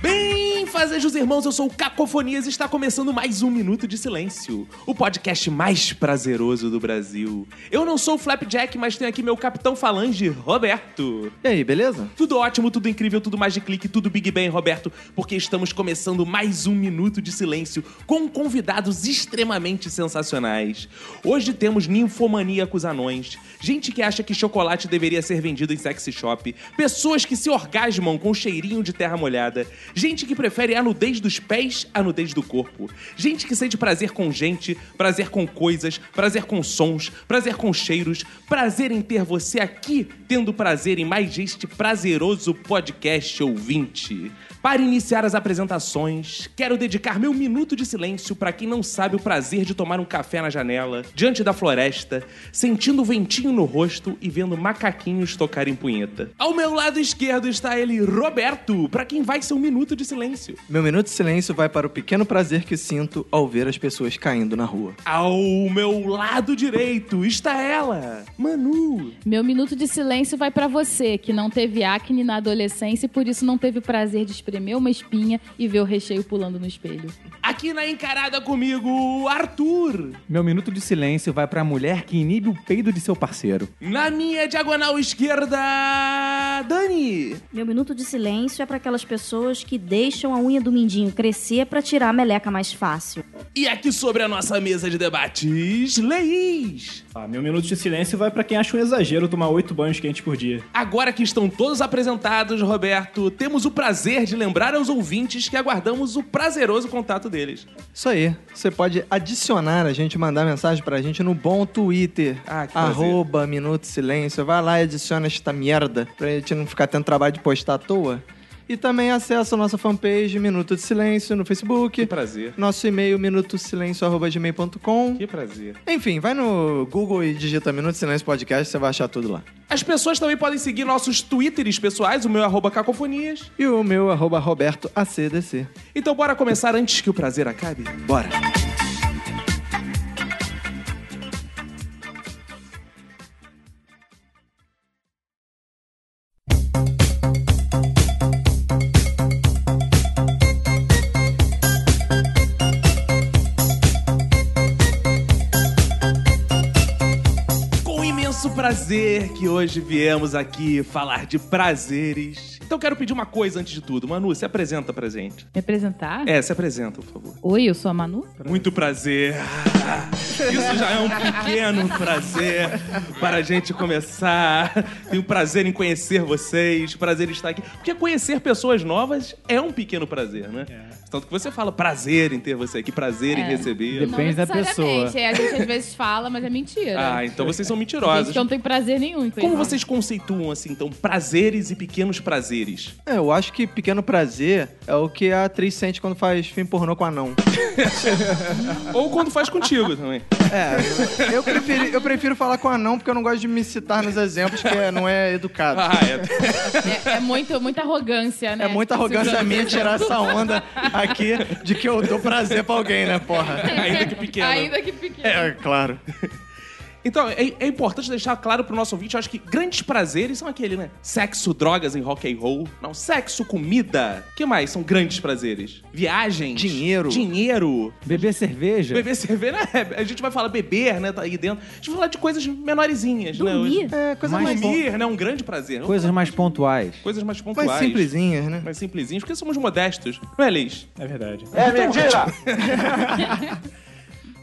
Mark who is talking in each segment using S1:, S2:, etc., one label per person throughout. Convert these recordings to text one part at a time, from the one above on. S1: Bem, fazejos irmãos, eu sou o Cacofonias e está começando mais um Minuto de Silêncio, o podcast mais prazeroso do Brasil. Eu não sou o Flapjack, mas tenho aqui meu capitão falange, Roberto.
S2: E aí, beleza?
S1: Tudo ótimo, tudo incrível, tudo mais de clique, tudo Big Bang, Roberto, porque estamos começando mais um Minuto de Silêncio com convidados extremamente sensacionais. Hoje temos ninfomaníacos anões, gente que acha que chocolate deveria ser vendido em sexy shop, pessoas que se orgasmam com o cheirinho de terra molhada, gente que prefere a nudez dos pés à nudez do corpo, gente que sente prazer com gente, prazer com coisas, prazer com sons, prazer com cheiros, prazer em ter você aqui, tendo prazer em mais este prazeroso podcast ouvinte. Para iniciar as apresentações, quero dedicar meu minuto de silêncio para quem não sabe o prazer de tomar um café na janela, diante da floresta, sentindo o ventinho no rosto e vendo macaquinhos tocarem punheta. Ao meu lado esquerdo está ele, Roberto, para quem vai ser um minuto de silêncio.
S2: Meu minuto de silêncio vai para o pequeno prazer que sinto ao ver as pessoas caindo na rua.
S1: Ao meu lado direito está ela, Manu.
S3: Meu minuto de silêncio vai pra você, que não teve acne na adolescência e por isso não teve o prazer de espremer uma espinha e ver o recheio pulando no espelho.
S1: Aqui na encarada comigo, Arthur.
S4: Meu minuto de silêncio vai pra mulher que inibe o peido de seu parceiro.
S1: Na minha diagonal esquerda, Dani.
S5: Meu minuto de silêncio é para aquelas pessoas que deixam a unha do mindinho crescer para tirar a meleca mais fácil.
S1: E aqui sobre a nossa mesa de debates, Leis.
S6: Ah, meu minuto de silêncio vai pra quem acha um exagero tomar oito banhos quentes por dia.
S1: Agora que estão todos apresentados, Roberto, temos o prazer de lembrar aos ouvintes que aguardamos o prazeroso contato deles.
S2: Isso aí, você pode adicionar a gente, mandar mensagem pra gente no bom Twitter.
S1: Ah, que prazer.
S2: arroba Minuto de Silêncio. Vai lá e adiciona esta merda pra gente não ficar tendo trabalho de postar à toa. E também acessa a nossa fanpage Minuto de Silêncio no
S1: Que
S2: Facebook.
S1: prazer.
S2: Nosso e-mail minutosilencio.gmail.com
S1: Que prazer.
S2: Enfim, vai no Google e digita Minuto de Silêncio Podcast, você vai achar tudo lá.
S1: As pessoas também podem seguir nossos twitters pessoais, o meu é arroba cacofonias.
S2: E o meu, arroba Roberto ACDC.
S1: Então bora começar antes que o prazer acabe?
S2: Bora!
S1: Com imenso prazer que hoje viemos aqui falar de prazeres. Então quero pedir uma coisa antes de tudo. Manu, se apresenta pra gente.
S3: Me apresentar?
S1: É, se apresenta, por favor.
S3: Oi, eu sou a Manu.
S1: Muito prazer. Ah, Isso já é um pequeno prazer para a gente começar. Tenho um prazer em conhecer vocês, prazer em estar aqui. Porque conhecer pessoas novas é um pequeno prazer, né? Tanto que você fala prazer em ter você aqui, prazer em
S3: É.
S1: receber.
S4: Depende
S3: não
S4: da
S3: necessariamente,
S4: pessoa.
S3: é, a gente às vezes fala, mas é mentira.
S1: Ah, então vocês são
S3: Tem gente
S1: mentirosos.
S3: que não tem prazer nenhum. em
S1: Como
S3: coisa.
S1: vocês conceituam, assim, então, prazeres e pequenos prazeres?
S2: É, eu acho que pequeno prazer é o que a atriz sente quando faz filme pornô com anão.
S1: Ou quando faz contigo também.
S2: É, eu prefiro, eu prefiro falar com anão porque eu não gosto de me citar nos exemplos que é- não é educado.
S1: Ah, é.
S3: É, é muito, muita arrogância, né?
S2: É muita arrogância minha tirar essa onda aqui de que eu dou prazer pra alguém, né, porra?
S1: Ainda que pequeno.
S3: Ainda que pequena.
S2: É, claro.
S1: Então, é, é importante deixar claro pro nosso ouvinte, eu acho que grandes prazeres são aquele, né? Sexo, drogas em rock and roll. Não, sexo, comida. que mais são grandes prazeres? Viagens.
S2: Dinheiro.
S1: Dinheiro.
S4: Beber cerveja?
S1: Beber cerveja. né? A gente vai falar beber, né? Tá aí dentro. A gente vai falar de coisas menorzinhas,
S5: Dormir?
S1: né?
S2: É, coisa mais,
S1: Dormir. Dormir, né? É um grande prazer.
S4: Coisas mais pontuais.
S1: Coisas mais pontuais.
S2: mais simplesinhas, né?
S1: Mais simplesinhas, é, porque somos modestos. Não é, Liz?
S6: É verdade.
S1: É mentira!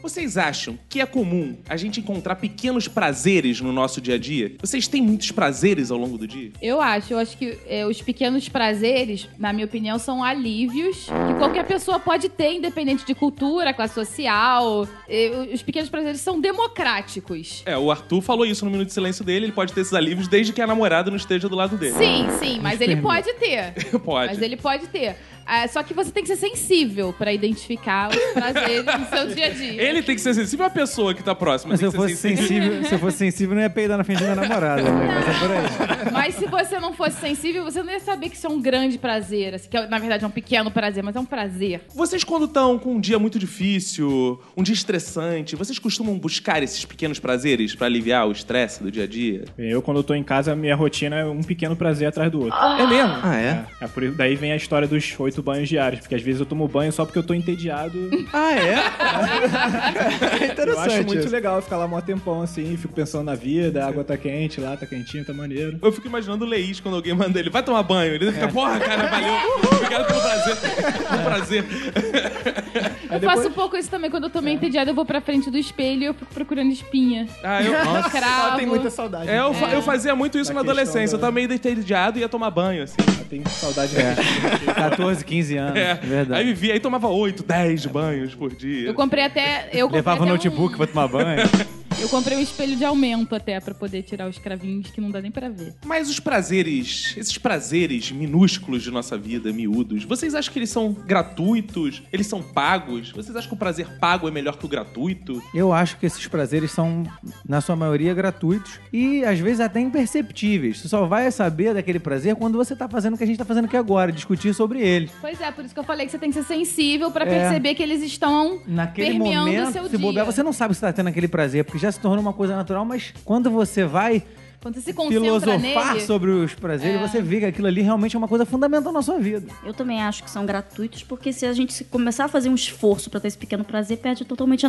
S1: Vocês acham que é comum a gente encontrar pequenos prazeres no nosso dia a dia? Vocês têm muitos prazeres ao longo do dia?
S3: Eu acho, eu acho que é, os pequenos prazeres, na minha opinião, são alívios que qualquer pessoa pode ter, independente de cultura, classe social. E, os pequenos prazeres são democráticos.
S1: É, o Arthur falou isso no Minuto de Silêncio dele, ele pode ter esses alívios desde que a namorada não esteja do lado dele.
S3: Sim, sim, mas ele
S4: Enfermo.
S3: pode ter.
S1: pode.
S3: Mas ele pode ter. Ah, só que você tem que ser sensível pra identificar os prazeres no seu dia a dia.
S1: Ele tem que ser sensível à pessoa que tá próxima.
S4: Mas
S1: tem
S4: se eu
S1: que ser
S4: fosse sensível, se eu fosse sensível, não ia peidar na frente da namorada. Né? Mas é por aí.
S3: Mas se você não fosse sensível, você não ia saber que isso é um grande prazer. assim, que na verdade é um pequeno prazer, mas é um prazer.
S1: Vocês, quando estão com um dia muito difícil, um dia estressante, vocês costumam buscar esses pequenos prazeres pra aliviar o estresse do dia a dia?
S6: Eu, quando eu tô em casa, minha rotina é um pequeno prazer atrás do outro.
S1: É mesmo?
S2: Ah, é?
S6: É, é por isso- daí vem a história dos oito banhos diários, porque às vezes eu tomo banho só porque eu tô entediado.
S2: Ah, é? é
S6: eu
S2: interessante.
S6: acho muito
S2: isso.
S6: legal ficar lá mó tempão assim, fico pensando na vida, a água tá quente lá, tá quentinho, tá maneiro.
S1: Eu fico imaginando o Leís quando alguém manda ele, vai tomar banho. Ele fica, porra, cara, valeu. Obrigado pelo prazer. Pelo prazer.
S3: eu faço um pouco isso também. Quando eu tô meio entediada, eu vou pra frente do espelho e eu fico procurando espinha.
S1: Ah, eu,
S3: Cravo.
S6: Ela tem muita saudade.
S1: é, eu, fa- eu fazia muito isso
S6: Da
S1: na
S6: questão
S1: adolescência. Eu
S6: da-
S1: tava meio entediado e ia tomar banho, assim.
S6: Ela tem saudade
S2: É.
S6: dela.
S4: 14, 15 anos.
S1: É.
S4: Verdade.
S1: Aí vivia, aí tomava 8, 10 banhos por dia.
S3: Eu comprei até. Eu comprei
S4: Levava o
S3: até
S4: notebook
S3: um-
S4: pra tomar banho.
S3: Eu comprei um espelho de aumento até pra poder tirar os cravinhos que não dá nem pra ver.
S1: Mas os prazeres, esses prazeres minúsculos de nossa vida, miúdos, vocês acham que eles são gratuitos? Eles são pagos? Vocês acham que o prazer pago é melhor que o gratuito?
S4: Eu acho que esses prazeres são, na sua maioria, gratuitos e às vezes até imperceptíveis. Você só vai saber daquele prazer quando você tá fazendo o que a gente tá fazendo aqui agora, discutir sobre ele.
S3: Pois é, por isso que eu falei que você tem que ser sensível pra
S4: É.
S3: perceber que eles estão
S4: Naquele
S3: permeando
S4: momento,
S3: o seu
S4: se
S3: dia.
S4: bobear, você não sabe se tá tendo aquele prazer, porque já se tornou uma coisa natural, mas quando você vai
S3: Quando você se concentra
S4: filosofar
S3: nele.
S4: sobre os prazeres, você vê que aquilo ali realmente é uma coisa fundamental na sua vida.
S5: Eu também acho que são gratuitos, porque se a gente se- começar a fazer um esforço pra ter esse pequeno prazer, perde totalmente a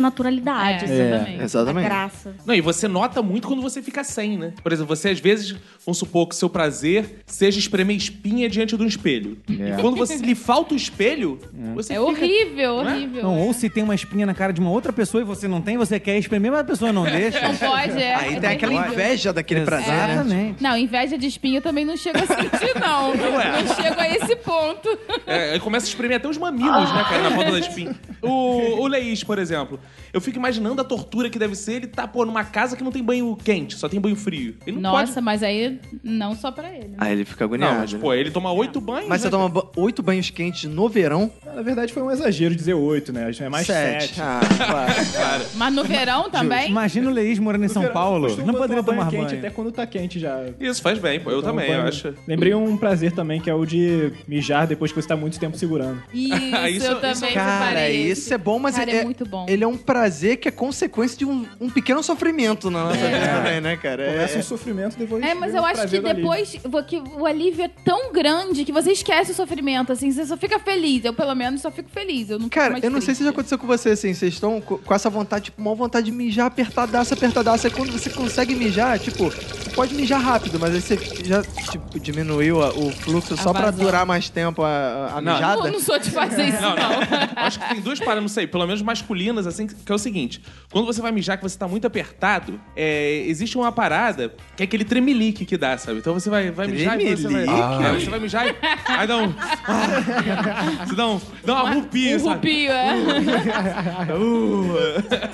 S3: É,
S5: naturalidade, assim,
S3: exatamente.
S5: a
S2: Exatamente.
S5: graça.
S1: Não, e você nota muito quando você fica sem, né? Por exemplo, você às vezes, vamos supor que o seu prazer seja espremer espinha diante de um espelho. E quando você lhe falta o espelho, você
S3: É
S1: fica...
S3: horrível,
S1: Não é?
S3: horrível.
S4: Não, ou se tem uma espinha na cara de uma outra pessoa e você não tem, você quer espremer, mas a pessoa não deixa.
S3: Não pode, é.
S2: Aí
S3: é
S2: tem aquela
S3: terrível.
S2: inveja daquele prazer, né?
S4: Exatamente.
S3: Não, inveja de espinho eu também não chego a sentir, não. Não chego a esse ponto.
S1: É, aí começa a espremer até os mamilos, né, cara, na ponta da espinha. O, o Leís, por exemplo, eu fico imaginando a tortura que deve ser ele tá, pô, numa casa que não tem banho quente, só tem banho frio. Ele não
S3: Nossa,
S1: pode...
S3: mas aí não só pra ele. né?
S2: Aí ele fica agoniado.
S1: Não, mas,
S2: né?
S1: pô, ele toma oito banhos,
S2: Mas
S1: né?
S2: você toma ba- oito banhos quentes no verão?
S6: Na verdade, foi um exagero dizer oito, né? É mais sete.
S2: Ah, claro.
S3: Mas no verão também?
S4: Imagina o Leís morando em São Paulo.
S6: Costuma
S4: Não poderia
S6: tomar
S4: tomar
S6: um banho
S4: banho.
S6: quente até quando tá quente já.
S1: Isso, faz bem, pô. Eu
S6: Então,
S1: também,
S6: banho-
S1: eu acho.
S6: Lembrei um prazer também, que é o de mijar depois que você tá muito tempo segurando.
S3: Isso,
S1: Isso-
S3: eu
S1: isso-
S3: também
S2: Cara,
S3: separei.
S2: isso é bom, mas
S3: Cara, é muito bom.
S2: Ele é um prazer que é consequência de um, um pequeno sofrimento na nossa vida também, né, cara? É-
S6: Começa um sofrimento depois.
S3: É, mas
S6: vem
S3: eu
S6: um
S3: acho que
S6: prazer do alívio.
S3: depois vo- que o alívio é tão grande que você esquece o sofrimento, assim, você só fica feliz. Eu, pelo menos, só fico feliz. Eu não fico
S2: Cara,
S3: mais
S2: eu não sei se
S3: triste.
S2: já aconteceu com você, assim, vocês estão co- com essa vontade, tipo, mal vontade de mijar apertadaça, apertadaça. Aí quando você consegue mijar, tipo, você pode mijar rápido, mas aí você já, tipo, diminuiu a- o fluxo só pra
S3: vazão.
S2: durar mais tempo a, a
S1: Não.
S2: mijada.
S3: Eu não sou de fazer isso,
S1: Não,
S3: não.
S1: não. Acho que tem duas paradas, não sei, pelo menos masculinas, assim, que é o seguinte: quando você vai mijar que você tá muito apertado, é, existe uma parada que é aquele tremelique que dá, sabe? Então você vai, vai mijar e você vai.
S2: Tremelique?
S1: É, você vai mijar e. Aí dá um. Ah, você dá um. Dá uma rupia,
S3: Um
S1: sabe?
S3: rupio, é.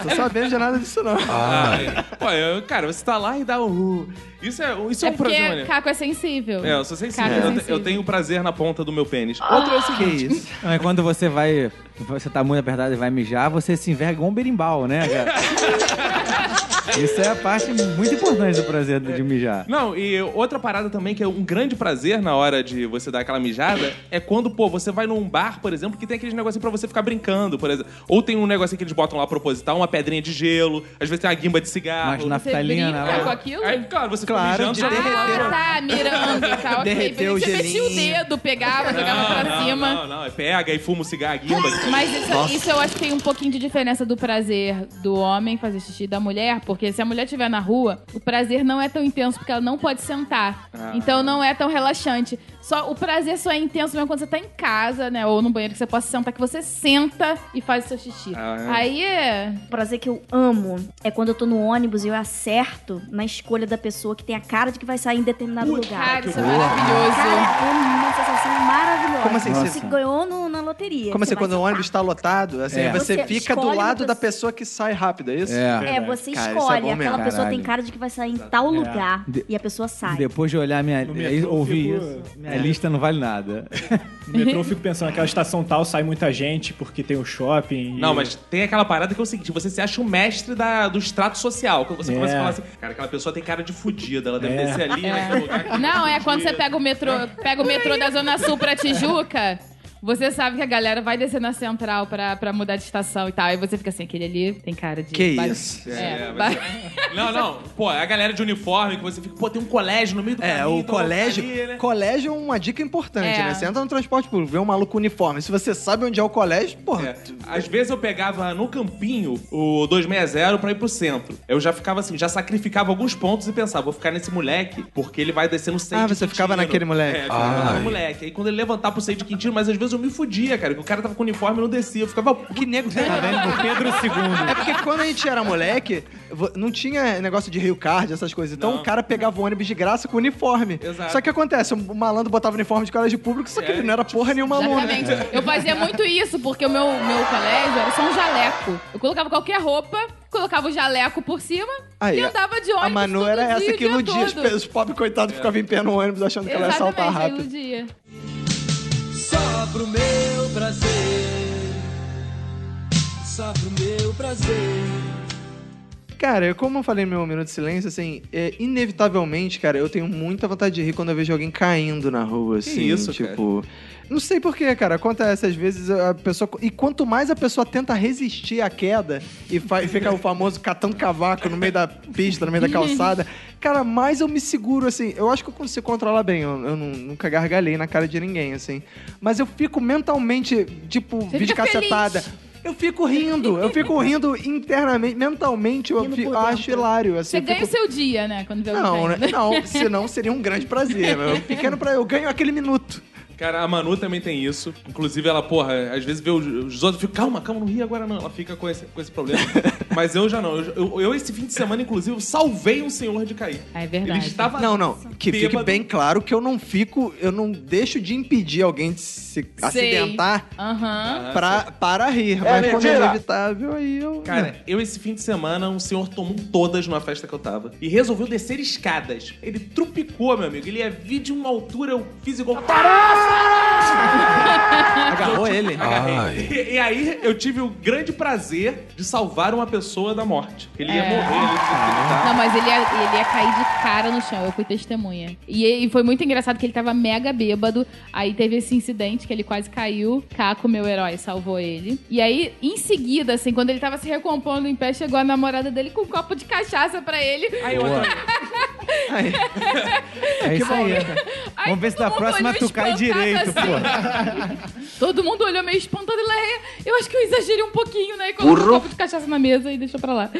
S2: Tô sabendo de nada disso, não.
S1: Ah, é. Pô, eu- cara, você tá lá e dá um. uh. Isso é, isso é,
S3: é
S1: um
S3: porque
S1: prazer. né?
S3: Caco é sensível.
S1: É, eu sou sensível.
S3: Caco é
S1: Eu te-
S3: sensível.
S1: Eu tenho prazer na ponta do meu pênis.
S2: Outro é o seguinte. Que isso?
S4: Não, é quando você vai. Você tá muito apertado e vai mijar, você se enverga igual um berimbau, né, cara? Isso é a parte muito importante do prazer de mijar.
S1: Não, e outra parada também que é um grande prazer na hora de você dar aquela mijada é quando, pô, você vai num bar, por exemplo, que tem aqueles negocinho pra você ficar brincando, por exemplo. Ou tem um negocinho que eles botam lá proposital, uma pedrinha de gelo, às vezes tem uma guimba de cigarro.
S4: Mas na-
S3: Você
S4: Naftalina,
S3: brinca
S4: né?
S3: É com aquilo?
S1: Aí, claro, você fica
S2: Claro,
S1: mijando,
S2: de
S1: já-
S3: Ah, tá, mirando, tá, ok.
S2: Derreteu
S3: Pensei
S2: o
S3: que você metia o
S2: gelinho.
S3: dedo, pegava, jogava
S1: não,
S3: pra
S1: não,
S3: cima.
S1: Não, não, é pega e fuma o cigarro, a guimba.
S3: Mas isso, isso eu acho que tem um pouquinho de diferença do prazer do homem fazer xixi e da mulher, Porque se a mulher estiver na rua, o prazer não é tão intenso porque ela não pode sentar. Então não é tão relaxante. Só, o prazer só é intenso mesmo quando você tá em casa, né? Ou no banheiro que você possa sentar, que você senta e faz o seu xixi.
S1: Ah,
S3: Aí é.
S5: O prazer que eu amo é quando eu tô no ônibus e eu acerto na escolha da pessoa que tem a cara de que vai sair em determinado lugar.
S3: Cara, isso é maravilhoso.
S5: Cara, é uma sensação maravilhosa.
S2: Como assim?
S5: Você
S2: Nossa.
S5: ganhou no- na loteria.
S2: Como assim,
S5: Você vai
S2: quando o
S5: sentar.
S2: ônibus tá lotado, assim,
S4: É.
S2: você,
S5: Você
S2: fica do
S5: escolhe uma
S2: lado da
S5: pessoa-
S2: pessoa que sai rápido, é isso?
S4: É.
S5: É, você
S2: Cara, isso é
S5: escolhe.
S2: bom
S5: Aquela
S2: mesmo.
S5: pessoa tem
S4: Caralho.
S5: cara de que vai sair em tal lugar.
S4: De-
S5: E a pessoa sai.
S4: Depois de olhar minha. é,
S6: No metrô
S4: ouvir
S6: eu
S4: isso,
S6: fico-
S2: é.
S4: minha lista não vale nada.
S6: No metrô eu fico pensando, aquela estação tal sai muita gente porque tem o shopping. e-
S1: Não, mas tem aquela parada que é o seguinte: você se acha o mestre da- do extrato social. Quando você
S6: É.
S1: começa a falar assim, cara, aquela pessoa tem cara de fudida, ela deve
S6: É.
S1: descer ali, naquele lugar. que-
S3: Não, é quando você pega o metrô, pega o metrô da Zona Sul pra Tijuca. Você sabe que a galera vai descer na central pra, pra mudar de estação e tal. Aí você fica assim, aquele ali tem cara de.
S2: Que
S3: ba-
S2: isso?
S3: É,
S1: É,
S3: ba-
S1: Não, não. Pô, é a galera de uniforme que você fica, pô, tem um colégio no meio do caminho.
S2: É, o
S1: então eu vou
S2: colégio.
S1: ali, né?
S2: Colégio é uma dica importante,
S3: É.
S2: né? Você entra no transporte público, vê um maluco com uniforme. Se você sabe onde é o colégio, porra.
S1: É, Às vezes eu pegava no campinho o 260 pra ir pro centro. Eu já ficava assim, já sacrificava alguns pontos e pensava, vou ficar nesse moleque, porque ele vai descer no Seio
S2: Ah,
S1: de
S2: você
S1: Quintino.
S2: ficava naquele moleque.
S1: É, eu ficava
S2: Ai.
S1: no moleque. Aí quando ele levantar pro Seio de Quintino, mas às vezes eu me fudia, cara, que o cara tava com uniforme e não descia. Eu ficava...
S2: Que nego
S4: Tá vendo? O Pedro II.
S2: né? É porque quando a gente era moleque, vo- não tinha negócio de Rio Card, essas coisas. Então
S1: Não.
S2: o cara pegava o ônibus de graça com uniforme.
S1: Exato.
S2: Só que acontece, o malandro botava uniforme de colégio público, só que
S1: É,
S2: ele não era porra nenhuma aluno.
S3: Exatamente. Eu fazia muito isso, porque o meu, meu colégio era só um jaleco. Eu colocava qualquer roupa, colocava o jaleco por cima
S2: Aí,
S3: e andava de ônibus.
S2: A Manu
S3: todo
S2: era
S3: dia,
S2: essa
S3: o
S2: que
S3: dia
S2: iludia os,
S3: todo.
S2: pe- os pobres coitados que
S1: É.
S2: ficavam em pé no ônibus achando que ela ia saltar
S3: Exatamente, é
S2: rápido.
S3: iludia.
S7: Só pro meu prazer. Só pro meu prazer.
S2: Cara, eu- como eu falei no meu minuto de silêncio, assim, é, inevitavelmente, cara, eu tenho muita vontade de rir quando eu vejo alguém caindo na rua, assim.
S1: isso,
S2: tipo. Não sei porquê, cara. Acontece, às vezes a pessoa. E quanto mais a pessoa tenta resistir à queda e fa- e fica o famoso catando cavaco no meio da pista, no meio da calçada, cara, mais eu me seguro, assim. Eu acho que eu consigo controlar bem. Eu, eu nu- nunca gargalhei na cara de ninguém, assim. Mas eu fico mentalmente, tipo,
S3: Você
S2: vídeo
S3: fica feliz.
S2: cacetada. Eu fico rindo, eu fico rindo internamente, mentalmente, eu
S5: Rindo
S2: fi-
S5: por
S2: acho
S5: dentro.
S2: hilário. Assim,
S3: Você
S2: eu
S3: ganha o
S2: fico...
S3: seu dia, né? Quando vê alguém
S2: Não,
S3: caindo.
S2: né? não, senão seria um grande prazer. meu. Pequeno pra eu ganho aquele minuto.
S1: Cara, a Manu também tem isso. Inclusive, ela, porra, às vezes vê os, os outros e fica, calma, calma, não ri agora não. Ela fica com esse, com esse problema. Mas eu já não. Eu, eu- eu, esse fim de semana, inclusive, eu salvei um senhor de cair.
S3: Ah, é verdade.
S1: Ele estava...
S2: Não, não, que fique
S1: bêbado.
S2: bem claro que eu não fico, eu não deixo de impedir alguém de se
S3: Sei.
S2: acidentar
S3: Aham.
S2: pra, para rir, mas quando é inevitável aí eu...
S1: Cara, eu esse fim de semana, um senhor tomou todas numa festa que eu tava. E resolveu descer escadas. Ele trupicou, meu amigo. Ele ia vir de uma altura, eu fiz igual... um
S2: agarrou ele.
S8: Ai,
S1: E, e aí, eu tive o grande prazer de salvar uma pessoa da morte. Ele ia
S3: É.
S1: morrer, ele ia se
S3: Não, mas ele ia, ele ia cair de cara no chão, eu fui testemunha. E, e foi muito engraçado que ele tava mega bêbado. Aí teve esse incidente que ele quase caiu. Caco, meu herói, salvou ele. E aí, em seguida, assim, quando ele tava se recompondo em pé, chegou a namorada dele com um copo de cachaça pra ele.
S1: Aí outra,
S2: Aí,
S4: É isso aí.
S2: né?
S3: Aí
S4: Vamos ver se
S3: todo
S4: da
S3: mundo
S4: próxima
S3: olhou
S4: tu cai
S3: espantado,
S4: direito,
S3: assim.
S4: pô.
S3: Todo mundo olhou meio espantado e lá, eu acho que eu exagerei um pouquinho, né? E colocou um copo de cachaça na mesa e deixou pra lá.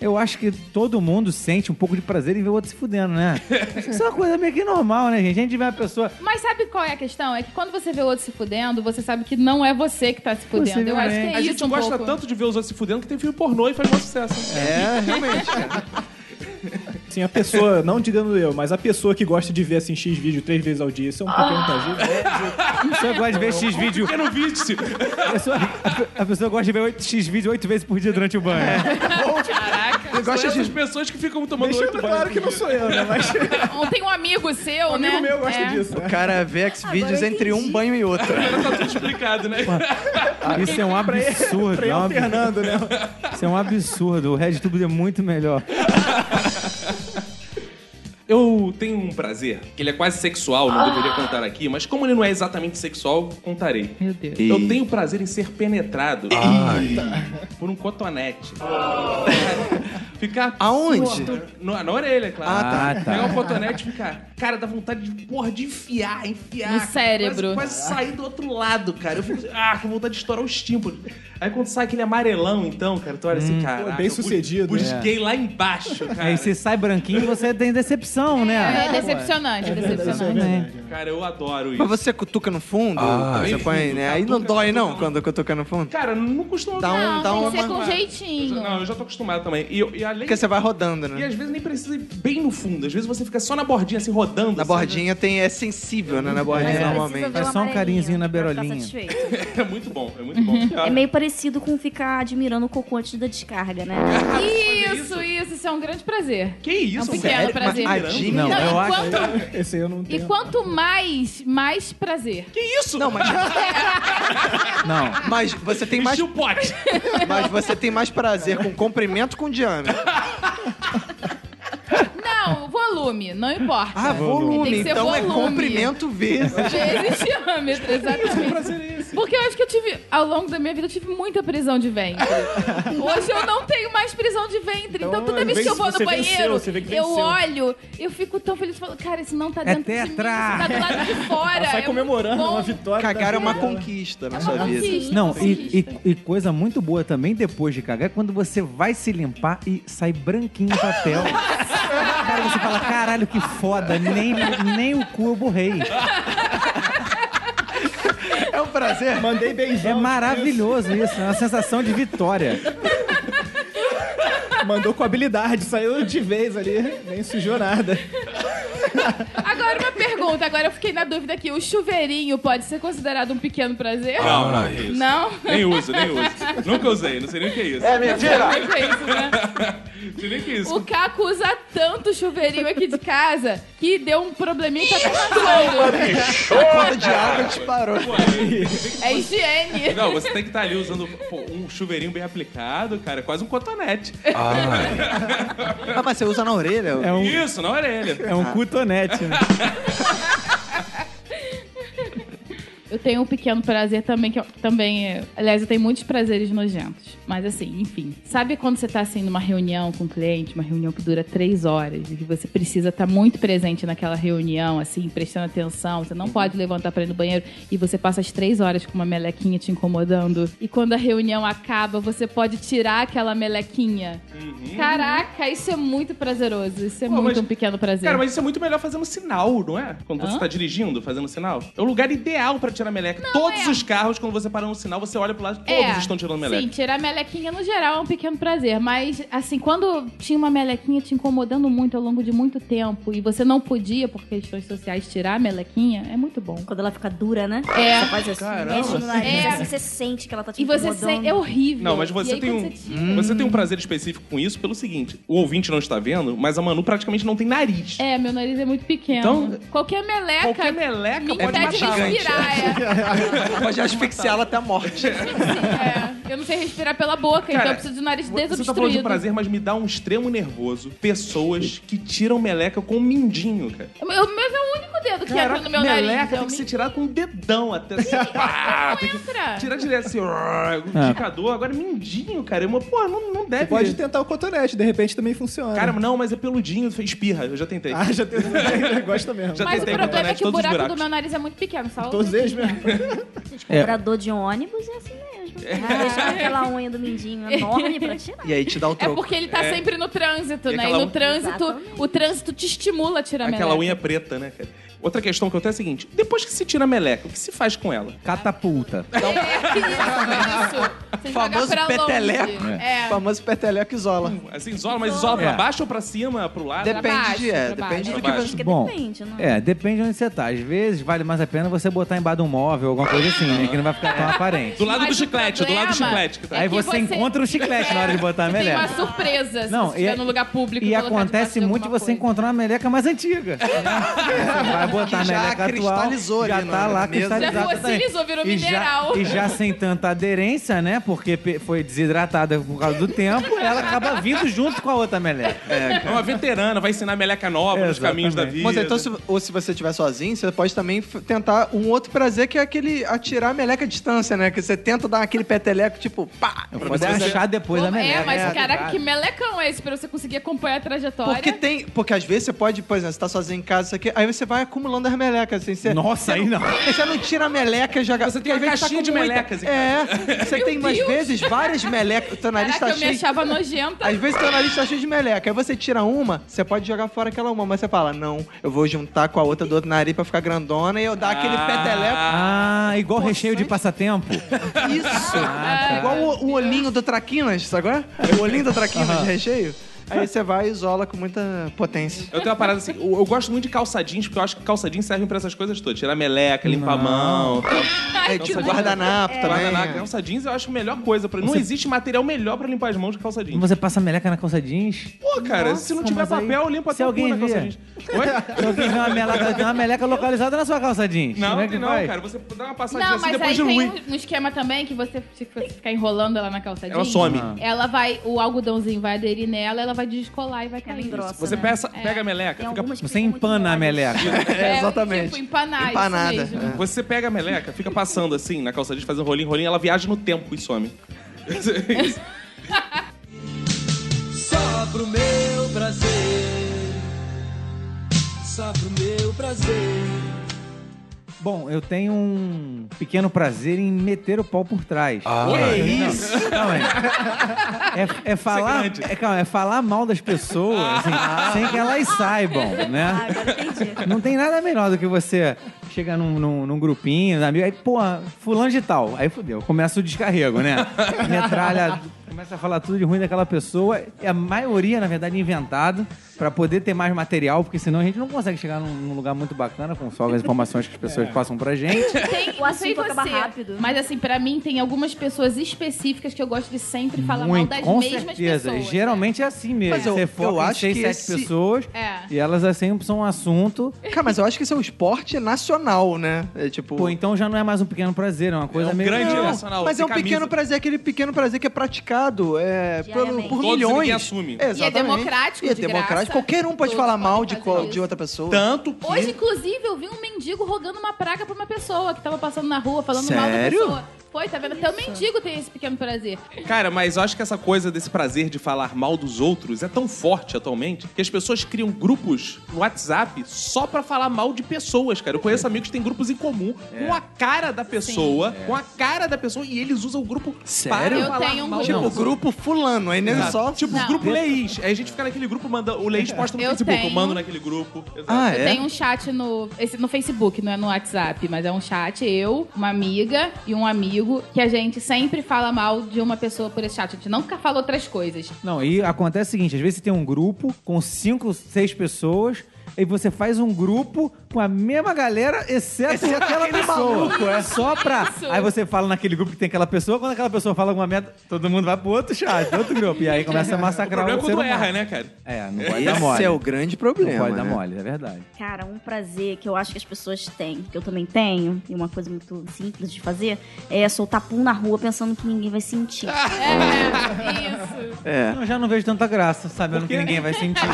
S4: Eu acho que todo mundo sente um pouco de prazer em ver o outro se fudendo, né? Isso é uma coisa meio que normal, né, gente? A gente vê uma pessoa.
S3: Mas sabe qual é a questão? É que quando você vê o outro se fudendo, você sabe que não é você que tá se fudendo. Eu acho que é
S4: Possivelmente.
S3: isso
S1: a gente
S3: um
S1: gosta
S3: pouco.
S1: tanto de ver os outros se fudendo que tem filme pornô e faz maior sucesso.
S2: é, realmente, cara.
S6: Assim, a pessoa, não te dando eu, mas a pessoa que gosta de ver assim X vídeo três vezes ao dia, isso é um pequeno
S3: Ah.
S6: prazer.
S4: A pessoa gosta de ver X vídeo.
S1: Porque no vídeo, se-
S4: A pessoa, a pe- a pessoa gosta de ver oito- X vídeo oito vezes por dia durante o banho.
S1: Caraca, eu
S2: gosto
S1: gosto
S2: de-
S1: dessas pessoas que ficam tomando
S6: Deixa
S1: oito
S6: claro
S1: banhos.
S6: que não sou eu, né? Mas
S3: Tem um amigo seu,
S6: um
S3: né?
S6: amigo meu gosta
S3: É.
S6: disso.
S2: O cara vê X-Vídeos
S5: Agora eu
S2: entre um
S5: entendi.
S2: banho e outro.
S1: Agora tá tudo explicado, né?
S4: Isso é um absurdo. é um ab-
S6: Fernando, né?
S4: Isso é um absurdo. O RedTube é muito melhor.
S1: Eu tenho um prazer, que ele é quase sexual, não deveria contar aqui, mas como ele não é exatamente sexual, contarei.
S3: Meu Deus.
S1: Eu tenho prazer em ser penetrado por um cotonete. Ficar.
S2: Aonde?
S1: Porra, no- na orelha, claro.
S4: Ah, tá.
S1: Pegar um cotonete e ficar. Cara, dá vontade de, porra, de enfiar, enfiar.
S3: No
S1: cara.
S3: cérebro.
S1: Quase, quase sair do outro lado, cara. Eu fico. Ah, com vontade de estourar os tímpanos. Aí quando sai aquele amarelão, então, cara, tu olha assim, cara.
S6: bem sucedido.
S1: Busquei lá embaixo, cara.
S4: Aí se sai branquinho, você tem decepção, né?
S3: É decepcionante, é decepcionante.
S4: Também.
S1: Cara, eu adoro isso.
S2: Mas você cutuca no fundo?
S9: Ah,
S2: você
S1: bem
S2: põe,
S1: fundo,
S2: né? Aí não
S1: cutuca,
S2: dói, não,
S1: cutuca.
S2: quando cutuca no fundo.
S1: Cara, não costuma
S2: Dá um-
S3: Não,
S2: dá
S3: tem que
S2: uma-
S3: ser com
S1: Eu
S3: jeitinho.
S1: já- não, eu já tô acostumado também. E, e além
S2: Porque você vai rodando,
S1: E
S2: né?
S1: às vezes nem precisa ir bem no fundo. Às vezes você fica só na bordinha, assim, rodando.
S2: Na
S1: assim,
S2: bordinha tem, é sensível, né? Na bordinha
S4: É.
S2: normalmente.
S4: Faz só um carinhozinho na beirolinha.
S1: É muito bom, é muito bom.
S5: É meio parecido com ficar admirando o cocô antes da descarga, né?
S3: Isso, isso, isso é um grande prazer.
S1: Que isso,
S3: É um
S1: mano?
S3: pequeno
S1: Sério?
S3: prazer.
S1: Mas-
S2: Mas- né?
S1: Adinho?
S4: Não,
S3: Não,
S4: eu
S3: e,
S4: acho.
S3: quanto,
S6: Esse aí eu não
S3: e
S6: tenho.
S3: quanto mais, mais prazer.
S1: Que é? isso?
S2: Não, mas,
S4: Não.
S2: mas você tem mais.
S1: Enchi o pote.
S2: Mas você tem mais prazer com comprimento com diâmetro.
S3: Não, volume, não importa.
S2: Ah, volume.
S3: Tem que ser
S2: Então é
S3: volume.
S2: comprimento vezes.
S3: Vezes diâmetro, exatamente. Porque eu acho que eu tive, ao longo da minha vida, eu tive muita prisão de ventre. Hoje eu não tenho mais prisão de ventre. Então,
S6: Então,
S3: toda
S6: às
S3: vez que eu
S6: vezes
S3: vou no
S6: você venceu,
S3: banheiro,
S6: você vê que
S3: eu
S6: venceu.
S3: olho, eu fico tão feliz. Falo, cara, isso não tá dentro de mim, isso
S4: tetra.
S3: tá do lado de fora.
S6: Ela sai
S3: é
S6: comemorando
S3: muito bom.
S6: uma vitória. da
S2: Cagar é uma
S6: vida dela.
S2: conquista na
S3: É
S2: sua
S3: uma
S2: vida.
S3: conquista,
S4: Não,
S3: uma
S4: e,
S3: conquista.
S4: e- e coisa muito boa também depois de cagar é quando você vai se limpar e sai branquinho o papel. Cara, você fala, caralho, que foda, nem, nem o cu eu borrei.
S2: É um prazer.
S6: Mandei
S4: É
S6: beijão.
S4: maravilhoso isso, é uma sensação de vitória.
S6: Mandou com habilidade, saiu de vez ali, nem sujou nada.
S3: Agora uma pergunta, agora eu fiquei na dúvida aqui. O chuveirinho pode ser considerado um pequeno prazer?
S1: Não, não, que isso.
S3: Não?
S1: Nem uso, nem uso. Nunca usei, não sei nem o que é isso. É mesmo?
S3: Mas é isso, né?
S1: Não sei nem o que é isso.
S3: O Caco usa tanto chuveirinho aqui de casa que deu um probleminha que tá passando.
S2: A conta de água disparou.
S3: É higiene.
S1: Não, você tem que estar ali usando pô, um chuveirinho bem aplicado, cara. Quase um cotonete.
S2: Ah, mas você usa na orelha?
S4: É um,
S1: Isso, na orelha.
S4: é um cutonete, né?
S3: Eu tenho um pequeno prazer também, que eu- também é. Aliás, eu tenho muitos prazeres nojentos. Mas assim, enfim. Sabe quando você tá assim numa reunião com um cliente, uma reunião que dura três horas, e que você precisa estar muito presente naquela reunião, assim, prestando atenção, você não pode levantar pra ir no banheiro, e você passa as três horas com uma melequinha te incomodando. E quando a reunião acaba, você pode tirar aquela melequinha. Caraca, isso é muito prazeroso. Isso é
S1: Uhum. Pô,
S3: muito
S1: mas-
S3: um pequeno prazer.
S1: Cara, mas isso é muito melhor fazendo sinal, não é? Quando você
S3: Hã?
S1: tá dirigindo, fazendo sinal. É o lugar ideal pra tirar meleca. todos
S3: é.
S1: os carros, quando você parar um sinal, você olha pro lado, todos estão tirando meleca.
S3: Sim, tirar melequinha no geral é um pequeno prazer. Mas, assim, quando tinha uma melequinha te incomodando muito ao longo de muito tempo e você não podia, por questões sociais, tirar a melequinha, é muito bom.
S5: Quando ela fica dura, né?
S3: É.
S5: Você faz assim, mexe no nariz,
S3: É.
S5: assim, você sente que ela tá te
S3: E você
S5: incomodando.
S3: se... é horrível.
S1: Não, mas
S3: E
S1: você
S3: aí,
S1: tem,
S3: quando
S1: um,
S3: você tira-
S1: você tem um prazer específico com isso pelo seguinte: o ouvinte não está vendo, mas a Manu praticamente não tem nariz.
S3: É, meu nariz é muito pequeno.
S1: Então,
S3: qualquer meleca.
S1: Qualquer meleca
S3: me
S1: pode
S3: impede de
S1: matar.
S3: respirar, é.
S2: Pode asfixiá-la até a morte.
S3: É, Eu não sei respirar pela boca, então eu preciso de um nariz
S1: Você tá falando de
S3: desobstruído.
S1: prazer, mas me dá um extremo nervoso. Pessoas que tiram meleca com o mindinho, cara.
S3: O meu meu é o único dedo que entra no meu
S1: meleca
S3: nariz. um
S1: tem
S3: eu
S1: que
S3: me-
S1: ser tirada com o dedão até assim. pá, tem que
S3: entra.
S1: tirar direto assim,
S6: É.
S1: o indicador. Agora, mindinho, cara. Eu, pô, não, não deve.
S6: Pode tentar o cotonete, de repente também funciona.
S1: É Cara, não, mas é peludinho, espirra. Eu já tentei.
S6: ah, já tem gosta mesmo.
S1: Já
S3: Mas o
S1: tentei
S3: problema é
S1: cotonete
S3: que o
S1: todos os
S3: buraco do
S1: buracos.
S3: meu nariz é muito pequeno, só
S6: Todos eles mesmo.
S5: Cobrador de ônibus é assim mesmo. Deixa aquela unha do mindinho enorme pra tirar.
S2: E aí te dá o
S3: É
S2: troco.
S3: porque ele tá sempre no trânsito,
S1: E
S3: né? E
S1: aquela
S3: no
S1: unha-
S3: trânsito,
S5: Exatamente.
S3: o trânsito te estimula a tirar a
S1: Aquela
S3: meleca.
S1: unha preta, né, cara? Outra questão que eu tenho é a seguinte: depois que se tira a meleca, o que se faz com ela?
S4: Catapulta.
S3: É, isso, isso. Você joga
S2: Famoso
S3: pra
S2: peteleco.
S3: longe. É.
S2: O famoso peteleco isola.
S1: Assim, isola, mas isola pra
S4: É.
S1: baixo ou pra cima, pro lado?
S2: Depende
S3: baixo,
S2: de. É,
S3: Hum. pra
S2: depende do
S3: baixo.
S2: que
S1: Pra baixo.
S2: você.
S5: Acho que
S4: Bom,
S5: depende, né? não
S4: É, depende de onde você tá. Às vezes vale mais a pena você botar embaixo de um móvel, alguma coisa assim, né? Que não vai ficar
S3: É.
S4: tão aparente.
S1: Do lado
S3: Mas
S1: do
S3: o
S1: chiclete, do lado do
S3: problema
S1: chiclete. Que tá.
S3: é
S4: Aí
S3: que
S4: você encontra o chiclete na hora de botar a
S3: Você Tem
S4: meleca.
S3: uma surpresa se
S4: Não,
S3: você
S4: e-
S3: estiver num lugar público.
S4: E
S3: colocar
S4: acontece
S3: debaixo de
S4: muito
S3: alguma
S4: você
S3: coisa.
S4: encontrar uma meleca mais antiga. né? Você vai botar a
S2: Que já
S4: meleca atual.
S2: cristalizou
S4: já
S2: ali
S4: tá
S2: na
S4: lá
S2: mesa.
S4: cristalizada.
S3: Já fossilizou, virou
S4: também. E já-
S3: mineral.
S4: E já, sem tanta aderência, né? né? Porque pe- foi desidratada por causa do tempo, ela acaba vindo junto com a outra meleca.
S1: É uma veterana, vai ensinar meleca nova nos
S4: Exatamente.
S1: caminhos da vida.
S2: Mas então, se, ou se você estiver sozinho, você pode também f- tentar um outro prazer, que é aquele atirar a meleca à distância, né? Que você tenta dar aquele peteleco, tipo, pá!
S4: Eu
S2: pra
S4: poder
S2: ver se você-
S4: achar depois a
S3: Como-
S4: meleca.
S3: É, mas
S4: tá
S3: caraca,
S4: ligado?
S3: que melecão é esse pra você conseguir acompanhar a trajetória?
S2: Porque tem. Porque às vezes você pode, por exemplo, você tá sozinho em casa, isso aqui, aí você vai acumulando as melecas, assim. Você,
S4: Nossa, aí não.
S2: Aí Você não tira a meleca e joga.
S1: Você tem
S2: Às
S1: uma
S2: vezes tá
S1: caixinha
S2: com
S1: de
S2: muita-
S1: melecas em
S2: É, você tem umas
S3: Deus.
S2: vezes várias melecas. Teu nariz
S3: Caraca,
S2: tá
S3: eu me
S2: cheio.
S3: achava nojenta.
S2: Às vezes teu nariz tá cheio de meleca. Aí você tira uma, você pode jogar fora aquela uma, mas você fala: não, eu vou juntar com a outra do outro nariz pra ficar grandona e eu dar
S1: Ah,
S2: aquele peteleco.
S4: Ah, igual recheio de passatempo.
S2: Isso! Igual o, o olhinho do Traquinas, sabe? qual é? O olhinho do Traquinas de recheio. Aí você vai e isola com muita potência.
S1: Eu tenho uma parada assim, eu, eu gosto muito de calça jeans, porque eu acho que calça jeans servem pra essas coisas todas. Tirar meleca, limpar a mão, tal.
S3: Ai,
S2: Aí
S3: que
S2: tipo
S3: nojo.
S2: guardanapo também.
S1: Guardanapo. um
S2: é.
S1: Calça jeans eu acho a melhor coisa. Pra... Não existe material melhor pra limpar as mãos que calça jeans.
S4: Você passa a meleca na calça jeans.
S1: Pô, cara, se não
S4: Nossa,
S1: tiver
S4: mas aí-
S1: papel, eu limpo
S4: se
S1: até o cu
S4: alguém
S1: na calça
S4: vê.
S1: jeans. Oi?
S4: Se alguém vê uma meleca, tem uma meleca localizada na sua calça jeans.
S1: Não,
S4: Como é
S1: não,
S4: que
S1: tem não,
S4: vai?
S1: cara. Você dá uma passadinha
S3: Não,
S1: assim
S3: mas
S1: depois
S3: aí
S1: de ruim.
S3: tem um, um esquema também que você fica- fica enrolando ela na calça jeans.
S1: Ela some.
S3: Ela vai, o algodãozinho vai aderir nela, ela vai descolar e vai
S5: Ela
S3: cair.
S5: engrossa.
S1: Você
S5: né?
S1: peça- pega a meleca,
S5: Tem
S1: fica
S5: algumas que
S4: Você
S5: são muito
S4: empana a
S5: molhadas.
S4: meleca.
S3: É,
S2: exatamente.
S3: Tipo, empanar,
S2: Empanada,
S3: isso mesmo.
S1: Você pega a meleca, fica passando assim na calça jeans, fazendo rolinho, rolinho, ela viaja no tempo e some.
S7: Só pro meu prazer. Só pro meu prazer.
S4: Bom, eu tenho um pequeno prazer em meter o pau por trás. Ah,
S1: Que
S4: isso? Calma aí. É, é falar,
S1: grande. Ah.
S4: é, calma, é falar mal das pessoas, assim, sem que elas saibam,
S5: Ah,
S4: né?
S5: agora entendi.
S4: Não tem nada melhor do que você chegar num, num, num grupinho, né, amigo, aí, pô, fulano de tal. Aí fudeu, começa o descarrego, né? Metralha, começa a falar tudo de ruim daquela pessoa. É a maioria, na verdade, é inventado pra poder ter mais material, porque senão a gente não consegue chegar num, num lugar muito bacana com só as informações que as
S3: É.
S4: pessoas passam pra gente.
S3: Tem,
S5: O
S3: não sei
S5: assunto acaba
S3: você,
S5: rápido.
S3: Mas assim, pra mim tem algumas pessoas específicas que eu gosto de sempre falar
S4: Muito,
S3: mal das
S4: com
S3: mesmas
S4: certeza.
S3: pessoas. né?
S4: Geralmente é assim mesmo.
S2: Mas eu-
S4: Você
S2: eu
S4: foca em
S2: acho
S4: seis,
S2: que
S4: sete
S2: esse-
S4: pessoas
S3: É.
S4: e elas assim são um assunto.
S2: Cara, mas eu acho que isso é um esporte nacional, né? É tipo.
S4: Pô, então já não é mais um pequeno prazer, é uma coisa
S1: É um
S4: meio.
S1: grande
S4: Não,
S1: nacional.
S2: mas é
S1: sem
S2: um pequeno
S1: camisa.
S2: prazer, aquele pequeno prazer que é praticado é, pelo,
S5: Diariamente.
S2: por
S1: Todos e
S2: milhões.
S1: ninguém assume. E é
S2: Exatamente.
S3: democrático,
S2: E é
S3: de
S2: democrático.
S3: graça.
S2: Qualquer um pode
S3: Todos
S2: falar mal
S3: podem
S2: de,
S3: fazer
S2: qual-
S3: isso.
S2: de outra pessoa.
S1: Tanto que.
S3: Hoje, inclusive, eu vi um mendigo rogando uma praga pra uma pessoa que tava passando na rua, falando mal da
S2: Sério?
S3: pessoa. Foi, tá vendo? Até o mendigo tem esse pequeno prazer.
S1: Cara, mas eu acho que essa coisa desse prazer de falar mal dos outros é tão forte atualmente que as pessoas criam grupos no WhatsApp só pra falar mal de pessoas, cara. Eu conheço
S2: É.
S1: amigos que têm grupos em comum com a cara da pessoa, com
S2: É.
S1: a cara da pessoa, e eles usam o grupo
S2: Sério?
S1: para
S3: Eu
S1: falar
S3: tenho um
S1: mal.
S3: grupo.
S2: Tipo, o grupo fulano, aí nem
S1: Exato.
S2: só.
S1: Tipo, o
S3: Não.
S1: grupo Leis. Aí a gente fica naquele grupo, manda, o Leis posta no
S3: Eu
S1: Facebook, eu
S3: tenho.
S1: mando naquele grupo. Exato.
S2: Ah,
S3: Eu
S2: é?
S3: tenho um chat no, esse, no Facebook, não é no WhatsApp, mas é um chat, eu, uma amiga e um amigo, que a gente sempre fala mal de uma pessoa por esse chat. A gente nunca fala outras coisas.
S4: Não, e acontece o seguinte: às vezes você tem um grupo com cinco, seis pessoas. E você faz um grupo com a mesma galera, exceto aquela pessoa. é só pra.
S3: Isso.
S4: Aí você fala naquele grupo que tem aquela pessoa, quando aquela pessoa fala alguma merda, todo mundo vai pro outro chat, outro grupo. E aí começa a
S1: O
S4: massacrar
S1: problema é
S4: ser
S1: quando
S4: humano.
S1: erra, né, cara?
S4: É, não pode dar
S2: Esse
S4: mole.
S2: é o grande
S4: Não
S2: problema.
S4: pode dar
S2: né?
S4: mole, é verdade.
S5: Cara, um prazer que eu acho que as pessoas têm, que eu também tenho, e uma coisa muito simples de fazer, é soltar pum na rua pensando que ninguém vai sentir.
S2: Ah,
S3: É, isso.
S2: É.
S4: Eu já não vejo tanta graça, sabendo que ninguém vai sentir.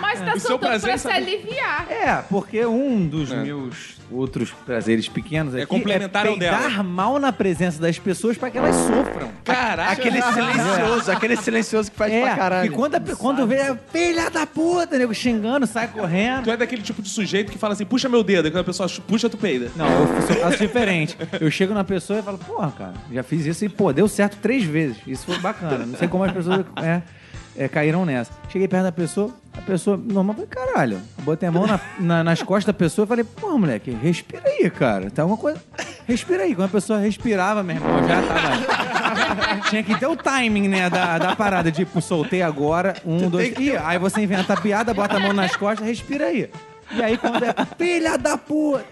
S3: Mas tá
S1: O seu
S3: soltando pra
S1: prazer é
S3: se
S1: saber-
S3: aliviar.
S4: é, porque um dos meus outros prazeres pequenos aqui
S1: complementar
S4: é
S1: ao dela.
S4: peidar mal na presença das pessoas pra que elas sofram.
S1: Caraca.
S2: Aquele silencioso, aquele silencioso que faz pra
S4: É, e
S2: caralho.
S4: quando, a- quando vê, é, filha da puta, nego xingando, sai
S1: Tu
S4: correndo.
S1: é daquele tipo de sujeito que fala assim, puxa meu dedo, e quando a pessoa chu- puxa, tu peida.
S4: Não, eu sou- faço um diferente. Eu chego na pessoa e falo, porra, cara, já fiz isso e, pô, deu certo três vezes. Isso foi bacana. Não sei como as pessoas é, é, caíram nessa. Cheguei perto da pessoa, a pessoa normal, falei, caralho. Botei a mão na- na- nas costas da pessoa e falei, pô, moleque, respira aí, cara. Tá alguma coisa. Respira aí. Quando a pessoa respirava, meu irmão, já tava. Tinha que ter o timing, né, da, da parada. Tipo, soltei agora, um, dois. Ih, aí você inventa a piada, bota a mão nas costas, respira aí. E aí quando é filha da puta!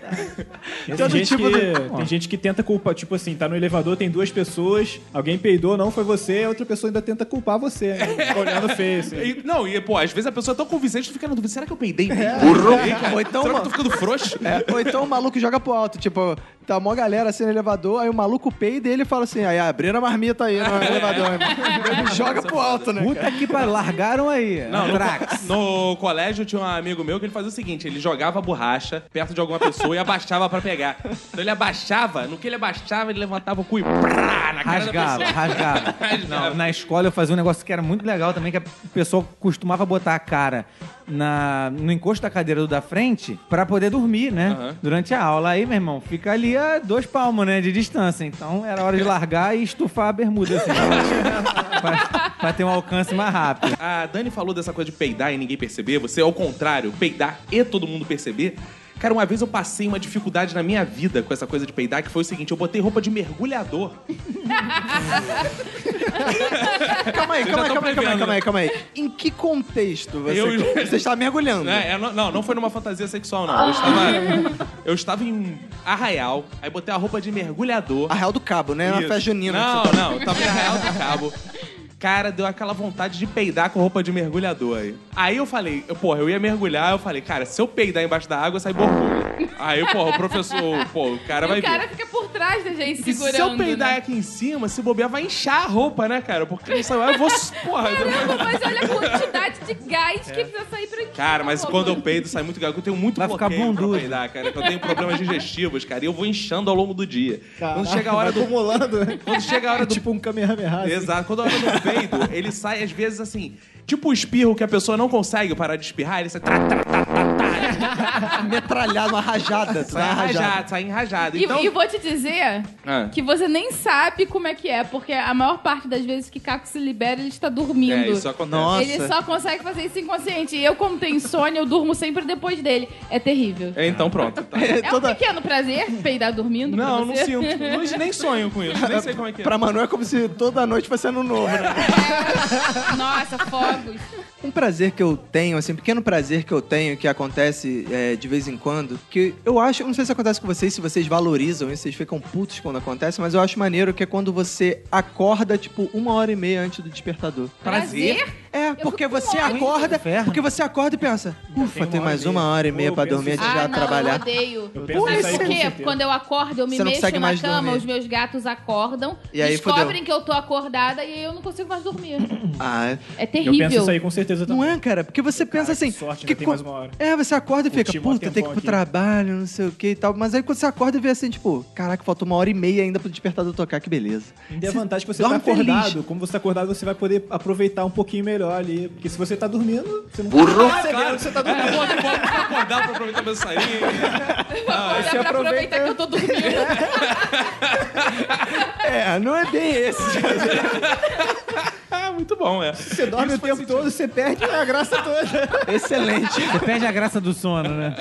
S6: Tem gente,
S4: tipo
S6: que,
S4: de-
S6: tem gente que tenta culpar, tipo assim, tá no elevador, tem duas pessoas, alguém peidou, não foi você, a outra pessoa ainda tenta culpar você, né? Fica olhando feio, assim.
S1: E- não, e pô, às vezes a pessoa é tão convincente que tu fica na dúvida, será que eu peidei mesmo?
S2: Burro. Ou
S1: Será
S2: então,
S1: que eu
S2: mano,
S1: tô ficando frouxo?
S2: é, ou então o maluco joga um pro alto, tipo, Tá mó galera assim no elevador, aí o maluco peida e ele fala assim: aí abriram a marmita aí no elevador. irmão." Ele joga pro alto, né?
S4: Puta que pariu, largaram aí.
S1: Não, no,
S4: Antrax.
S1: no colégio tinha um amigo meu que ele fazia o seguinte: ele jogava borracha perto de alguma pessoa e abaixava pra pegar. Então ele abaixava, no que ele abaixava, ele levantava o cu e prá, na cara
S4: Rasgava,
S1: da pessoa.
S4: rasgava.
S1: Rasgava.
S4: Não, na escola eu fazia um negócio que era muito legal também, que o pessoal costumava botar a cara na, no encosto da cadeira do da frente pra poder dormir, né?
S1: Aham.
S4: Durante a aula. Aí, meu irmão, fica ali a dois palmos, né? De distância. Então era hora de largar e estufar a bermuda, assim. pra, pra ter um alcance mais rápido.
S1: A Dani falou dessa coisa de peidar e ninguém perceber. Você, ao contrário, peidar e todo mundo perceber. Cara, uma vez eu passei uma dificuldade na minha vida com essa coisa de peidar, que foi o seguinte: eu botei roupa de mergulhador.
S2: Calma aí, calma aí,
S1: tô
S2: calma aí, calma aí,
S1: prevendo.
S2: calma aí, calma aí. Em que contexto você,
S1: Eu-
S2: você está mergulhando?
S1: É, é, não, não, não foi numa fantasia sexual, não. Eu estava, eu estava em Arraial, aí botei a roupa de mergulhador.
S2: A Real do Cabo, né? É uma
S1: Isso.
S2: festa junina. que
S1: Não,
S2: você tá-
S1: não, tava em Arraial do Cabo. Cara, deu aquela vontade de peidar com roupa de mergulhador aí. Aí eu falei, eu, porra, eu ia mergulhar, eu falei, cara, se eu peidar embaixo da água, sai borbulha. Aí, porra, o professor, pô, o cara vai
S3: o cara
S1: ver.
S3: fica por trás da gente
S1: Porque
S3: segurando.
S1: se eu peidar
S3: né?
S1: aqui em cima, se bobear, vai inchar a roupa, né, cara? Porque não sei lá, eu vou. Porra, eu vou-
S3: Caramba, mas olha a quantidade de gás que precisa sair pra gente.
S1: É. Cara, mas quando eu peido, sai muito gago. Eu tenho muito
S4: Vai ficar
S1: bloqueio pra
S4: bundudo.
S1: peidar, cara. que Eu tenho problemas digestivos, cara. E eu vou inchando ao longo do dia. quando chega a hora do...
S6: Ah, acumulando.
S1: Quando chega a hora do...
S6: tipo um Kamehameha. assim.
S1: Exato. Quando a hora do peido, ele sai, às vezes, assim... Tipo o espirro que a pessoa não consegue parar de espirrar, ele sai... Tá, tá,
S2: Metralhado, uma rajada. tu dá
S1: né? sai
S2: uma rajada.
S1: enrajado, sai enrajado.
S3: E,
S1: Então...
S3: e vou te dizer
S1: Ah.
S3: que você nem sabe como é que é, porque a maior parte das vezes que Caco se libera, ele está dormindo.
S1: É, isso acontece.
S2: Nossa.
S3: Ele só consegue fazer isso inconsciente. E eu, como tenho insônia, eu durmo sempre depois dele. É terrível.
S1: É, Então pronto. Tá.
S3: É, um pequeno prazer peidar dormindo? pra
S1: Não, não
S3: você?
S1: sinto. Não- nem sonho com isso. Nem sei como é que é.
S2: Pra Manu é como se toda noite fosse ano novo, né?
S3: Nossa, fogos.
S2: Um prazer que eu tenho, assim, um pequeno prazer que eu tenho, que acontece é, de vez em quando, que eu acho, eu não sei se acontece com vocês, se vocês valorizam isso, vocês ficam putos quando acontece, mas eu acho maneiro que é quando você acorda, tipo, uma hora e meia antes do despertador.
S1: Prazer?
S2: É, porque
S3: fico com
S2: você
S3: ódio.
S2: acorda,
S4: Inferno.
S2: porque você acorda e pensa, ufa,
S6: tenho
S2: tem
S6: uma hora
S2: mais
S6: e meia.
S2: uma hora e meia
S6: Pô,
S2: pra
S6: eu penso
S2: dormir antes
S6: isso.
S3: ah,
S2: de já
S3: não,
S2: trabalhar.
S3: Eu odeio.
S6: Eu penso nisso aí
S3: Sabe por
S6: com
S3: quê?
S6: certeza.
S3: Quando eu acordo, eu me
S2: Você não
S3: mexo
S2: consegue
S3: na
S2: mais
S3: cama,
S2: dormir.
S3: os meus gatos acordam,
S2: E aí
S3: descobrem
S2: fudeu.
S3: que eu tô acordada e eu não consigo mais dormir.
S2: Ah,
S3: É
S6: Eu penso isso
S3: terrível.
S6: aí com certeza também.
S2: não é, cara? Porque você pensa
S6: que
S2: assim.
S6: sorte, ainda
S2: que
S6: tem
S2: co-
S6: mais uma hora.
S2: É, você acorda e fica,
S6: Curti mó
S2: puta, tem que ir
S6: tempão
S2: pro
S6: aqui.
S2: trabalho, não sei o que e tal. Mas aí quando você acorda e vê assim, tipo, caraca, falta uma hora e meia ainda pro despertador tocar, que beleza.
S6: Ainda é
S2: Você
S6: vantagem que você tá
S2: dorme feliz.
S6: acordado. Como você tá acordado, você vai poder aproveitar um pouquinho melhor ali. Porque se você tá dormindo, você não Burro. tá percebendo que você tá
S1: É,
S6: dormindo.
S1: pode, pode acordar pra aproveitar meu salinho.
S6: Ah,
S3: Dá pra aproveitar que eu tô dormindo.
S2: É, não é bem esse.
S1: Ah, muito bom, é.
S6: Você dorme o tempo todo, você perde a graça toda.
S2: Excelente.
S4: Você perde a graça do sono, né?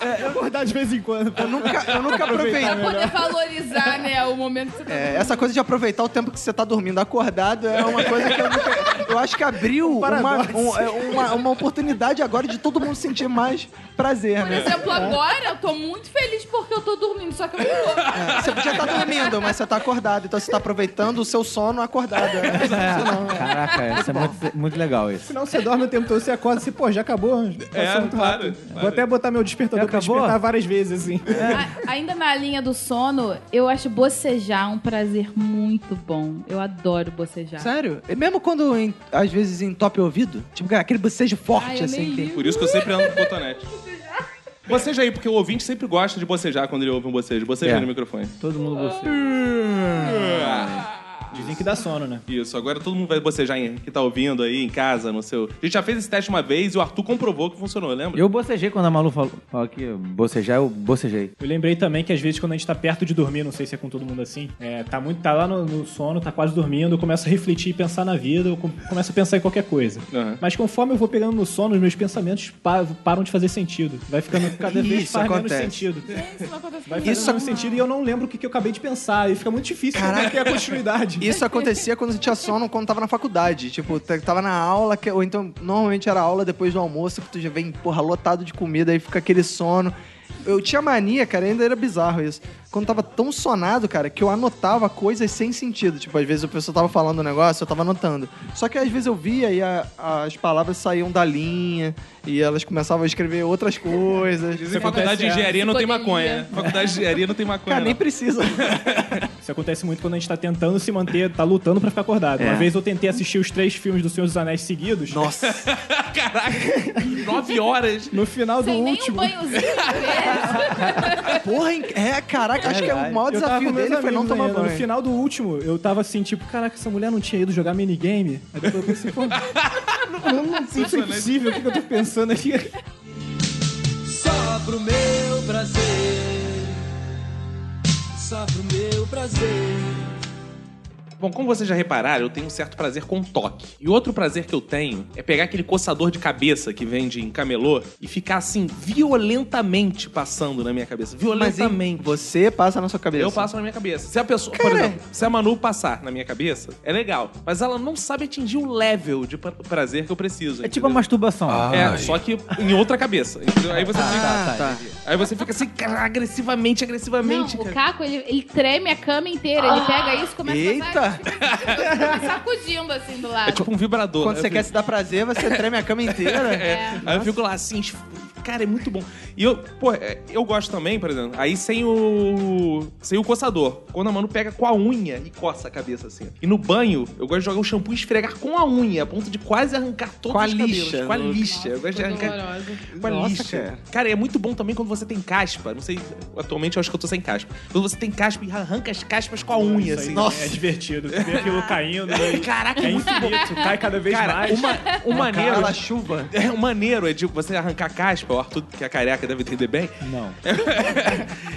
S6: É acordar de vez em quando.
S2: Eu nunca, eu nunca
S6: É
S3: Pra
S2: aproveitei.
S3: poder valorizar, né, o momento que você tá
S2: É, essa coisa de aproveitar o tempo que você tá dormindo acordado é uma coisa que eu nunca. Eu acho que abriu uma, um- é, uma, uma oportunidade agora de todo mundo sentir mais prazer,
S3: Por
S2: né?
S3: exemplo, agora eu tô muito feliz porque eu tô dormindo, só que eu não tô.
S2: É, Você podia estar dormindo, mas você tá acordado. Então você tá aproveitando o seu sono acordado. né?
S4: Caraca, isso é muito, muito legal isso.
S6: Senão você dorme o tempo todo, você acorda assim, pô, já acabou. Passou muito
S1: claro,
S6: rápido.
S1: claro.
S6: Vou até botar meu despertador
S4: Já
S6: pra
S4: acabou?
S6: despertar várias vezes, assim.
S3: A- ainda na linha do sono, eu acho bocejar um prazer muito bom. Eu adoro bocejar.
S2: Sério? E mesmo quando em- às vezes entope o ouvido? Tipo, aquele bocejo
S3: Ai,
S2: forte,
S3: eu
S2: assim.
S3: nem
S2: que-
S3: ligo.
S1: Por isso que eu sempre ando com cotonete. Boceja aí, porque o ouvinte sempre gosta de bocejar quando ele ouve um bocejo. Boceja
S4: É.
S1: aí no microfone.
S4: Todo mundo você.
S6: Dizem que dá sono, né?
S1: Isso, agora todo mundo vai bocejar em, que tá ouvindo aí em casa, no seu. A gente já fez esse teste uma vez e o Arthur comprovou que funcionou, lembra?
S4: Eu bocejei quando a Malu falou, falou que bocejar, eu bocejei.
S6: Eu lembrei também que às vezes quando a gente tá perto de dormir, não sei se é com todo mundo assim, é, tá muito, tá lá no, no sono, tá quase dormindo, eu começo a refletir e pensar na vida, eu com- começo a pensar em qualquer coisa.
S1: Aham.
S6: Mas conforme eu vou pegando no sono, os meus pensamentos pa- param de fazer sentido. Vai ficando cada vez
S2: Isso
S6: faz
S2: acontece.
S6: menos sentido.
S3: Isso não acontece
S6: Vai um
S3: comigo.
S6: fazendo menos sentido e eu não lembro o que, que eu acabei de pensar. E fica muito difícil
S2: Caraca.
S6: ter a continuidade.
S2: Isso acontecia quando você tinha sono, quando tava na faculdade. Tipo, t- tava na aula, que- ou então normalmente era aula depois do almoço, que tu já vem, porra, lotado de comida, aí fica aquele sono. Eu tinha mania, cara, ainda era bizarro isso. quando tava tão sonado, cara, que eu anotava coisas sem sentido. Tipo, às vezes a pessoa tava falando um negócio, eu tava anotando. Só que às vezes eu via e a- as palavras saíam da linha e elas começavam a escrever outras coisas.
S1: Dizem que faculdade de engenharia não tem
S3: Poderia.
S1: maconha. né? Faculdade de engenharia não tem maconha.
S2: Cara, nem
S1: não.
S2: precisa.
S6: Isso acontece muito quando a gente tá tentando se manter, tá lutando pra ficar acordado. Uma vez eu tentei assistir os três filmes do Senhor dos Anéis seguidos.
S2: É. Nossa.
S1: Caraca, nove horas.
S6: No final
S3: Sem
S6: do
S3: nem um
S6: último.
S3: banhozinho. né?
S2: Porra, hein? é, caraca, acho que é o maior
S6: Eu tava
S2: desafio
S6: com meus
S2: dele foi não
S6: amigos
S2: tomar
S6: ainda. No
S2: banho.
S6: final do último, eu tava assim, tipo, caraca, essa mulher não tinha ido jogar minigame? Aí depois eu pensei, pô, não, não, isso é impossível, o que que eu tô pensando aqui?
S7: Só pro meu prazer. Só pro meu prazer.
S1: Bom, como vocês já repararam, eu tenho um certo prazer com toque. E outro prazer que eu tenho é pegar aquele coçador de cabeça que vende em camelô e ficar assim, violentamente passando na minha cabeça.
S2: Mas hein,
S1: Violentamente.
S2: você passa na sua cabeça.
S1: Eu passo na minha cabeça. Se a pessoa, por exemplo, se a Manu passar na minha cabeça, é legal. Mas ela não sabe atingir o level de pra- prazer que eu preciso.
S4: É tipo a
S1: entendeu?
S4: masturbação.
S1: É, só que em outra cabeça. entendeu? Aí você fica.
S2: Ah, tá.
S1: Aí você fica assim, cara, agressivamente,
S3: Não,
S1: agressivamente,
S3: o
S1: cara.
S3: Caco, ele, ele treme a cama inteira. Ele pega isso, começa
S2: Eita!
S3: a fazer, sacudindo assim do
S1: É
S3: lado.
S1: tipo um vibrador.
S2: Quando
S1: Aí
S2: você
S1: eu
S2: quer se dar prazer, você treme a cama inteira.
S3: É.
S1: Aí eu fico lá assim, tipo, cara, é muito bom. E eu, pô, é, eu gosto também, por exemplo, aí sem o. sem o coçador. Quando a mano pega com a unha e coça a cabeça assim. E no banho, eu gosto de jogar o shampoo e esfregar com a unha, a ponto de quase arrancar todos
S2: Com a
S1: os cabelos.
S2: lixa,
S1: com a
S2: no-
S1: lixa. eu gosto é de
S3: Ficou
S1: arrancar.
S3: dolorosa.
S1: Com a
S2: Nossa,
S1: lixa.
S2: cara.
S1: Cara. é muito bom também quando você tem caspa. Não sei, atualmente eu acho que eu tô sem caspa. Quando você tem caspa e arranca as caspas com a unha,
S6: Isso aí
S1: assim.
S6: É divertido, tu vê aquilo caindo. e-
S1: Caraca,
S6: é
S1: muito
S6: infinito, cai cada vez
S1: Cara,
S6: mais.
S1: uma, o maneiro.
S2: Aquela chuva.
S1: É, o maneiro é de você arrancar caspa, o Arthur, que é careca, deve entender bem.
S4: Não.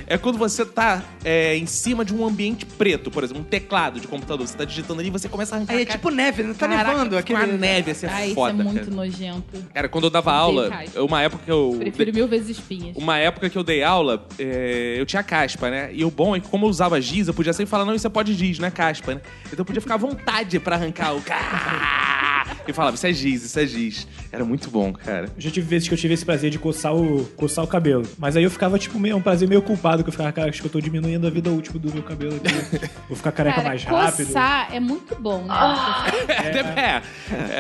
S1: É quando você tá é, em cima de um ambiente preto, por exemplo, um teclado de computador. Você tá digitando ali e você começa a arrancar.
S2: Aí é
S1: ca-
S2: tipo neve, não tá
S1: Caraca,
S2: nevando
S1: com
S2: aquele.
S1: a neve, assim, é
S3: Ah, isso
S1: foda.
S3: é muito
S1: cara.
S3: nojento.
S1: Cara, quando eu dava
S3: Não tem
S1: aula,
S3: caspa.
S1: uma época que eu.
S3: Prefiro mil vezes espinhas.
S1: Uma época que eu dei aula, é, eu tinha caspa, né? E o bom é que como eu usava giz, eu podia sempre falar, não, isso é pode giz, não é caspa, né? Então eu podia ficar à vontade pra arrancar o... ca- E falava, isso é giz, isso é giz. Era muito bom, cara.
S6: Eu Já tive vezes que eu tive esse prazer de coçar o, coçar o cabelo. Mas aí eu ficava, tipo, meio, um prazer meio culpado, que eu ficava, cara, acho que eu tô diminuindo a vida útil do meu cabelo aqui. Vou ficar careca
S3: Cara,
S6: mais rápido.
S3: coçar é muito bom, né?
S1: Ah! É,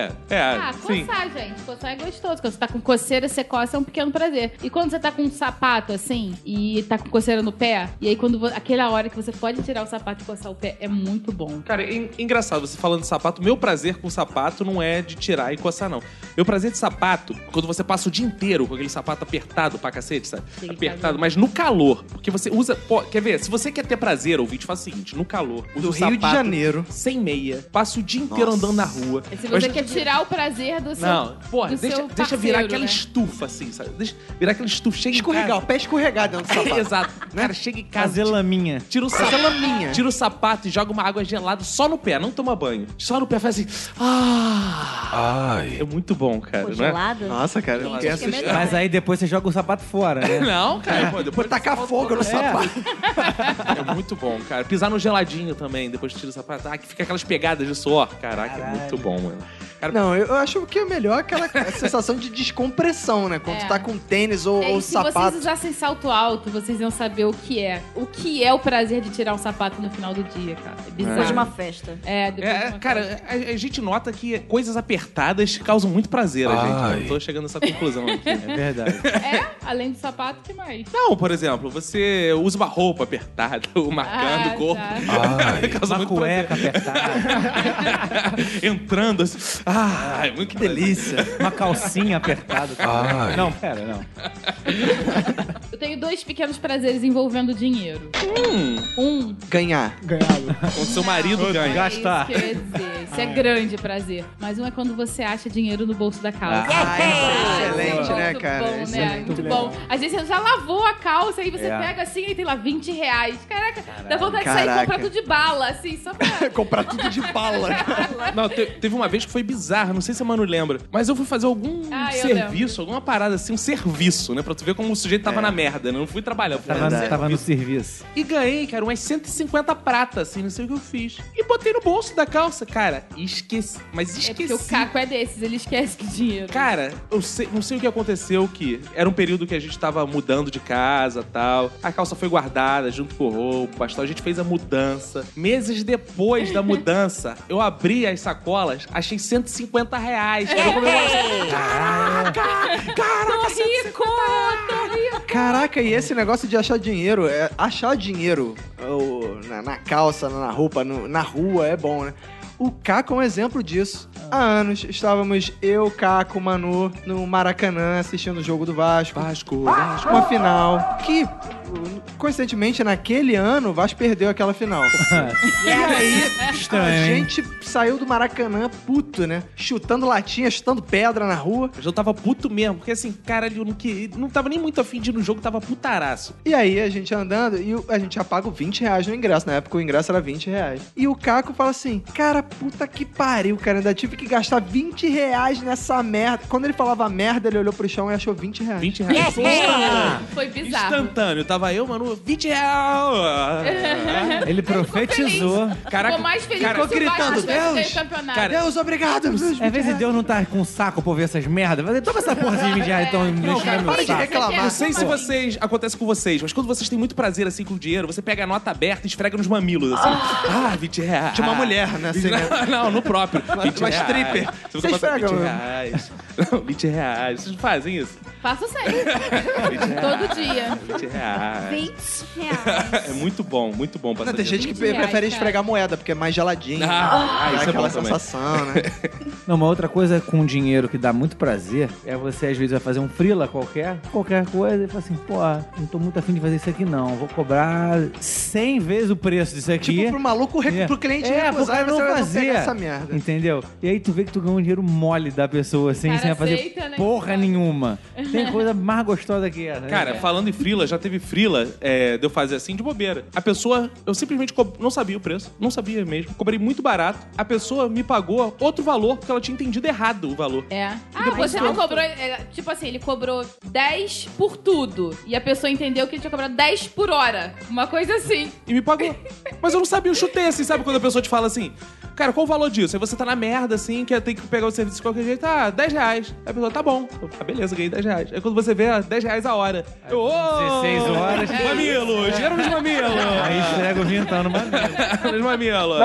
S1: é, é,
S3: Ah,
S1: sim.
S3: coçar, gente. Coçar é gostoso. Quando você tá com coceira, você coça, é um pequeno prazer. E quando você tá com um sapato, assim, e tá com coceira no pé, e aí quando vo- aquela hora que você pode tirar o sapato e coçar o pé, é muito bom.
S1: Cara, en- engraçado, você falando de sapato, meu prazer com sapato não é de tirar e coçar, não. Meu prazer de sapato, quando você passa o dia inteiro com aquele sapato apertado pra cacete, sabe?
S3: Aquele
S1: apertado,
S3: calor.
S1: mas no calor. Porque você usa. pô, quer ver? Se você quer ter prazer, ouvinte, faz o seguinte: no calor, usa
S2: Do
S1: o
S2: Rio de
S1: sapato
S2: Janeiro.
S1: sem meia, passa o dia inteiro
S2: Nossa.
S1: andando na rua.
S3: E se
S1: Mas-
S3: você quer tirar o prazer do seu.
S1: Não, porra,
S3: do seu
S1: deixa, deixa
S3: parceiro,
S1: virar aquela
S3: né?
S1: estufa assim, sabe? Deixa virar aquela estufa cheia
S2: Escorregar, o Né? pé escorregar dentro do
S1: em casa.
S2: sapato.
S1: Exato. Cara, chega em casa.
S4: Fazer laminha.
S1: Tira o sapato. Tira o sapato e joga uma água gelada só no pé, não toma banho. Só no pé faz assim. Ah!
S8: Ai,
S1: É muito bom, cara,
S5: Pô,
S1: não é?
S5: gelado.
S2: né? Nossa, cara, eu
S5: Gente,
S2: fiquei
S5: acho que é
S2: assustado.
S5: melhor.
S4: Mas aí depois você joga o sapato fora, né?
S1: É. Não, cara. Pô, tá depois
S2: Vou tacar fogo no sapato.
S1: É muito bom, cara. Pisar no geladinho também, depois tira o sapato. Ah, que fica aquelas pegadas de suor. Caraca, é muito bom, mano. Cara,
S2: Não, eu eu acho que é melhor aquela sensação de descompressão, né? Quando
S3: É.
S2: tu tá com tênis ou,
S3: É, e
S2: ou
S3: se vocês
S2: sapato.
S3: usassem salto alto, vocês iam saber o que é. O que é o prazer de tirar um sapato no final do dia, cara. É bizarro.
S5: Depois de uma festa.
S3: É, depois de
S1: é,
S3: uma
S1: cara, a, a gente nota que coisas apertadas causam muito prazer a gente.
S8: Ai.
S1: Eu tô chegando a essa conclusão aqui. né?
S4: É verdade.
S3: É, além do sapato, o que mais?
S1: Não, por exemplo, você usa uma roupa apertada, ou marcando
S3: Ah,
S1: o corpo.
S3: tá.
S8: ai.
S1: Causa
S4: Uma
S1: muito prazer.
S4: cueca apertada,
S1: entrando assim. Ah, é muito que delícia.
S4: uma calcinha apertada.
S8: Ai.
S4: Não, pera, não.
S3: Eu tenho dois pequenos prazeres envolvendo dinheiro.
S1: Hum.
S3: Um
S2: Ganhar.
S6: Ganhava.
S1: Quando seu marido ganha.
S4: Gastar.
S3: É isso que eu ia dizer. Isso é grande prazer. Mas um é quando você acha dinheiro no bolso da calça.
S2: Ah, isso é excelente,
S3: muito
S2: né, cara?
S3: Bom,
S2: Isso
S3: né?
S2: é
S3: Muito bom. Às vezes você já lavou a calça, aí você
S4: É.
S3: pega assim, aí tem lá 20 reais. Caraca, dá vontade de sair e
S2: Caraca.
S3: comprar tudo de bala, assim, só pra.
S2: Comprar tudo tipo de bala.
S1: Não, te- teve uma vez que foi bizarro, não sei se a Manu lembra, mas eu fui fazer algum
S3: Ah, eu
S1: serviço, alguma parada assim, um serviço, né? Pra tu ver como o sujeito tava na merda, né? Não fui trabalhar, fui fazer
S2: é
S1: um
S4: Tava,
S1: serviço.
S4: tava no serviço.
S1: E ganhei, cara, umas 150 pratas, assim, não sei o que eu fiz. E botei no bolso da calça, cara. Cara, esqueci. Mas
S3: É
S1: esqueci.
S3: porque o Caco é desses, ele esquece que dinheiro.
S1: Cara, eu sei- não sei o que aconteceu, que era um período que a gente tava mudando de casa tal. A calça foi guardada junto com o roubo, pastel. A gente fez a mudança. Meses depois da mudança, eu abri as sacolas, achei 150 reais. Cara, eu comemorei. Caraca!
S3: Tô
S1: Caraca!
S3: rico! Tô rico!
S2: Caraca, e esse negócio de achar dinheiro, é, achar dinheiro ou na, na calça, na roupa, no- na rua é bom, né? O Caco é um exemplo disso. Há anos estávamos eu, Caco, Manu, no Maracanã assistindo o jogo do Vasco.
S1: Vasco,
S2: Uma final que, coincidentemente, naquele ano o Vasco perdeu aquela final. E aí, a
S4: Estranho, hein?
S2: gente saiu do Maracanã puto, né? Chutando latinha, chutando pedra na rua.
S1: Mas Eu tava puto mesmo, porque assim, cara, eu não, que, não tava nem muito afim de ir no jogo, tava putaraço.
S2: E aí a gente andando e o- a gente já paga 20 reais no ingresso. Na época o ingresso era 20 reais. E o Caco fala assim: Cara, puta que pariu, cara. Ainda tive que gastar 20 reais nessa merda. Quando ele falava merda, ele olhou pro chão e achou 20 reais.
S1: 20 reais.
S3: Foi bizarro.
S1: Instantâneo, tava eu, mano, 20 reais.
S4: Ele profetizou.
S1: Caraca,
S3: Ficou mais feliz
S1: cara,
S3: que se o Vasco
S2: gritando,
S3: tivesse ganho
S2: Deus!
S3: o campeonato.
S1: Cara,
S2: Deus, obrigado! meus 20
S4: Às vezes
S2: reais.
S4: Deus não tá com saco pra ver essas merdas. Vai dizer, Toma essa porra de mijar então
S2: É.
S4: me
S3: Não,
S4: encher
S3: cara,
S4: meu
S2: para de
S4: saco.
S2: reclamar.
S3: Você
S2: Ah,
S3: quer
S2: Não
S1: Não sei se
S3: arrumar.
S1: vocês acontece com vocês, mas quando vocês têm muito prazer assim com o dinheiro, você pega a nota aberta e esfrega nos mamilos, assim. Ah, 20 reais.
S2: De uma mulher, né, assim, né?
S1: não, não, no próprio. 20
S2: uma
S1: reais.
S2: stripper. né?
S1: Você
S2: Você
S1: fica passando
S2: esfrega,
S1: 20
S2: mano.
S1: reais. Não, 20 reais. Vocês não fazem isso?
S3: Faço sempre. Todo dia.
S1: 20
S2: É.
S1: reais.
S5: 20 reais.
S1: É muito bom, muito bom passar
S2: Não, tem
S1: dinheiro.
S2: gente que
S3: 20 reais,
S2: prefere
S3: cara.
S2: esfregar moeda, porque é mais geladinho.
S1: Ah,
S2: dá
S1: isso é
S2: aquela
S1: bom também.
S2: sensação, né?
S4: Não, uma outra coisa com dinheiro que dá muito prazer é você às vezes vai fazer um frila qualquer, qualquer coisa, e fala assim, pô, não tô muito afim de fazer isso aqui não, vou cobrar 100 vezes o preço disso aqui.
S2: tipo, pro maluco, rec- pro cliente
S4: é, pro
S2: recusar,
S4: cara
S2: e você
S4: não
S2: vai
S4: fazer.
S2: pegar essa merda.
S4: Entendeu? E aí tu vê que tu ganha um dinheiro mole da pessoa, assim,
S3: Cara,
S4: sem fazer
S3: aceita, né?
S4: porra nenhuma. Tem coisa mais gostosa que essa. né,
S2: é.
S1: Cara, falando em frila, já teve frila é, de eu fazer assim de bobeira. A pessoa, eu simplesmente co- não sabia o preço, não sabia mesmo. Cobrei muito barato. A pessoa me pagou outro valor porque ela tinha entendido errado o valor.
S3: É. Ah, você não cobrou. é, tipo assim, ele cobrou 10 por tudo. E a pessoa entendeu que ele tinha cobrado 10 por hora. Uma coisa assim.
S1: e me pagou. Mas eu não sabia, eu chutei assim, sabe quando a pessoa te fala assim, cara, qual o valor disso? Aí você tá na merda, assim, que tem que pegar o serviço de qualquer jeito, ah, 10 reais. Aí a pessoa, tá bom. Eu, ah, beleza, ganhei 10 reais. Aí quando você vê, ah, 10 reais a hora. Eu, ô!
S4: 16 horas.
S1: Mamilo, dinheiro nos mamilos!
S4: Aí esfrega o vintão numa
S1: nos mamilos.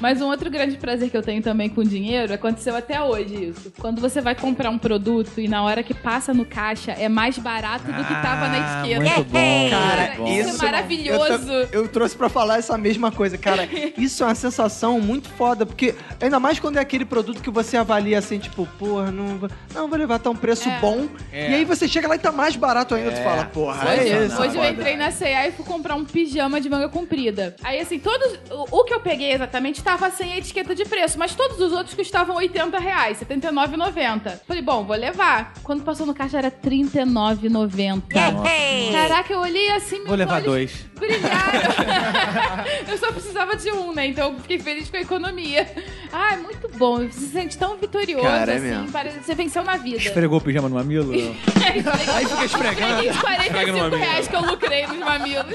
S3: Mas um outro grande prazer que eu tenho também com dinheiro, aconteceu até hoje isso. Quando você vai comprar um produto e na hora que passa no caixa é mais barato do que tava na
S4: Ah,
S3: esquerda.
S4: Muito bom,
S3: Cara,
S4: muito bom.
S3: isso é maravilhoso.
S2: Eu, tra- eu trouxe pra falar essa mesma coisa, cara. Isso é uma sensação muito foda, porque ainda mais quando é aquele produto que você avalia assim, tipo, porra, não, vou- não vou levar tá um preço
S3: É.
S2: bom.
S4: É.
S2: E aí você chega lá e tá mais barato ainda, tu fala, porra,
S3: Hoje,
S2: é
S3: hoje
S2: isso.
S3: eu entrei na C&A e fui comprar um pijama de manga comprida. Aí, assim, todos... O, o que eu peguei exatamente tava sem a etiqueta de preço, mas todos os outros custavam 80 reais, 79,90. Falei, bom, vou levar. Quando passou no caixa, era 39,90. Caraca, eu olhei assim, meus
S4: Vou levar
S3: olhos
S4: dois.
S3: Brilharam. eu só precisava de um, né? Então eu fiquei feliz com a economia. Ah, é muito bom. Você se sente tão vitorioso,
S2: Cara, é
S3: assim.
S2: mesmo.
S3: Parece que você venceu na vida. É
S4: Esfregou o pijama no mamilo?
S3: Aí fica esfregando. Esfreguei os
S1: Esfrega no
S3: 45
S1: mamilo.
S3: reais que eu lucrei nos mamilos.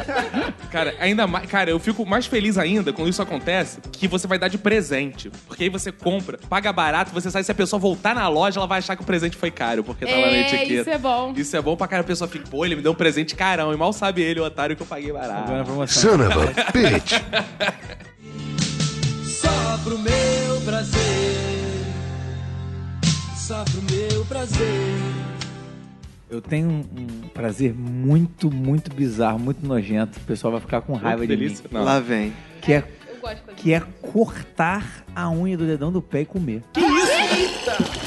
S1: Cara, ainda mais. Cara, eu fico mais feliz ainda quando isso acontece que você vai dar de presente. Porque aí você compra, paga barato, você sai. Se a pessoa voltar na loja, ela vai achar que o presente foi caro, porque tá lá na
S3: É,
S1: etiqueta.
S3: isso é bom.
S1: Isso é bom pra cara. A pessoa fica, pô, ele me deu um presente carão. E mal sabe ele, o otário, que eu paguei barato.
S4: Agora na promoção.
S8: Son of a bitch!
S7: Só pro meu prazer. Só pro meu prazer.
S4: Eu tenho um, um prazer muito, muito bizarro, muito nojento. O pessoal vai ficar com
S1: Pô,
S4: raiva
S1: que
S4: de
S1: delícia. Não.
S2: Lá vem.
S4: mim. Que é,
S3: Eu gosto quando-
S4: que é cortar a unha do dedão do pé e comer. Que isso?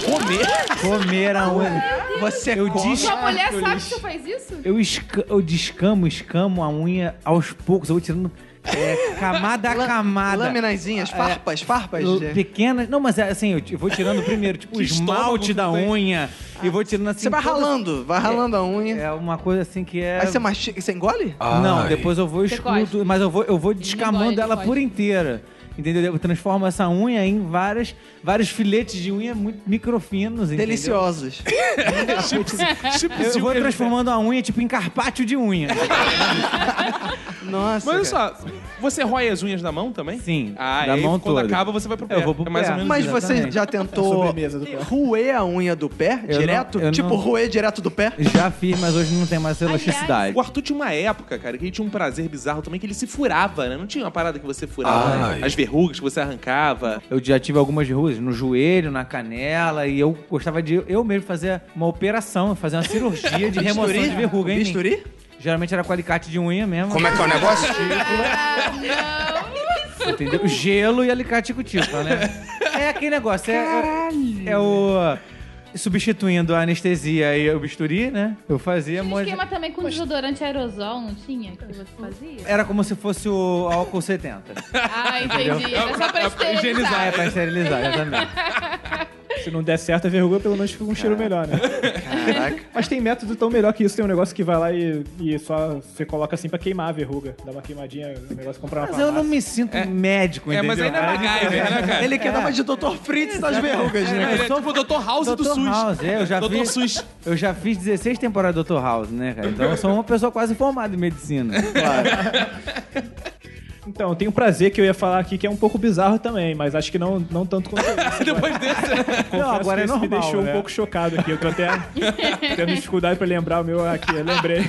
S4: Comer? Comer a unha.
S2: Você
S4: Eu
S2: come-
S4: disse-
S3: Sua mulher sabe que você faz isso?
S4: Eu, esca- eu descamo, escamo a unha aos poucos. Eu vou tirando é, camada a camada.
S2: Laminazinhas, farpas, farpas.
S4: Eu-
S2: de-
S4: Pequenas. Não, mas é assim, eu t- eu vou tirando primeiro, tipo, o
S1: Que
S4: esmalte
S1: estômago
S4: da
S1: que tem.
S4: unha. E vou tirando assim.
S2: Você vai
S4: todas-
S2: ralando, vai ralando a unha.
S4: É uma coisa assim que é.
S2: Aí você mastiga, você engole?
S4: Não, depois eu vou
S3: Você
S4: excluindo, mas eu vou, eu vou
S3: Ele
S4: descamando
S3: engole, ele
S4: ela
S3: engole.
S4: por inteira. Entendeu? Eu transformo essa unha em várias, vários filetes de unha muito microfinos. entendeu?
S2: Deliciosos.
S4: Eu, eu vou transformando a unha tipo em carpaccio de unha.
S1: Mas
S2: Nossa.
S1: olha
S2: cara.
S1: só, você rói as unhas da mão também?
S4: Sim,
S1: Ah,
S4: da
S1: e aí
S4: mão
S1: quando
S4: toda.
S1: acaba você vai pro pé.
S4: Eu vou pro
S1: é mais
S4: pé.
S1: ou menos
S2: Mas
S1: isso.
S2: você
S4: Exatamente.
S2: já
S6: A
S2: tentou
S6: sobremesa do pé.
S2: roer a unha do pé?
S4: Eu
S2: direto?
S4: não- eu
S2: tipo,
S4: não-
S2: roer direto do pé?
S4: Já fiz, mas hoje não tem mais
S3: Aliás,
S4: elasticidade.
S1: O Arthur tinha uma época, cara, que ele tinha um prazer bizarro também, que ele se furava, né? Não tinha uma parada que você furava
S8: Ai.
S1: né? as verrugas que você arrancava.
S4: Eu já tive algumas ruas no joelho, na canela, e eu gostava de eu mesmo fazer uma operação, fazer uma cirurgia de remoção de verruga, hein?
S2: Bisturi?
S4: Geralmente era com alicate de unha mesmo. Como é que
S3: Ah,
S4: Entendeu? Gelo e alicate cutícula, né? É aquele negócio. É, é, é o. Substituindo a anestesia e o bisturi, né? Eu fazia.
S3: tinha um
S4: mas-
S3: esquema também com desodorante aerosol, não tinha? Que você fazia?
S4: Era como se fosse o álcool 70.
S3: Ah, entendi. Era só pra
S4: É,
S1: né?
S3: esterilizar.
S4: pra esterilizar, exatamente.
S6: Se não der certo a verruga, pelo menos fica um cheiro melhor, né?
S2: Caraca.
S6: Mas tem método tão melhor que isso. Tem um negócio que vai lá e, e só você coloca assim pra queimar a verruga. Dá uma queimadinha, um negócio comprar uma
S4: Mas eu não
S6: farmácia.
S4: me sinto médico,
S1: É,
S4: entendeu?
S1: mas ainda é MacGyver, né, cara?
S2: Ele quer dar uma de Dr. Fritz nas verrugas,
S1: É,
S2: né?
S1: ele é tipo o Dr. House do
S4: Dr.
S1: SUS.
S4: House, é, eu já
S1: Dr.
S4: vi-
S1: SUS.
S4: Eu já fiz 16 temporadas do Dr. House, né, cara? Então eu sou uma pessoa quase formada em medicina.
S6: Então, tem um prazer que eu ia falar aqui que é um pouco bizarro também, mas acho que não, não tanto quanto isso.
S1: Depois desse, né?
S6: Confesso
S4: agora
S6: que
S4: é
S6: esse me
S4: normal,
S6: deixou
S4: né?
S6: um pouco chocado aqui. Eu tô até tendo dificuldade pra lembrar o meu aqui, eu lembrei.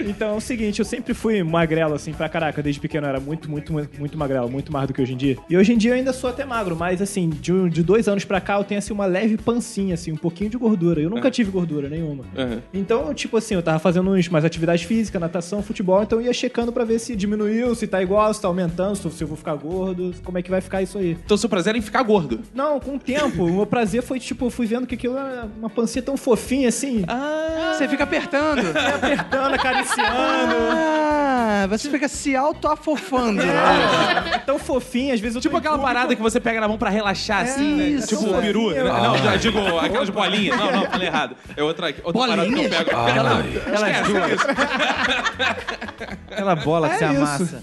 S6: Então é o seguinte, eu sempre fui magrelo, assim, pra caraca, desde pequeno eu era muito, muito, muito, muito magrelo, muito mais do que hoje em dia. E hoje em dia eu ainda sou até magro, mas assim, de, um- de dois anos pra cá eu tenho assim uma leve pancinha, assim, um pouquinho de gordura. Eu
S4: É.
S6: nunca tive gordura nenhuma.
S1: Aham.
S6: Então, tipo assim, eu tava fazendo uns, mais atividades físicas, natação, futebol, então eu ia checando pra ver se diminuiu, se tá igual, se tá aumentando, se eu vou ficar gordo, como é que vai ficar isso aí.
S1: Então seu prazer é em ficar gordo.
S6: Não, com o tempo. o meu prazer foi, tipo, eu fui vendo que aquilo era uma pancinha tão fofinha assim.
S1: Ah.
S2: Você fica apertando.
S6: Apertando, acariciando.
S2: Ah, você fica se auto-afofando.
S6: É tão fofinha, às vezes eu tô
S1: Ah. Tipo
S6: em
S1: aquela
S6: público-
S1: parada que você pega na mão pra relaxar, assim, né?
S2: isso,
S1: Tipo o
S2: é.
S1: peru. né? Não, já digo aquelas bolinhas. Não, não, falei errado. É outra, outra parada que eu pego.
S2: Ah,
S4: Aquelas duas. Aquela bola que
S6: É
S4: se
S6: isso.
S4: amassa.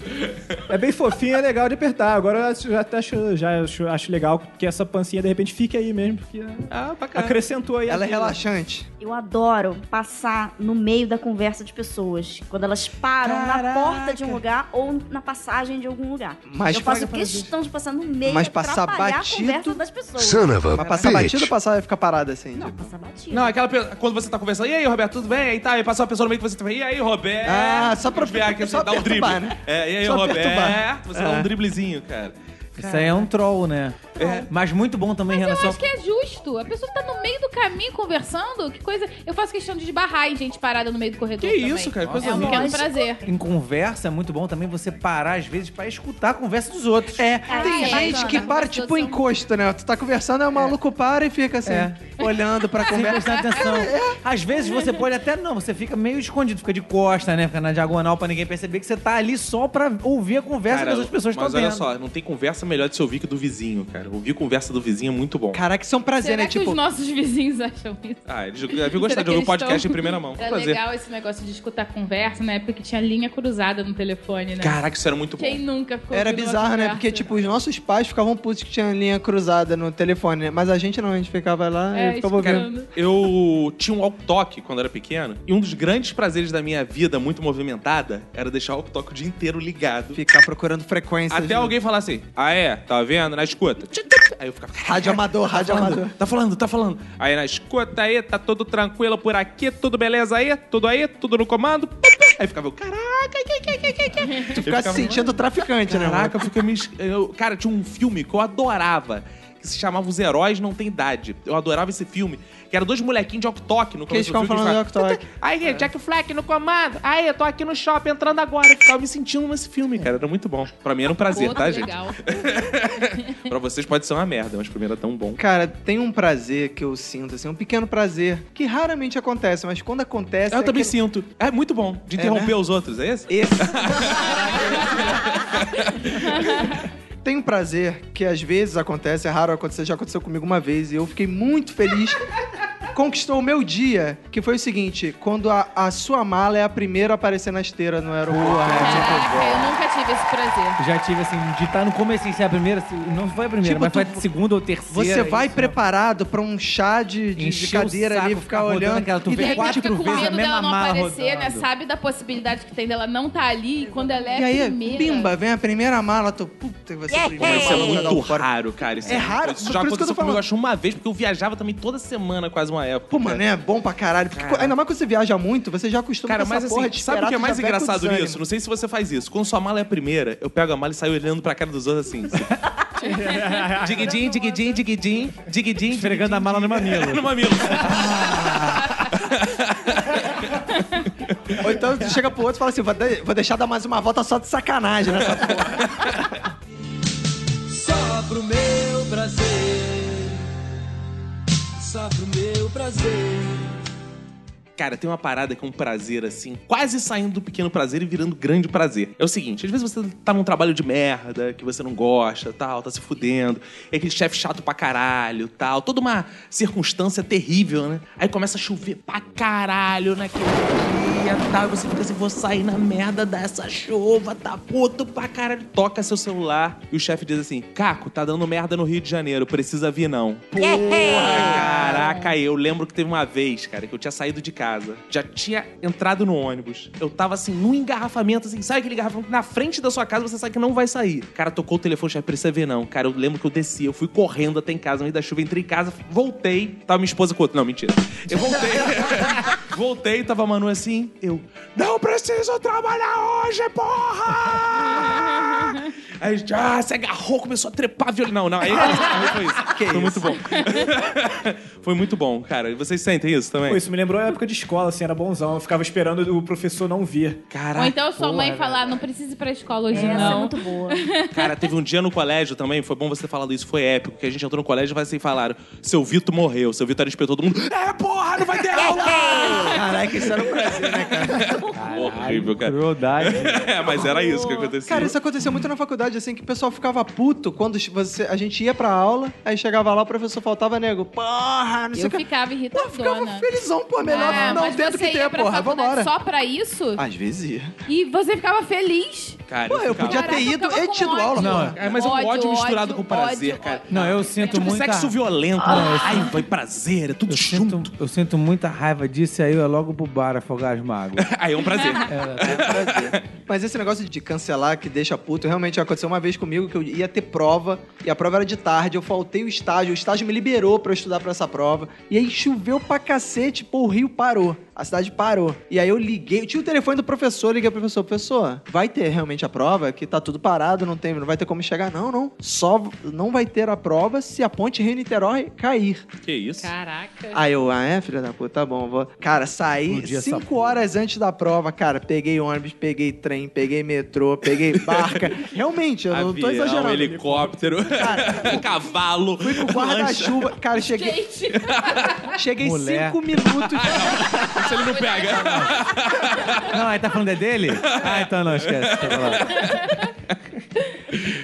S6: É bem fofinha, é legal de apertar. Agora eu acho- já até acho, já acho, acho legal que essa pancinha de repente fique aí mesmo, porque
S1: Ah, bacana.
S6: acrescentou aí. a
S2: Ela é
S6: vida.
S2: relaxante.
S5: Eu adoro passar no meio da conversa de pessoas. Quando elas param na porta de um lugar ou na passagem de algum lugar.
S2: Mas
S5: eu faço
S2: fraga pra
S5: questão de passar no meio
S2: Mas
S5: pra
S2: passar
S5: atrapalhar
S2: batido?
S5: a conversa das pessoas.
S2: Pra passar batido ou passar e ficar parada assim?
S5: Não,
S2: Não.
S5: passar batido.
S1: Não, aquela pe- quando você tá conversando, e aí, Roberto, tudo bem? E tá, aí passa uma pessoa no meio que você tá e aí, Roberto?
S2: Ah, só pra-
S1: Os VA que você
S2: só
S1: dá um drible.
S2: perturbar, né?
S1: É, e aí,
S2: Só
S1: Roberto?
S2: perturbar. É.
S1: Você dá um driblezinho, cara. É.
S4: Isso aí é um troll, né? Mas muito bom também em
S3: Eu
S4: relação.
S3: acho que é justo. A pessoa tá no meio do caminho conversando, que coisa. Eu faço questão de esbarrar em gente parada no meio do corredor.
S1: Que
S3: também.
S1: isso, cara? Coisa
S3: É um
S1: linda.
S3: pequeno prazer.
S4: Em conversa, é muito bom também você parar, às vezes, pra escutar a conversa dos outros.
S2: É,
S5: Ah,
S2: tem
S5: é
S2: gente
S5: bacana.
S2: que para tipo encosto, né? Tu tá conversando, aí o maluco para e fica assim,
S4: É.
S2: olhando pra
S4: Sem
S2: conversa.
S4: prestar atenção.
S1: É,
S4: Às vezes você pode até não, você fica meio escondido, fica de costa, né? Fica na diagonal pra ninguém perceber que você tá ali só pra ouvir é a conversa
S1: Cara,
S4: das outras pessoas que
S1: mas
S4: estão
S1: olha
S4: tendo.
S1: só, não tem conversa melhor de se ouvir que do vizinho, cara. Ouvir conversa do vizinho é muito bom.
S2: Caraca, isso é um prazer,
S3: Será
S2: né?
S3: que
S2: Tipo,
S3: os nossos vizinhos acham isso?
S1: Ah, ele jogou- deve gostar
S3: Será
S1: de
S3: que
S1: ouvir
S3: eles
S1: o podcast
S3: estão-
S1: em primeira mão.
S3: Era
S1: Prazer.
S3: legal esse negócio de escutar conversa na época que tinha linha cruzada no telefone, né?
S1: Caraca, isso era muito bom.
S3: Quem nunca ficou
S2: era
S3: ouvindo uma
S2: bizarro, né?
S3: conversa?
S2: Porque, tipo, os nossos pais ficavam putos que tinha linha cruzada no telefone, né? Mas a gente não, a gente ficava lá
S3: É,
S2: e ficava ouvindo.
S3: escutando.
S1: Eu tinha um walk-talk quando era pequeno, e um dos grandes prazeres da minha vida muito movimentada era deixar o walk-talk o dia inteiro ligado.
S2: Ficar procurando frequência.
S1: Até alguém falar assim, ah é, tá vendo? Na escuta. Aí eu ficava,
S2: Rádio amador, rádio amador.
S1: tá falando, tá falando. Aí na escuta aí, tá tudo tranquilo por aqui, tudo beleza aí, tudo aí, tudo no comando. Aí ficava eu, caraca, que, que, que, que, que.
S2: Tu ficava se sentindo traficante, né? mano?
S1: Caraca, eu fiquei me... es- eu- Cara, tinha um filme que eu adorava, que se chamava Os Heróis Não Tem Idade. Eu adorava esse filme, que era dois molequinhos de ok-tok no
S2: Que eles
S1: começo do
S2: ficavam
S1: filme.
S2: falando de É.
S1: eles ficavam,
S2: ok-tok.
S1: Aí, Jack Fleck no comando. Aí, eu tô aqui no shopping entrando agora. Eu ficava me sentindo nesse filme, cara. Era muito bom. Pra mim era um prazer,
S3: Pô,
S1: tá,
S3: que
S1: gente?
S3: legal.
S1: Pra vocês pode ser uma merda, mas pra mim era tão bom.
S2: Cara, tem um prazer que eu sinto, assim, um pequeno prazer, que raramente acontece, mas quando acontece.
S1: Eu
S2: é
S1: também
S2: aquele-
S1: sinto. É muito bom de interromper os outros, é esse?
S2: Tem um prazer que às vezes acontece, é raro acontecer, já aconteceu comigo uma vez e eu fiquei muito feliz conquistou o meu dia, que foi o seguinte: quando a, a sua mala é a primeira a aparecer na esteira no aeroporto.
S1: né?
S3: Caraca, É, eu nunca tive esse prazer.
S4: Já tive assim, de estar no começo, assim, se é a primeira, se- não foi a primeira,
S2: Tipo,
S4: mas
S2: tu-
S4: foi a segunda ou terceira.
S2: Você vai
S4: isso, né?
S2: preparado pra um chá de, de- de,
S4: Encher o
S2: cadeira
S4: saco,
S2: ali,
S4: ficar
S2: ficar
S4: rodando
S2: olhando.
S4: aquela- tu
S2: e
S3: De
S4: vê
S2: tem
S3: repente
S4: quatro
S3: fica com
S4: vezes a
S3: medo dela
S4: mesma
S3: não
S4: marra
S3: aparecer, né?
S4: rodando.
S3: Sabe da possibilidade que tem dela não estar ali. E quando ela é
S2: E
S3: a
S2: aí,
S3: primeira...
S2: bimba, vem a primeira mala, tu. Puta, você
S1: Pô, mas isso é
S2: Vou dar um
S1: muito
S2: fora.
S1: raro, cara. Isso
S2: É raro,
S1: Isso já
S2: por isso que eu
S1: aconteceu
S2: tô
S1: comigo,
S2: falando.
S1: acho, uma vez, porque eu viajava também toda semana, quase uma época.
S2: Pô, mano, é bom pra caralho. Porque, ainda mais quando você viaja muito, você já acostuma
S1: Cara,
S2: com
S1: mas
S2: essa porra de
S1: assim, sabe o
S2: esperar,
S1: que é
S2: tu
S1: mais
S2: já vai com
S1: engraçado
S2: desânimo.
S1: nisso? Não sei se você faz isso. Quando sua mala é a primeira, eu pego a mala e saio olhando pra cara dos outros assim. Diguidim, diguidim, diguidim, diguidim.
S4: Esfregando a mala no mamilo.
S1: No mamilo.
S2: Ou então tu chega pro outro e fala assim: vou, de- vou deixar dar mais uma volta só de sacanagem nessa porra.
S7: Só pro meu prazer. Só pro meu prazer.
S1: Cara, tem uma parada que é um prazer, assim, quase saindo do pequeno prazer e virando grande prazer. É o seguinte, às vezes você tá num trabalho de merda, que você não gosta, tal, tá se fudendo, é aquele chefe chato pra caralho, tal, toda uma circunstância terrível, né? Aí começa a chover pra caralho naquele dia, tal, e você fica assim, vou sair na merda dessa chuva, tá puto pra caralho. Toca seu celular e o chefe diz assim, Caco, tá dando merda no Rio de Janeiro, precisa vir não. Caraca, eu lembro que teve uma vez, cara, que eu tinha saído de casa, já tinha entrado no ônibus. Eu tava assim, num engarrafamento, assim, sabe aquele engarrafamento que na frente da sua casa você sabe que não vai sair. Cara, tocou o telefone, chefe, precisa ver não. Cara, eu lembro que eu desci, eu fui correndo até em casa, no meio da chuva, entrei em casa, voltei, tava minha esposa com outro. Não, mentira. Eu voltei. voltei, tava a Manu assim, eu. Não preciso trabalhar hoje, porra! Aí, ah, se agarrou, começou a trepar violino. Não, não, aí foi isso. foi muito bom. foi muito bom, cara. Vocês sentem isso também?
S6: Pô, isso me lembrou a época de escola, assim, era bonzão. Eu ficava esperando o professor não vir.
S1: Caraca,
S3: Ou então sua mãe
S6: porra,
S3: falar, não precisa ir pra escola hoje,
S5: Essa é
S3: não.
S2: tá-
S5: muito boa.
S1: cara, teve um dia no colégio também, foi bom você ter falado isso, foi épico, que a gente entrou no colégio e vocês falaram, seu Vitor morreu, seu Vitor inspetou todo mundo, é porra, não vai ter aula!
S2: Caraca, isso era um prazer, né, cara?
S1: Horrível, cara.
S4: Crueldade.
S1: É, mas era isso que acontecia.
S2: Cara, isso aconteceu muito na faculdade, assim, que o pessoal ficava puto quando você, a gente ia pra aula, aí chegava lá, o professor faltava nego. Porra, não sei
S3: Eu
S2: o que.
S3: ficava
S2: Pô, ficava
S3: irritadona.
S2: felizão, pô, melhor
S3: Ah,
S2: não
S3: mas
S2: ter do
S3: você
S2: que
S3: ia
S2: ter,
S3: pra
S2: porra,
S3: faculdade
S2: vambora.
S3: Só pra isso?
S2: Às vezes ia.
S3: E você ficava feliz?
S1: Cara,
S2: Pô, eu podia
S3: Caraca,
S2: ter
S3: eu
S2: ido
S3: ficava
S2: e
S3: com
S2: tido
S3: ódio.
S2: aula,
S4: Não,
S2: porra.
S1: É, mas é um ódio, misturado com prazer, cara.
S4: Não, eu sinto
S1: Tipo,
S4: muita...
S1: sexo violento, raiva e prazer, é tudo
S4: Eu
S1: junto.
S4: sinto, eu sinto muita raiva disso e aí eu é logo pro bar afogar as mágoas.
S1: Aí é um prazer.
S2: Mas esse negócio de cancelar que deixa puto, realmente aconteceu uma vez comigo que eu ia ter prova, e a prova era de tarde, eu faltei o estágio, o estágio me liberou pra eu estudar pra essa prova. E aí choveu pra cacete, pô, o Rio parou. A cidade parou. E aí eu liguei, eu tinha o telefone do professor, liguei pro professor, professor, vai ter realmente a prova? Que tá tudo parado, não tem, não vai ter como chegar, não, não. Só não vai ter a prova se a ponte Rio-Niterói cair.
S1: Que isso?
S3: Caraca.
S2: Aí eu, ah, é, filha da puta, tá bom, vou. Cara, saí
S4: Explodir essa
S2: 5
S4: porra.
S2: horas antes da prova, cara. Peguei ônibus, peguei trem, peguei metrô, peguei barca. Realmente, eu não tô
S1: Avião,
S2: exagerando.
S1: helicóptero, cavalo,
S2: Fui com guarda-chuva. Cara, cheguei,
S3: Gente,
S2: cheguei
S4: Mulher.
S2: cinco minutos.
S1: se ele não pega.
S4: não, aí tá falando é dele? Ah, então não, esquece. tá falando.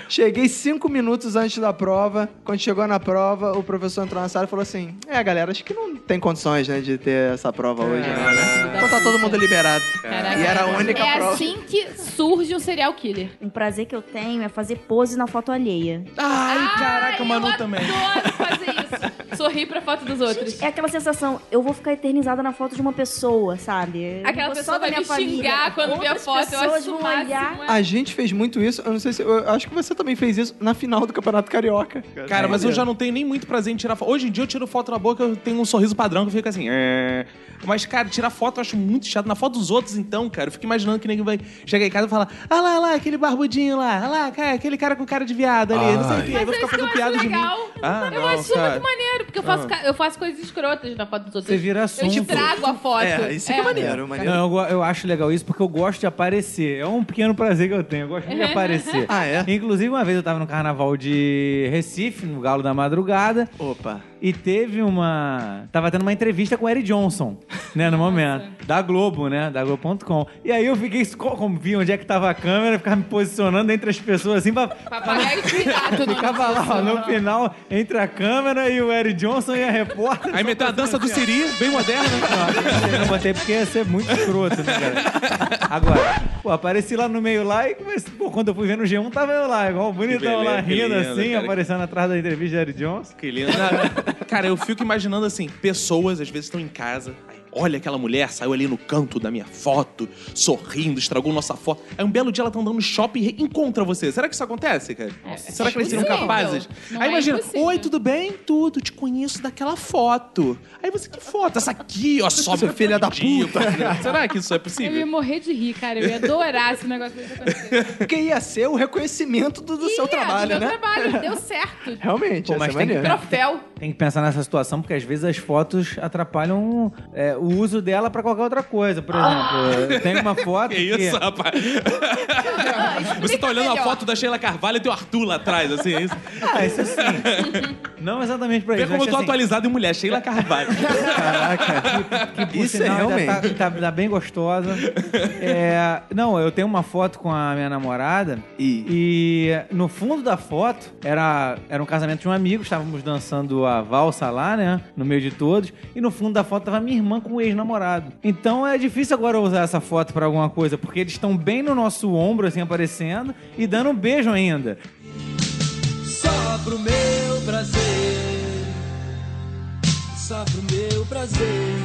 S2: cheguei cinco minutos antes da prova. Quando chegou na prova, o professor entrou na sala e falou assim: É, galera, acho que não tem condições, né, de ter essa
S4: É.
S2: prova hoje, não, né? Então tá todo mundo liberado.
S3: Caraca.
S2: E era a única
S3: é
S2: prova.
S3: assim que surge o serial killer.
S5: Um prazer que eu tenho é fazer pose na foto alheia.
S1: Ai, caraca, Manu também.
S3: Eu adoro fazer isso. Sorrir pra foto dos outros.
S5: É aquela sensação, eu vou ficar eternizada na foto de uma pessoa, sabe? Eu
S3: Aquela
S5: vou só
S3: pessoa
S5: da
S3: vai
S5: minha
S3: me xingar quando vê a
S5: Outras
S3: foto. Eu
S5: pessoas
S3: acho
S5: vão
S3: o máximo.
S5: olhar.
S3: é.
S2: A gente fez muito isso, eu não sei se. Eu acho que você também fez isso na final do Campeonato Carioca.
S1: Cara, mas eu já não tenho nem muito prazer em tirar foto. Hoje em dia eu tiro foto na boca, eu tenho um sorriso padrão que eu fico assim. "É". Mas, cara, tirar foto eu acho muito chato. Na foto dos outros, então, cara, eu fico imaginando que ninguém vai chegar em casa e falar: Ah lá, ah lá, aquele barbudinho lá, ah lá, cara, aquele cara com cara de viado ali, não sei o quê. Aí
S3: Mas
S1: vou ficar
S3: é isso que eu
S1: fazendo
S3: acho
S1: piada de mim.
S3: legal.
S1: Ah,
S3: eu
S1: não,
S3: acho isso
S1: cara.
S3: muito maneiro, porque eu faço, ca- eu faço coisas escrotas na foto dos outros.
S4: Você vira
S3: Eu
S4: assunto.
S3: estrago a foto.
S2: É, isso que é maneiro, maneiro.
S4: Não, eu, go- eu acho legal isso porque eu gosto de aparecer. É um pequeno prazer que eu tenho. Eu gosto muito de aparecer.
S2: Ah, é?
S4: Inclusive, uma vez eu tava no carnaval de Recife, no Galo da Madrugada,
S2: Opa.
S4: e teve uma. Tava tendo uma entrevista com o Eric Johnson, né, no momento. Da Globo, né? Da Globo.com. E aí eu fiquei, co- como vi onde é que tava a câmera, ficava me posicionando entre as pessoas assim pra.
S3: Tá Papagaio de é cuidado. é
S4: Ficava lá, ó, no final, entre a câmera Xirra e o Eric Johnson e a repórter.
S1: Aí meteu a dança
S3: assim,
S1: do Siri,
S4: um
S1: bem
S4: né,
S1: moderna.
S4: Não, eu não botei porque ia ser muito escroto, né, cara? Agora, pô, apareci lá no meio lá e comecei, pô, quando eu fui ver no G1, tava eu lá, igual bonitão
S1: beleza,
S4: lá,
S1: que lindo,
S4: rindo assim,
S1: cara.
S4: aparecendo atrás da entrevista de Eric Johnson.
S1: Que lindo. Cara, eu fico imaginando assim, pessoas às vezes estão em casa. aí, Olha aquela mulher, saiu ali no canto da minha foto, sorrindo, estragou nossa foto. Aí um belo dia ela tá andando no shopping e encontra você. Será que isso acontece, cara? Será que eles seriam
S3: impossível.
S1: capazes?
S3: Não
S1: Aí
S3: é
S1: imagina,
S3: impossível.
S1: oi, tudo bem? Tudo, te conheço daquela foto. Aí você, que foto? Essa aqui, ó, só
S3: é
S2: Seu filho da
S1: puta. Será que isso é
S3: Eu ia
S1: possível?
S3: morrer de rir, cara. Eu ia adorar se o negócio desse acontecer.
S2: Porque ia ser o reconhecimento do, do seu
S3: Ih,
S2: trabalho,
S3: meu
S2: né?
S3: trabalho, deu certo.
S2: Realmente,
S4: Pô,
S2: essa
S4: mas
S2: é
S4: tem que-
S2: maneira.
S3: Troféu.
S4: Tem que pensar nessa situação, porque às vezes as fotos atrapalham é, o uso dela pra qualquer outra coisa. Por exemplo, tem uma foto.
S1: Que isso, rapaz? Você tá olhando a
S3: Ah, melhor.
S1: foto da Sheila Carvalho e tem o Arthur lá atrás, assim, é isso?
S4: Ah, isso assim. Não exatamente pra
S1: Vê
S4: isso.
S1: como
S4: mas
S1: eu tô
S4: assim,
S1: atualizado em mulher, Sheila Carvalho.
S4: Caraca, que, que por
S2: Isso é
S4: sinal, ainda
S2: realmente.
S4: Tá, tá- tá bem gostosa. É, não, eu tenho uma foto com a minha namorada e, no fundo da foto era, era um casamento de um amigo, estávamos dançando a valsa lá, né? No meio de todos. E no fundo da foto tava minha irmã com o ex-namorado. Então é difícil agora eu usar essa foto pra alguma coisa, porque eles estão bem no nosso ombro, assim, aparecendo e dando um beijo ainda.
S7: Só pro meu prazer. Só pro meu prazer.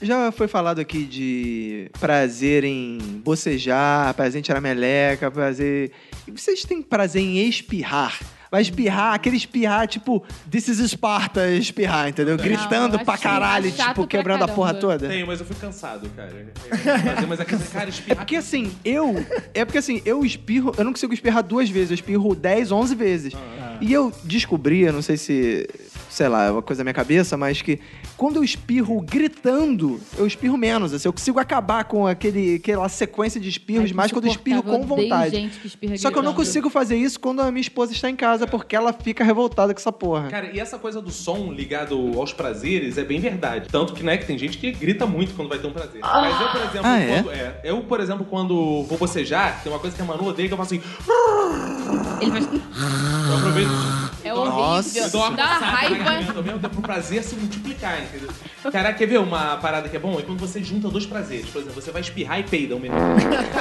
S2: Já foi falado aqui de prazer em bocejar, prazer em tirar meleca, prazer. E vocês têm prazer em espirrar? Vai espirrar, aquele espirrar tipo, this is Sparta, espirrar, entendeu? Gritando
S3: eu
S2: pra
S3: acho chato,
S2: caralho,
S3: chato
S2: tipo,
S3: pra
S2: quebrando a
S3: caramba.
S2: porra toda.
S1: Tenho, mas eu fui cansado, cara. Mas- Mas aquele cara
S2: É
S1: espirra.
S2: porque assim, eu. É porque assim, eu espirro. Eu não consigo espirrar duas vezes, eu espirro 10, 11 vezes. E eu descobri, eu não sei se. Sei lá, é uma coisa da minha cabeça, mas que quando eu espirro gritando, eu espirro menos. Assim, eu consigo acabar com aquele, aquela sequência de espirros
S3: Ai,
S2: mais quando eu espirro
S3: insuportável,
S2: com
S3: odeio
S2: vontade.
S3: gente que espirra
S2: Só que eu não
S3: gritando.
S2: consigo fazer isso quando a minha esposa está em casa, porque ela fica revoltada com essa porra.
S1: Cara, e essa coisa do som ligado aos prazeres é bem verdade. Tanto que, né, que tem gente que grita muito quando vai ter um prazer. Mas eu, por exemplo,
S2: Ah, é?
S1: quando. É, eu, por exemplo, quando vou bocejar, tem uma coisa que a Manu odeia que eu faço assim.
S3: Ele faz...
S1: Eu aproveito.
S3: É
S2: Nossa.
S3: horrível.
S1: Eu dou uma
S3: Dá
S1: coçada na
S3: raiva.
S1: garganta Ao mesmo tempo, pro prazer se multiplicar, entendeu? Caraca, quer ver uma parada que é bom? É quando você junta dois prazeres. Por exemplo, você vai espirrar e peida um ao mesmo tempo.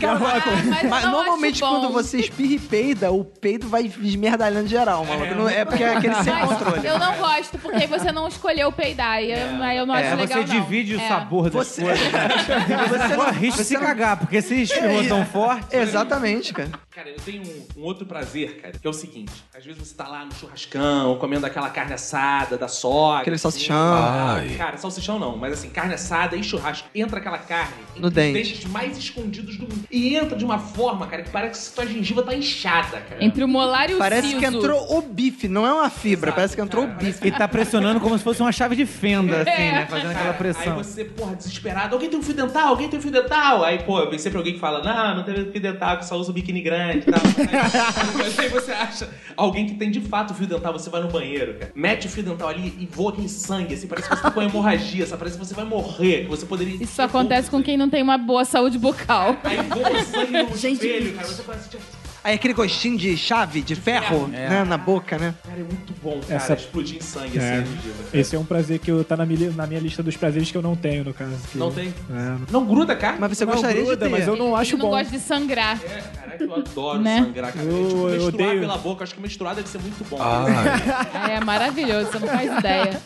S2: Cara,
S3: mas eu não acho
S2: normalmente
S3: bom.
S2: quando você espirra e peida, o peido vai esmerdalhando geral, mano. É, é porque é aquele sem
S3: Mas
S2: controle.
S3: Eu não gosto, porque aí você não escolheu peidar. E eu, aí eu não acho
S4: É,
S3: legal.
S4: você
S3: não.
S4: divide o
S3: É.
S4: sabor das
S2: Você-
S4: coisas.
S2: Você não- É
S4: Só arrisca se cagar, porque se espirrou tão forte.
S2: Exatamente, cara.
S1: Cara, eu tenho um, um outro prazer, cara, que é o seguinte. Às vezes você tá lá no churrascão, comendo aquela carne assada, da sogra.
S2: Aquele
S1: assim.
S2: salsichão.
S8: Ai.
S1: Cara, salsichão não, mas assim, carne assada e churrasco. Entra aquela carne entre
S2: No
S1: os
S2: dente.
S1: dentes mais escondidos do mundo. E entra de uma forma, cara, que parece que sua gengiva tá inchada, cara.
S3: Entre o molar e o
S2: Parece
S3: siso.
S2: que entrou o bife, não é uma fibra,
S1: Exato,
S2: parece que entrou
S1: cara,
S2: o bife.
S4: E tá pressionando como se fosse uma chave de fenda, assim, né? Fazendo
S1: Cara, É. Tá.
S4: aquela
S1: Aí
S4: pressão.
S1: você, porra, desesperado. Alguém tem um fio dental? Alguém tem um fio dental? Aí, pô, vem sempre alguém que fala, não, não tem fio dental, que só usa o biquíni grande e tal. Aí- Mas aí você acha alguém que tem de fato fio dental, você vai no banheiro, cara. Mete o fio dental ali e voa aquele sangue, assim, parece que você tá com hemorragia, sabe? Parece que você vai morrer, que você poderia...
S3: Isso só acontece com quem não tem uma boa saúde bucal.
S1: Aí voa sangue no
S5: Gente.
S1: espelho, cara. Você parece... tipo,
S2: Aí aquele gostinho de chave, de ferro, né, na boca, né?
S1: Cara, é muito bom, cara,
S6: Essa-
S1: explodir em sangue, assim,
S6: É.
S1: no dia, cara.
S6: Esse é um prazer que eu, tá na minha, na minha lista dos prazeres que eu não tenho, no caso. que-
S1: Não tem?
S6: É,
S1: Não gruda, cara?
S2: Mas você
S6: Não,
S2: gostaria
S6: gruda,
S2: de ter.
S6: mas eu não acho
S3: Ele não
S6: bom.
S3: gosta de sangrar.
S1: É, caraca, eu adoro
S3: Né?
S1: sangrar, cara.
S6: Eu-
S1: tipo,
S6: eu
S1: menstruar
S6: odeio.
S1: pela boca, acho que menstruar deve ser muito bom.
S8: Ai.
S3: É maravilhoso, você não faz ideia.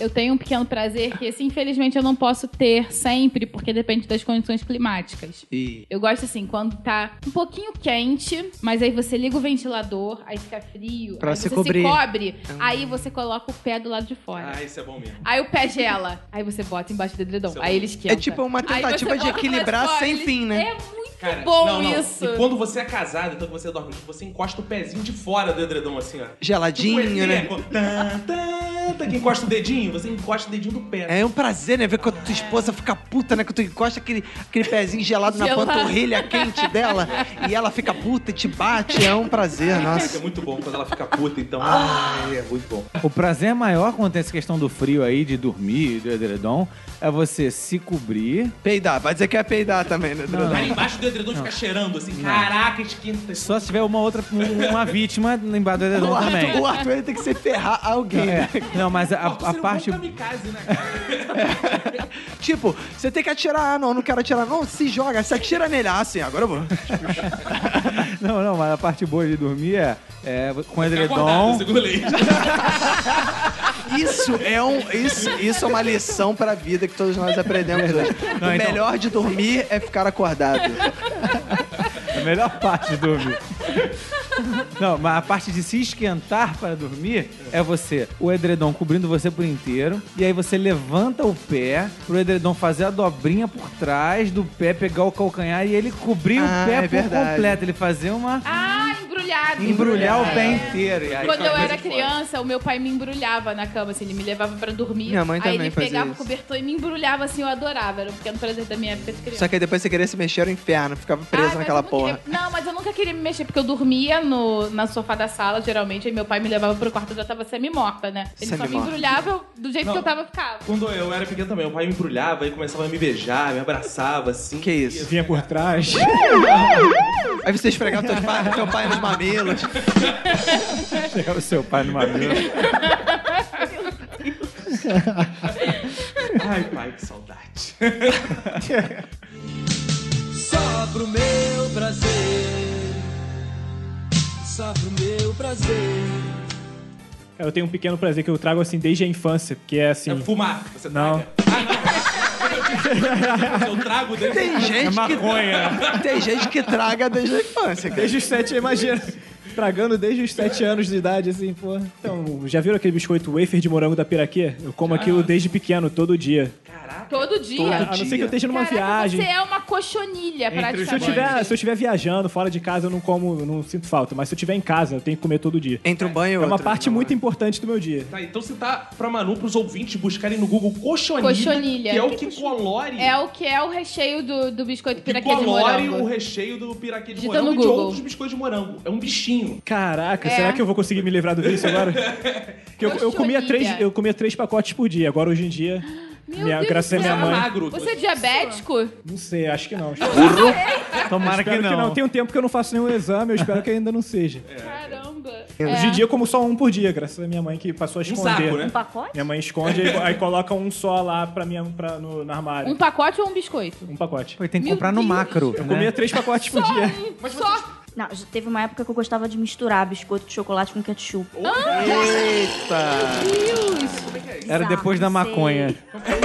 S3: Eu tenho um pequeno prazer que, esse, infelizmente, eu não posso ter sempre, porque depende das condições climáticas.
S2: Ih.
S3: Eu gosto assim, quando tá um pouquinho quente, mas aí você liga o ventilador, aí fica frio,
S2: Pra
S3: aí
S2: se
S3: você
S2: cobrir. Então.
S3: se cobre, aí você coloca o pé do lado de fora.
S1: Ah, isso é bom mesmo.
S3: Aí o pé gela, aí você bota embaixo do edredom,
S1: Isso é
S3: aí
S1: bom.
S3: ele esquenta.
S2: É tipo uma
S3: Aí você
S2: tentativa de
S3: bota embaixo
S2: equilibrar
S3: fora,
S2: sem
S3: ele-
S2: fim, né?
S3: É muito bom isso.
S1: E quando você é casado, então que você dorme, junto, você encosta o pezinho de fora do edredom, assim, ó. Tipo
S2: Geladinho,
S1: ET,
S2: né?
S1: com- tã, tã, puta que encosta o dedinho, você encosta o dedinho do pé.
S2: É um prazer, né? Ver quando tua esposa fica puta, né? Que tu encosta aquele, aquele pezinho gelado,
S3: Gelado.
S2: na panturrilha quente dela e ela fica puta e te bate. É um prazer,
S1: É
S2: nossa.
S1: muito bom quando ela fica puta, então. Ai, é muito bom.
S4: O prazer maior quando tem essa questão do frio aí, de dormir, do edredom, é você se cobrir.
S2: Peidar, vai dizer que é peidar também, né? Drudão?
S1: Cara, embaixo do edredom fica cheirando assim. Caraca, esquenta.
S4: Só se tiver uma outra, um- uma vítima embaixo do edredom
S2: O
S4: também.
S2: Arthur, o Arthur ele tem que se ferrar alguém, né?
S4: É. Não, mas a, a
S1: Você é um bom
S4: parte.
S1: kamikaze, né, cara?
S2: Tipo, você tem que atirar. Ah, não, não quero atirar. Não, se joga. Se atira nele. Ah, sim, agora eu vou.
S4: Não, não, mas a parte boa de dormir é, é com
S1: Acordado,
S4: edredom.
S1: segundo leite.
S2: Isso é, um, isso, isso é uma lição pra vida que todos nós aprendemos hoje.
S4: Não,
S2: o
S4: então-
S2: melhor de dormir é ficar acordado.
S4: É a melhor parte de dormir. Não, mas a parte de se esquentar para dormir é você, o edredom cobrindo você por inteiro, e aí você levanta o pé pro edredom fazer a dobrinha por trás do pé, pegar o calcanhar e ele cobrir
S2: Ah,
S4: o pé
S2: é
S4: por
S2: verdade.
S4: completo. Ele fazer uma.
S3: Ah, embrulhado.
S4: embrulhar o
S3: É.
S4: pé inteiro. E aí,
S3: Quando eu era criança, o meu pai me embrulhava na cama, assim, ele me levava pra dormir.
S2: Minha mãe
S3: aí
S2: também
S3: ele
S2: fazia
S3: pegava o
S2: isso.
S3: cobertor e me embrulhava, assim, eu adorava. Era um pequeno prazer da minha época de criança.
S2: Só que aí depois você queria se mexer no inferno, ficava
S3: Ai,
S2: preso
S3: Ah, mas
S2: naquela
S3: eu não
S2: porra.
S3: queria- Não, mas eu nunca queria me mexer, porque eu dormia no, na sofá da sala, geralmente, aí meu pai me levava pro quarto, eu já tava semi-morta, né? Ele só me
S2: Semi-morta.
S3: embrulhava eu- do jeito
S1: Não.
S3: que eu tava, eu ficava.
S1: Quando eu era pequeno também, o pai me embrulhava e começava a me beijar, me abraçava, assim.
S2: Que isso?
S6: Vinha por trás.
S2: Aí você esfregava teu pai, teu pai nos mamilos.
S4: É o seu pai numa mesa.
S1: Ai, pai, que saudade.
S7: Só pro meu prazer. Só pro meu prazer.
S6: Cara, eu tenho um pequeno prazer que eu trago assim desde a infância, que é assim.
S1: É fumar. Você
S6: Não.
S1: traga? Ah, não. Eu trago desde...
S6: É
S2: Tem gente que. Tem gente que traga desde a infância, cara.
S6: Desde os sete, imagina. Tragando desde os sete anos de idade, assim, pô. Então, já viram aquele biscoito wafer de morango da Piraquê? Eu como aquilo desde pequeno, todo dia.
S3: Todo
S6: A,
S3: dia.
S6: a não ser que eu esteja numa
S3: Caraca,
S6: viagem.
S3: você é uma cochonilha, praticamente.
S6: Se eu, tiver, se eu tiver viajando fora de casa, eu não como, eu não sinto falta. Mas se eu tiver em casa, eu tenho que comer todo dia.
S2: Entre um banho e
S6: É
S2: outro.
S6: uma parte muito importante do meu dia.
S1: Tá, então citar pra Manu, pros ouvintes buscarem no Google cochonilha,
S3: Cochonilha.
S1: que é o que colore,
S3: É o que é o recheio do, do biscoito
S1: que
S3: piraquê de
S1: colore o
S3: morango.
S1: recheio do piraquê de
S3: Digita
S1: morango
S3: no
S1: e de
S3: Google.
S1: outros biscoitos de morango. É um bichinho.
S6: Caraca,
S3: É.
S6: será que eu vou conseguir me livrar do vício agora? Que eu, eu comia
S3: Cochonilha.
S6: três, eu comia três pacotes por dia. Agora, hoje em dia,
S3: Meu
S6: minha,
S3: Deus
S6: graças a
S3: do
S6: minha
S3: céu.
S6: mãe...
S1: Magro.
S3: Você é diabético?
S6: Não sei, acho que não.
S4: Tomara que
S6: Espero
S4: não.
S6: que não. Tem um tempo que eu não faço nenhum exame, eu espero que ainda não seja.
S3: Caramba.
S6: Hoje em dia eu como só um por dia, graças à minha mãe que passou
S1: Um
S6: a esconder.
S1: saco,
S5: Um
S1: né?
S5: pacote?
S6: Minha mãe esconde aí, aí coloca um só lá pra minha, pra, no, no armário.
S3: Um pacote ou um biscoito?
S6: Um pacote.
S4: Tem que
S3: Meu
S4: comprar no
S3: Deus.
S4: macro.
S6: Eu
S4: né?
S6: comia três pacotes por dia.
S3: Só um.
S5: Não, já teve uma época que eu gostava de misturar biscoito de chocolate com ketchup.
S2: Eita!
S4: Era depois da
S5: Bizarro,
S4: maconha.
S5: sei.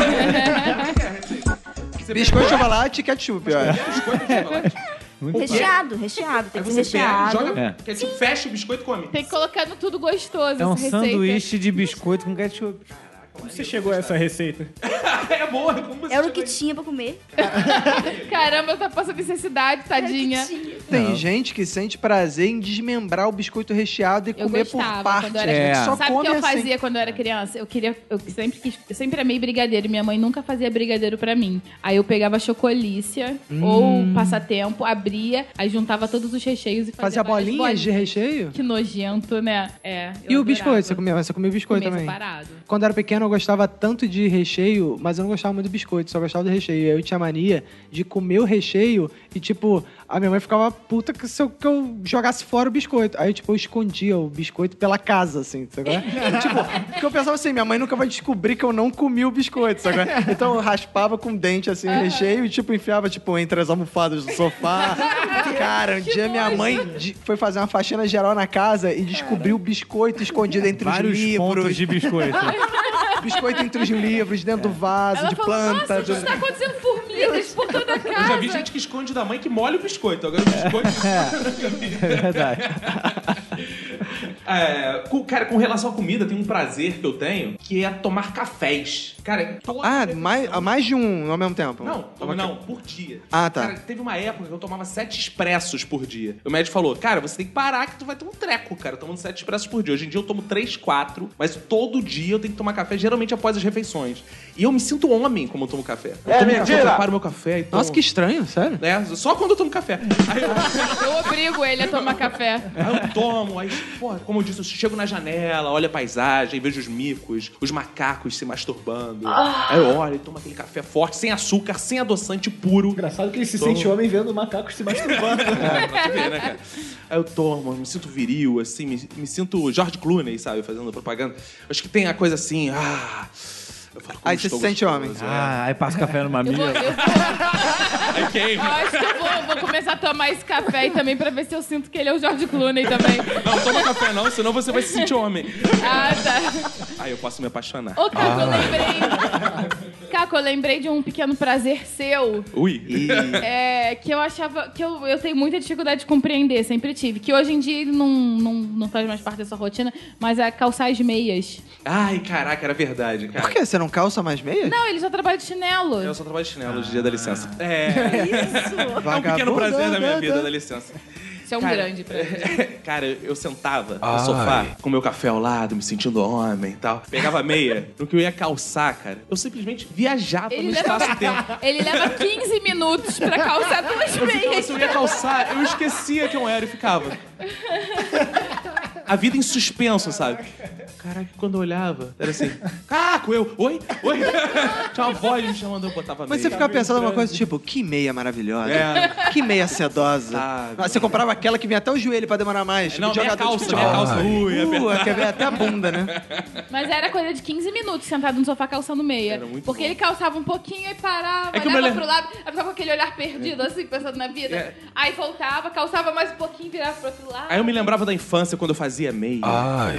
S2: Biscoito, chocolate e ketchup, ó.
S5: Recheado, recheado, tem
S1: Aí
S5: que ser
S1: você pega,
S5: recheado.
S1: joga,
S4: É.
S1: quer dizer, fecha o biscoito e come.
S3: tem que colocar no tudo gostoso
S4: É um
S3: essa receita.
S4: sanduíche de biscoito com ketchup.
S6: Como você chegou a essa receita?
S1: É boa, como você
S5: Era o que
S1: chegou
S5: tinha pra comer.
S3: Caramba, eu tô passando necessidade, tadinha.
S2: Tem gente que sente prazer em desmembrar o biscoito recheado e
S3: Eu
S2: comer
S3: gostava
S2: por partes.
S3: quando eu era
S2: Tem gente que
S4: criança.
S2: Só
S3: Sabe o
S2: come
S3: que eu
S2: assim.
S3: fazia quando eu era criança? Eu queria. Eu sempre, quis, eu sempre amei brigadeiro. e Minha mãe nunca fazia brigadeiro pra mim. Aí eu pegava chocolícia
S2: Hum.
S3: ou passatempo, abria, aí juntava todos os recheios e fazia.
S2: Fazia
S3: várias
S2: bolinhas de
S3: bolinhas.
S2: recheio?
S3: Que nojento, né? É.
S2: E o biscoito? Você comia, você comia o biscoito também?
S3: Separado.
S2: Quando eu era pequeno, eu gostava tanto de recheio, mas eu não gostava muito do biscoito, só gostava do recheio. Eu tinha mania de comer o recheio e, tipo, a minha mãe ficava puta que se eu, que eu jogasse fora o biscoito. Aí, tipo, eu escondia o biscoito pela casa, assim, sabe? qual é? tipo, porque eu pensava assim, minha mãe nunca vai descobrir que eu não comi o biscoito, sabe? qual é? Então eu raspava com o dente, assim, o recheio e, tipo, enfiava, tipo, entre as almofadas do sofá. Cara, um dia minha mãe de- foi fazer uma faxina geral na casa e descobriu o biscoito escondido entre
S4: Vários
S2: os livros.
S4: pontos de biscoito.
S2: Biscoito entre os livros, dentro do vaso,
S3: É. Ela
S2: de
S3: falou,
S2: planta.
S3: nossa, gente,
S2: do-
S3: tá acontecendo formigas por toda a
S1: Eu já
S3: casa.
S1: vi gente que esconde da mãe que molha o biscoito. Agora o biscoito.
S4: É verdade.
S1: É, com- cara, com relação à comida, tem um prazer que eu tenho que é tomar cafés. Cara, toda
S2: Ah,
S1: refeição-
S2: mais, a mais de um ao mesmo tempo?
S1: Não,
S2: Tava-
S1: não, por dia.
S2: Ah, tá.
S1: Cara, teve uma época que eu tomava sete expressos por dia. O médico falou, cara, você tem que parar que tu vai ter um treco, cara, tomando sete expressos por dia. Hoje em dia eu tomo três, quatro, mas todo dia eu tenho que tomar café, geralmente após as refeições. E eu me sinto homem como eu tomo café. Eu tomo mentira! Café, eu preparo meu café e tomo...
S2: É Nossa, que estranho, sério.
S1: Né? Só quando eu tomo café. Aí eu...
S3: Eu obrigo ele a tomar café.
S1: Aí eu tomo, aí, porra, como eu disse, eu chego na janela, olho a paisagem, vejo os micos, os macacos se masturbando.
S2: Ah.
S1: Aí eu olho e tomo aquele café forte, sem açúcar, sem adoçante puro.
S6: Engraçado que ele se
S1: Toma.
S6: sente homem vendo macacos se masturbando.
S1: É, pra tu ver, né, cara? Aí eu tomo, me sinto viril, assim, me, me sinto George Clooney, sabe, fazendo propaganda. Acho que tem a coisa assim, ah. eu falo, como
S2: Aí você
S1: estou
S2: se sente
S1: gostoso,
S2: homem.
S1: é.
S4: Ah, aí passa o café numa
S3: Eu vou,
S4: mira.
S3: eu
S1: Aí
S3: Eu
S1: queima.
S3: acho que eu vou, vou começar a tomar esse café aí também pra ver se eu sinto que ele é o George Clooney também.
S1: Não, toma café não, senão você vai se sentir homem.
S3: Ah, tá.
S1: Aí eu posso me apaixonar.
S3: Ô, Caco,
S1: Ah.
S3: eu lembrei. Caco, eu lembrei de um pequeno prazer seu.
S1: Ui.
S3: É, que eu achava. que eu, eu tenho muita dificuldade de compreender, sempre tive. Que hoje em dia ele não, não, não faz mais parte da sua rotina, mas é calçar as meias.
S1: Ai, caraca, era verdade, cara.
S2: Por quê? Você não calça mais meias?
S3: Não, é ele já trabalha de chinelo.
S1: Eu só trabalho de chinelo hoje, dia da licença. É.
S5: Isso.
S1: É um pequeno
S2: Ah. Vagabundo,
S1: prazer da minha
S2: né,
S1: vida,
S2: né?
S1: dá licença.
S3: Isso é um
S1: Cara,
S3: grande prazer.
S1: Cara, eu eu sentava no sofá com meu café ao lado, me sentindo homem e tal. Pegava a meia, no que eu ia calçar, cara. Eu simplesmente viajava
S3: Ele
S1: no
S3: leva,
S1: um espaço-tempo.
S3: ele leva 15 minutos pra calçar duas
S1: Eu ficava,
S3: meias.
S1: Então, se eu ia calçar, eu esquecia que eu era e ficava. A vida em suspenso, sabe? Caraca, quando eu olhava, era assim, caco, eu, oi, oi. Tinha uma voz me chamando, eu botava
S2: Mas
S1: meia.
S2: você ficava pensando em uma coisa tipo, que meia maravilhosa.
S1: É.
S2: Que meia sedosa.
S1: Sabe.
S2: Nossa, você comprava aquela que vinha até o joelho pra demorar mais. Tipo,
S1: Não, minha
S2: jogador de
S1: calça,
S2: futebol.
S1: minha calça. Ui, é
S2: Uh,
S1: verdade.
S2: quer ver até a bunda, né?
S3: Mas era coisa de 15 minutos sentado no sofá calçando meia.
S1: Era muito
S3: porque
S1: bom.
S3: ele calçava um pouquinho e parava,
S1: É que o
S3: olhava
S1: meu le-
S3: pro lado, aí ficava com aquele olhar perdido, assim, pensando na vida.
S1: É.
S3: Aí voltava, calçava mais um pouquinho, virava pro outro lado.
S1: Aí eu me lembrava da infância, quando eu fazia meia.
S8: Ai,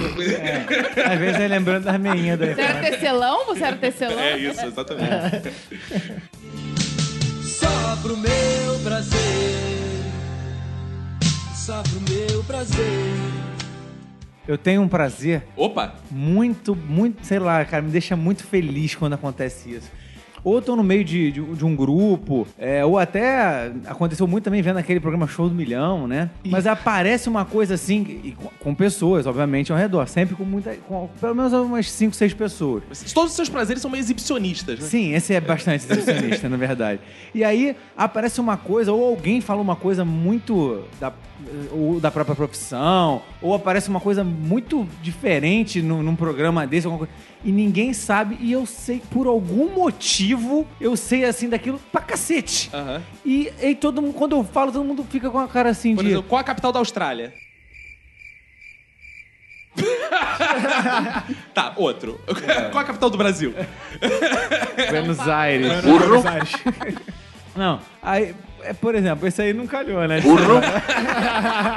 S4: Às vezes é lembrando das meinhas daí.
S3: Você era tecelão? Você era tecelão?
S1: É isso, exatamente.
S7: Só pro meu prazer. Só pro meu prazer.
S4: Eu tenho um prazer
S1: Opa!
S4: muito, muito, sei lá, cara, me deixa muito feliz quando acontece isso. Ou eu tô no meio de, de- de um grupo, é, ou até aconteceu muito também vendo aquele programa Show do Milhão, né? Mas aparece uma coisa assim, e com, com pessoas, obviamente, ao redor, sempre com muita. com pelo menos umas 5, 6 pessoas.
S1: Todos os seus prazeres são meio exibicionistas, né?
S4: Sim, esse é bastante exibicionista, na verdade. E aí aparece uma coisa, ou alguém fala uma coisa muito da, ou da própria profissão, ou aparece uma coisa muito diferente num, num programa desse, alguma coisa, e ninguém sabe, e eu sei, por algum motivo, eu sei assim daquilo pra cacete.
S1: Aham.
S4: E, e todo mundo, quando eu falo, todo mundo fica com a cara assim
S1: Por
S4: de.
S1: exemplo, qual a capital da Austrália? tá, outro. Qual a capital do Brasil?
S4: Buenos Aires.
S6: Buenos Aires.
S4: Não, aí, é, por exemplo, esse aí não calhou, né?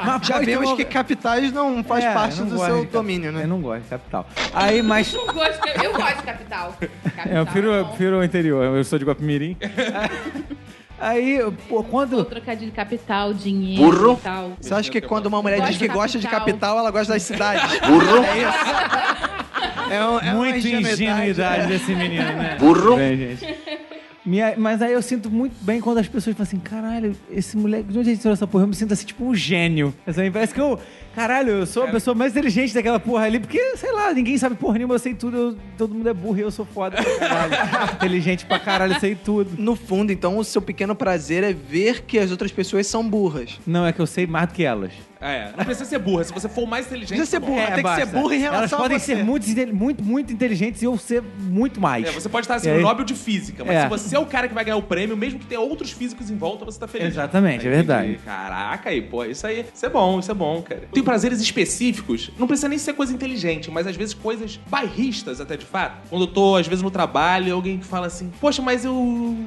S4: Mas
S2: Já
S4: pode ter
S2: vimos
S4: uma-
S2: que capitais não faz
S4: É,
S2: parte
S4: eu não
S2: do
S4: gosto
S2: seu
S4: de cap-
S2: domínio, né?
S4: Eu não gosto de capital. Aí, mas.
S3: Não gosto de- Eu gosto de capital. Capital
S4: Eu prefiro,
S3: é
S4: eu
S3: bom.
S4: prefiro o interior, eu sou de Guapimirim. Aí,
S3: Vou
S4: pô, quando.
S3: trocar de capital, dinheiro Burro. e tal.
S2: Você acha que quando
S1: é.
S2: uma mulher
S3: Gosto
S2: diz que
S3: de
S2: gosta de
S3: capital.
S2: capital, ela gosta das cidades? Burro. É isso. É, um, é uma
S4: Muita ingenuidade
S2: né?
S4: desse menino, né? Burro! mas aí eu sinto muito bem quando as pessoas falam assim: caralho, esse moleque, de onde a gente tirou essa porra? Eu me sinto assim, tipo um gênio. Assim, parece que eu, caralho, eu
S2: É.
S4: sou a pessoa mais inteligente daquela porra ali, porque, sei lá, ninguém sabe porra nenhuma, eu sei tudo, eu- todo mundo é burro e eu sou foda pra caralho. inteligente pra caralho, eu sei tudo.
S2: No fundo, então, o seu pequeno prazer é ver que as outras pessoas são burras.
S4: Não, é que eu sei mais do que elas.
S1: Ah, é. Não precisa ser burra. Se você for o mais inteligente.
S2: Precisa ser
S1: tá bom.
S2: burra, tem que ser
S4: É, basta.
S2: burra em relação
S4: Elas
S2: a
S4: podem
S2: você.
S4: ser muito, inte- muito, muito inteligentes e eu ser muito mais.
S1: É, você pode estar assim,
S4: E
S1: no
S4: aí?
S1: Nobel de Física, mas
S4: É.
S1: se você é o cara que vai ganhar o prêmio, mesmo que tenha outros físicos em volta, você tá feliz.
S4: Exatamente, é verdade.
S1: Entendi. Caraca, aí, pô, isso aí, isso é bom, isso é bom, cara. Tem prazeres específicos, não precisa nem ser coisa inteligente, mas às vezes coisas bairristas até de fato. Quando eu tô, às vezes, no trabalho, alguém que fala assim, poxa, mas eu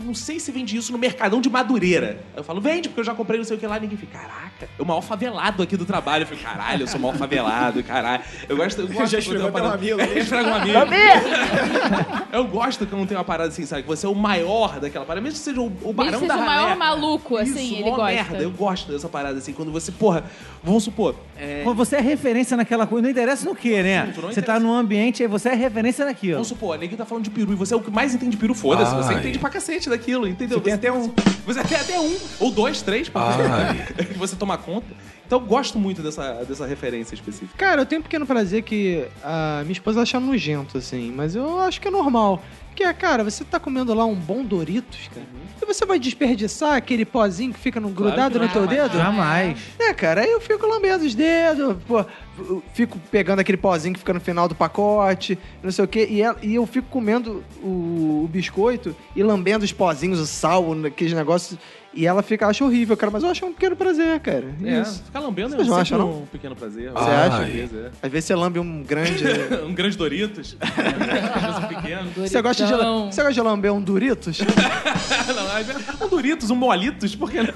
S1: não sei se vende isso no Mercadão de Madureira. Aí Eu falo, vende, porque eu já comprei não sei o que lá, e ninguém fica, caraca, eu maior favelado aqui do trabalho. Eu fico, caralho, eu sou maior favelado, caralho. Eu gosto, eu gosto
S6: Já
S1: quando tem
S6: esfregou
S1: uma
S6: até
S1: parada-
S6: o mamilo. né?
S1: Já esfregou o mamilo. Eu gosto que eu não tenho uma parada assim, sabe? Que você é o maior daquela parada. Mesmo que seja o, o
S3: Mesmo
S1: barão
S3: que
S1: da
S3: seja o maior
S1: ralé.
S3: maluco, assim,
S1: Isso,
S3: ele
S1: mó
S3: gosta.
S1: merda. Eu gosto dessa parada, assim. Quando você, porra, vamos supor, é,
S4: Quando Você é referência naquela coisa, não interessa no que, né?
S1: Assunto, não
S4: Você tá num ambiente aí, você é referência naquilo.
S1: Vamos supor, ninguém tá falando de peru e você é o que mais entende de peru, foda-se. Você
S8: Ai.
S1: entende pra cacete daquilo, entendeu?
S6: Você tem até um.
S1: Você tem até um, ou dois, três, pra
S8: Ai.
S1: que você tomar conta. Então eu gosto muito dessa, dessa referência específica.
S2: Cara, eu tenho um pequeno prazer que a minha esposa acha nojento, assim, mas eu acho que é normal. Que é, cara, você tá comendo lá um bom Doritos, cara, e você vai desperdiçar aquele pozinho que fica no, grudado
S3: que
S2: no
S3: não,
S2: teu
S3: mas-
S2: dedo?
S4: Jamais.
S2: É, cara, aí eu fico lambendo os dedos, pô, eu fico pegando aquele pozinho que fica no final do pacote, não sei o quê, e, ela- e eu fico comendo o, o biscoito e lambendo os pozinhos, o sal, aqueles negócios, e ela fica, acha horrível, cara, mas eu acho um pequeno prazer, cara.
S1: É,
S2: Isso.
S1: ficar lambendo
S2: Vocês
S1: é
S2: não
S1: sempre
S2: acham, não?
S1: um pequeno prazer.
S8: Você
S1: Ah,
S8: acha?
S1: com certeza,
S2: Às vezes você lambe um grande.
S1: é. Um grande Doritos, às vezes um pequeno.
S2: Você gosta, de,
S3: Doritão.
S2: você gosta de lamber um Doritos?
S1: Não, às vezes um Doritos, um Molitos, por que não?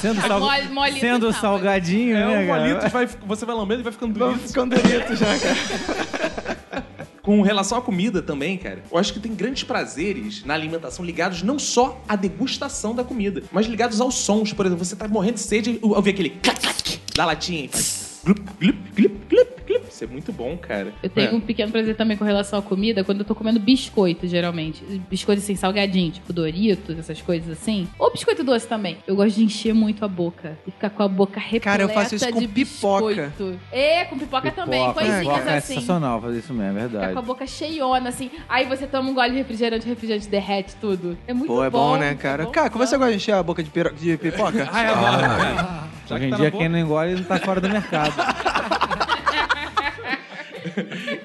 S4: Sendo,
S3: Ah,
S4: sal-
S3: mole- molito
S4: sendo
S3: não,
S4: salgadinho,
S1: É,
S4: né,
S1: um
S4: cara?
S1: Molitos, vai, você vai lambendo e vai ficando
S2: Vamos
S1: Doritos.
S2: ficando um Doritos né? já, cara.
S1: Com relação à comida também, cara, eu acho que tem grandes prazeres na alimentação ligados não só à degustação da comida, mas ligados aos sons. Por exemplo, você tá morrendo de sede e ouvir aquele clac, clac, clac da latinha e faz glup, glup, glup, glup, glup. Isso é muito bom, cara.
S3: Eu tenho
S1: É.
S3: um pequeno prazer também com relação à comida, quando eu tô comendo biscoito, geralmente. Biscoito assim, salgadinho, tipo Doritos, essas coisas assim. Ou biscoito doce também. Eu gosto de encher muito a boca e ficar com a boca repleta
S2: Cara, eu faço isso com
S3: de
S2: pipoca.
S3: biscoito. É, com pipoca, também,
S4: Pipoca,
S3: coisinhas
S4: pipoca é
S3: assim.
S4: sensacional fazer isso mesmo, é
S3: Ficar com a
S4: verdade.
S3: boca cheiona, assim. Aí você toma um gole de refrigerante, o refrigerante derrete tudo. É muito
S2: Pô, é bom, né, cara? cara, como você
S3: gosta?
S2: gosta de encher a boca de, piro- de pipoca?
S7: É,
S1: Já
S4: Hoje
S1: que
S4: em
S1: tá
S4: dia,
S1: na
S4: quem não engole não tá fora do mercado.
S1: boca-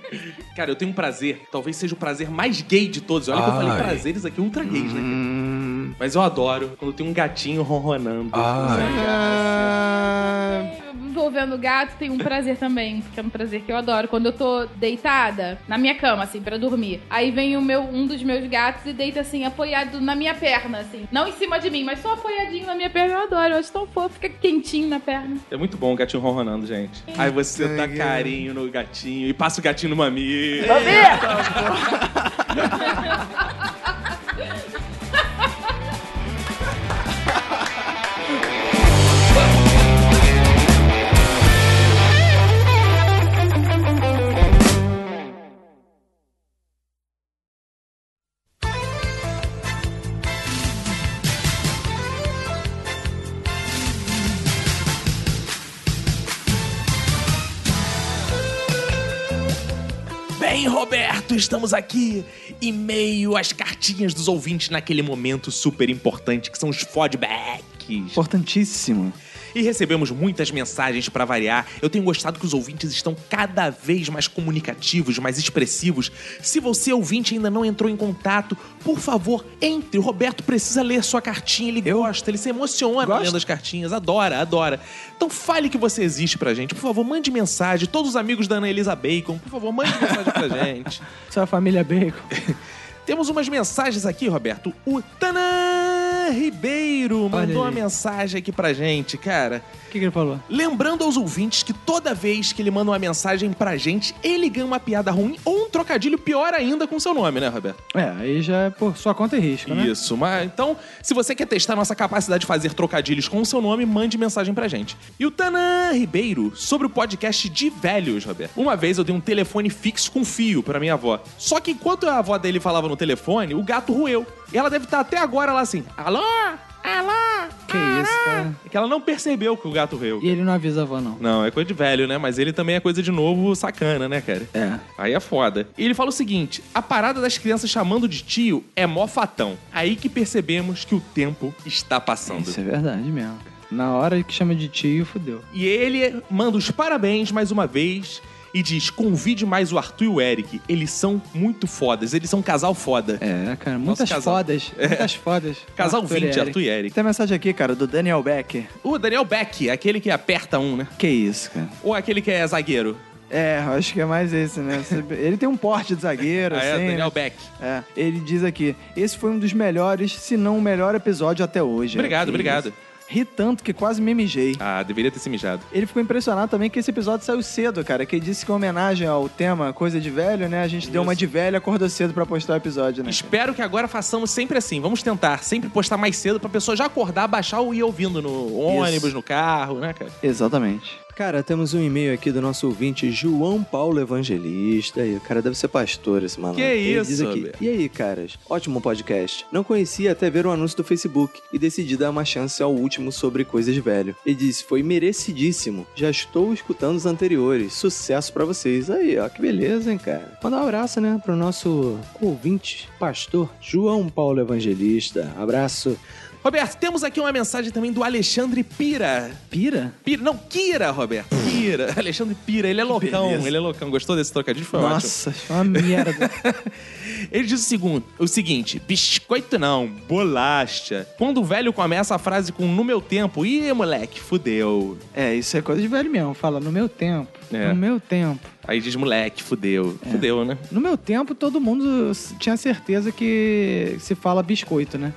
S1: Cara, eu tenho um prazer, talvez seja o prazer mais gay de todos. Olha que eu falei
S8: Ai.
S1: prazeres aqui ultra gays, né? cara? Mas eu adoro quando tem um gatinho ronronando.
S8: Ai.
S2: Ah,
S3: Envolvendo o gato, tem um prazer também, que é um prazer que eu adoro. Quando eu tô deitada na minha cama, assim, pra dormir, aí vem o meu, um dos meus gatos e deita, assim, apoiado na minha perna, assim. Não em cima de mim, mas só apoiadinho na minha perna, eu adoro. Eu acho tão fofo, fica quentinho na perna.
S1: É muito bom o gatinho ronronando, gente. Aí você dá carinho no gatinho e passa o gatinho no mamilo. Bem, Roberto, estamos aqui em meio às cartinhas dos ouvintes naquele momento super importante que são os fodbacks.
S2: importantíssimo.
S1: E recebemos muitas mensagens pra variar. Eu tenho gostado que os ouvintes estão cada vez mais comunicativos, mais expressivos. Se você ouvinte ainda não entrou em contato, por favor, entre. O Roberto precisa ler sua cartinha, ele gosta, ele se emociona lendo as cartinhas, adora, adora. Então fale que você existe pra gente. Por favor, mande mensagem. Todos os amigos da Ana Elisa Bacon, por favor, mande mensagem pra gente.
S2: Sua família é Bacon.
S1: Temos umas mensagens aqui, Roberto. O Tanã Ribeiro mandou uma
S2: aí.
S1: mensagem aqui pra gente, cara.
S2: O que, que ele falou?
S1: Lembrando aos ouvintes que toda vez que ele manda uma mensagem pra gente, ele ganha uma piada ruim ou um trocadilho pior ainda com seu nome, né, Roberto?
S2: É, aí já é por sua conta e risco, né?
S1: Isso, mas então, se você quer testar nossa capacidade de fazer trocadilhos com o seu nome, mande mensagem pra gente. E o Tanã Ribeiro, sobre o podcast de velhos, Roberto. Uma vez eu dei um telefone fixo com fio pra minha avó. Só que enquanto a avó dele falava no telefone, o gato roeu. E ela deve estar até agora lá assim: alô? Alô?
S2: Que isso, cara.
S1: É que ela não percebeu que o gato roeu.
S2: E ele não avisa a avó, não.
S1: Não, é coisa de velho, né? Mas ele também é coisa de novo sacana, né, cara?
S2: É.
S1: Aí é foda. E ele fala o seguinte: a parada das crianças chamando de tio é mó fatão. Aí que percebemos que o tempo está passando.
S2: Isso é verdade mesmo. cara. Na hora que chama de tio, fudeu.
S1: E ele manda os parabéns mais uma vez e diz: convide mais o Arthur e o Eric. Eles são muito fodas, eles são um casal foda.
S2: É, cara, muitas
S1: casal. É.
S2: fodas. Muitas fodas.
S1: Casal
S2: Arthur e
S1: 20,
S2: Eric.
S1: Arthur e Eric.
S2: Tem mensagem aqui, cara, do Daniel Becker.
S1: O Daniel Beck, aquele que aperta um, né?
S2: Que isso, cara.
S1: Ou aquele que é zagueiro.
S2: É, eu acho que é mais esse, né? Você- Ele tem um porte de zagueiro,
S1: Ah, é,
S2: assim.
S1: Daniel
S2: né?
S1: Beck.
S2: É, ele diz aqui: esse foi um dos melhores, se não o melhor episódio até hoje. É,
S1: Obrigado,
S2: Que
S1: obrigado.
S2: isso. Ri tanto que quase me mijei.
S1: Ah, deveria ter se mijado.
S2: Ele ficou impressionado também que esse episódio saiu cedo, cara. Que ele disse que em homenagem ao tema Coisa de Velho, né? A gente deu uma de velho e acordou cedo pra postar o episódio, né? cara?
S1: Espero que agora façamos sempre assim. Vamos tentar sempre postar mais cedo pra pessoa já acordar, baixar ou ir ouvindo no ônibus, no carro, né, cara?
S2: Exatamente.
S10: Cara, temos um e-mail aqui do nosso ouvinte, João Paulo Evangelista. E o cara deve ser pastor esse maluco.
S1: Que
S10: Ele diz
S1: isso,
S10: aqui,
S1: velho?
S10: E aí, caras? Ótimo podcast. Não conhecia até ver o anúncio do Facebook e decidi dar uma chance ao último sobre coisas velho. E disse, foi merecidíssimo. Já estou escutando os anteriores. Sucesso pra vocês. Aí, ó, que beleza, hein, cara? Mandar um abraço, né, pro nosso ouvinte, pastor João Paulo Evangelista. Abraço.
S1: Roberto, temos aqui uma mensagem também do Alexandre Pira.
S4: Pira?
S1: Pira não, Kira, Roberto. Pira. Alexandre Pira, ele é loucão. Ele é loucão. Gostou desse trocadilho? Foi ótimo.
S10: Nossa,
S4: Uma merda.
S1: Ele diz o, segundo, o seguinte: biscoito não, bolacha. Quando o velho começa a frase com no meu tempo, ih, moleque, fudeu.
S2: É, isso é coisa de velho mesmo. Fala, no meu tempo.
S1: É.
S2: No meu tempo.
S1: Aí diz moleque, fudeu. Fudeu, né?
S2: No meu tempo, todo mundo s- tinha certeza que se fala biscoito, né?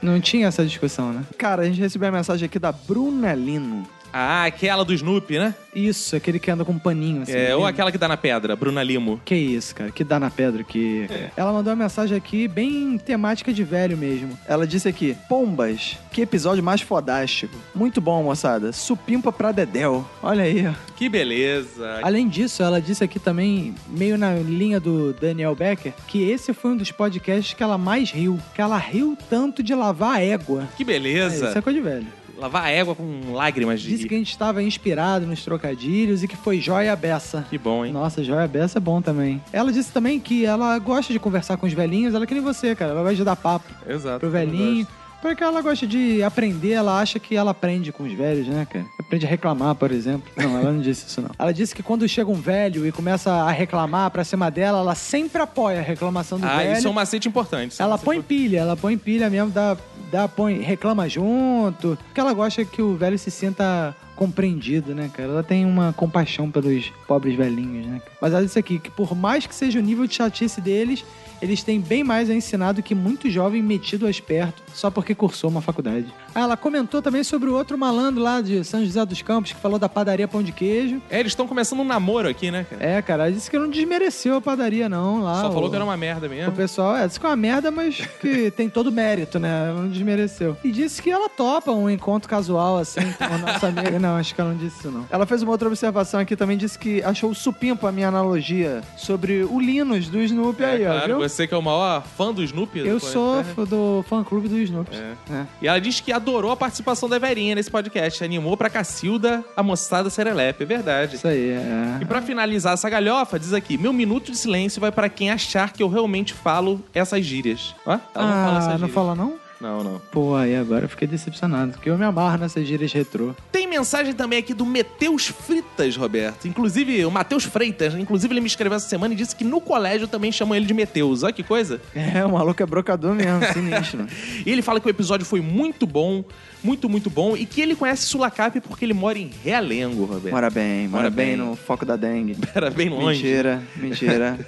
S2: Não tinha essa discussão, né? Cara, a gente recebeu a mensagem aqui da Bruna Lino.
S1: Ah, aquela do Snoopy, né?
S2: Isso, aquele que anda com um paninho, assim.
S1: é,
S2: lembra?
S1: ou aquela que dá na pedra, Bruna Limo.
S2: Que isso, cara, que dá na pedra que. Ela mandou uma mensagem aqui bem temática de velho mesmo. Ela disse aqui: Pombas, que episódio mais fodástico. Muito bom, moçada. Supimpa pra Dedéu. Olha aí. ó.
S1: Que beleza.
S2: Além disso, ela disse aqui também, meio na linha do Daniel Becker, que esse foi um dos podcasts que ela mais riu. Que ela riu tanto de lavar a égua.
S1: Que
S2: É, isso
S1: beleza.
S2: é coisa de velho.
S1: Lavar a égua com lágrimas de.
S2: Disse que a gente estava inspirado nos trocadilhos e que foi joia beça.
S1: Que bom, hein?
S2: Nossa, joia beça é bom também. Ela disse também que ela gosta de conversar com os velhinhos, ela é que nem você, cara. Ela gosta de dar papo
S1: Exato.
S2: pro velhinho.
S1: verdade.
S2: Porque ela gosta de aprender, ela acha que ela aprende com os velhos, né, cara? Aprende a reclamar, por exemplo. Não, ela não disse isso, não. Ela disse que quando chega um velho e começa a reclamar pra cima dela, ela sempre apoia a reclamação do
S1: Ah,
S2: velho.
S1: isso é um macete importante. isso é um
S2: Ela
S1: macete
S2: põe pilha, ela põe pilha mesmo, dá, dá, põe, reclama junto. Porque ela gosta que o velho se sinta compreendido, né, cara? Ela tem uma compaixão pelos pobres velhinhos, né? cara? Mas olha isso aqui, que por mais que seja o nível de chatice deles, eles têm bem mais a ensinar do que muito jovem metido a esperto só porque cursou uma faculdade. Ah, ela comentou também sobre o outro malandro lá de São José dos Campos que falou da padaria Pão de Queijo.
S1: É, eles estão começando um namoro aqui, né, cara?
S2: É, cara, ela disse que não desmereceu a padaria, não. Lá,
S1: Só falou
S2: o-
S1: que era uma merda
S2: o
S1: mesmo.
S2: pessoal, é, disse que é uma merda, mas que tem todo o mérito, né? Ela não desmereceu. E disse que ela topa um encontro casual, assim, com a nossa amiga. Não, acho que ela não disse isso, não. Ela fez uma outra observação aqui também, disse que achou supimpa a minha analogia sobre o Linus do Snoopy aí, ó,
S1: claro,
S2: viu?
S1: você que é o maior fã né? do Snoopy.
S2: Eu
S1: do
S2: sou
S1: planeta Terra.
S2: fã do fã-clube do Snoopy. É.
S1: é. E ela diz que adorou a participação da Verinha nesse podcast. Animou pra Cacilda a moçada Serelepe. É verdade.
S2: Isso aí,
S1: E
S2: é.
S1: pra finalizar essa galhofa, diz aqui: meu minuto de silêncio vai pra quem achar que eu realmente falo essas gírias. Ó, ela não fala Tá, essas
S2: Ah, não
S1: gírias.
S2: fala não?
S1: Não, não.
S2: Pô, aí agora eu fiquei decepcionado, porque eu me amarro nessas gírias retrô.
S1: Tem mensagem também aqui do Mateus Fritas, Roberto. Inclusive, o Mateus Freitas, né? inclusive ele me escreveu essa semana e disse que no colégio também chamam ele de Mateus. Olha que coisa.
S2: É, o maluco é brocador mesmo, sinistro.
S1: E ele fala que o episódio foi muito bom, muito, muito bom, e que ele conhece Sulacap porque ele mora em Realengo, Roberto.
S2: Mora bem, mora,
S1: Mora
S2: bem
S1: bem.
S2: no foco da dengue.
S1: Era bem longe.
S2: Mentira, mentira.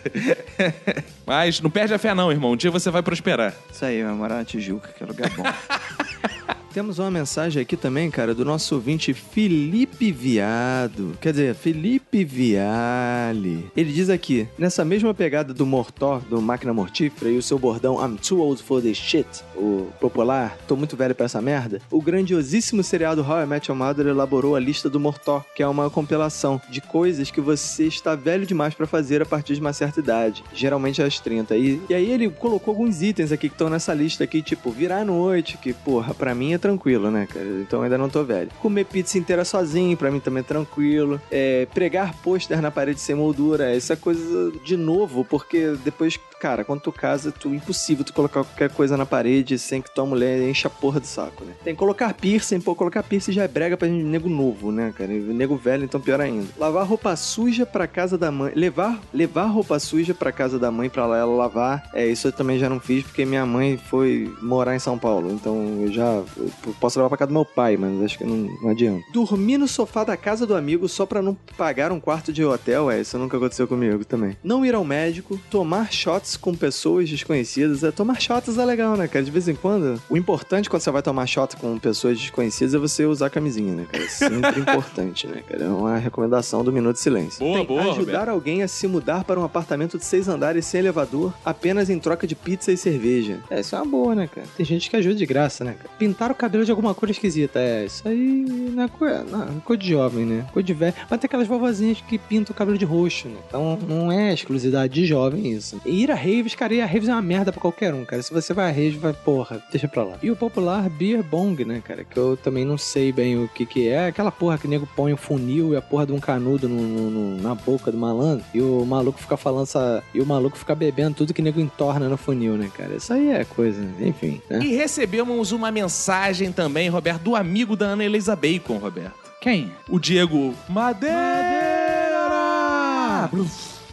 S1: Mas não perde a fé não, irmão. Um dia você vai prosperar.
S2: Isso aí, vai morar na Tijuca, que é lugar bom.
S10: Temos uma mensagem aqui também, cara, do nosso ouvinte Felipe Viado. Quer dizer, Felipe Viale. Ele diz aqui, nessa mesma pegada do Mortor, do Máquina Mortífera e o seu bordão I'm too old for this shit, o popular, tô muito velho pra essa merda, o grandiosíssimo seriado How I Met Your Mother elaborou a lista do Mortor, que é uma compilação de coisas que você está velho demais pra fazer a partir de uma certa idade, geralmente às 30. E, e aí ele colocou alguns itens aqui que estão nessa lista aqui, tipo, virar à noite, que porra, pra mim é tranquilo, né, cara? Então ainda não tô velho. Comer pizza inteira sozinho, pra mim também é tranquilo. É, pregar pôster na parede sem moldura, essa coisa de novo, porque depois, cara, quando tu casa, tu impossível tu colocar qualquer coisa na parede sem que tua mulher encha a porra do saco, né? Tem que colocar piercing, pô, colocar piercing já é brega pra gente, nego novo, né, cara? E Nego velho, então pior ainda. Lavar roupa suja pra casa da mãe, levar, levar roupa suja pra casa da mãe pra lá ela lavar. É, isso eu também já não fiz porque minha mãe foi morar em São Paulo, então eu já eu p- posso levar pra casa do meu pai, mas acho que não, não adianta. Dormir no sofá da casa do amigo só pra não pagar um quarto de hotel, é, isso nunca aconteceu comigo também. Não ir ao médico, tomar shots com pessoas desconhecidas, é, tomar shots é legal, né, cara? De vez em quando, o importante quando você vai tomar shot com pessoas desconhecidas é você usar camisinha, né, cara? Sempre importante, né, cara? É uma recomendação do Minuto de Silêncio.
S1: Boa, boa,
S10: Ajudar
S1: Roberto.
S10: alguém a se mudar para um apartamento de seis andares sem elevador, apenas em troca de pizza e cerveja. É, isso é uma boa, né, cara? Tem gente que ajuda de graça, né, cara? Pintar o cabelo de alguma cor esquisita. É, isso aí não é coisa, não, é coisa de jovem, né? Coisa de velho. Mas tem aquelas vovozinhas que pintam o cabelo de roxo, né? Então não é exclusividade de jovem isso. E ir a raves, cara, ir a raves é uma merda pra qualquer um, cara. Se você vai a raves, vai, porra, deixa pra lá. E o popular beer bong, né, cara? Que eu também não sei bem o que que é. Aquela porra que o nego põe um funil e a porra de um canudo no- no- no- na boca do malandro. E o maluco fica falando essa... E o maluco fica bebendo tudo que o nego entorna no funil, né, cara? Isso aí é coisa, né? enfim, né?
S1: E recebemos uma mensagem também, Roberto, do amigo da Ana Elisa Bacon, Roberto.
S4: Quem?
S1: O Diego Madeira!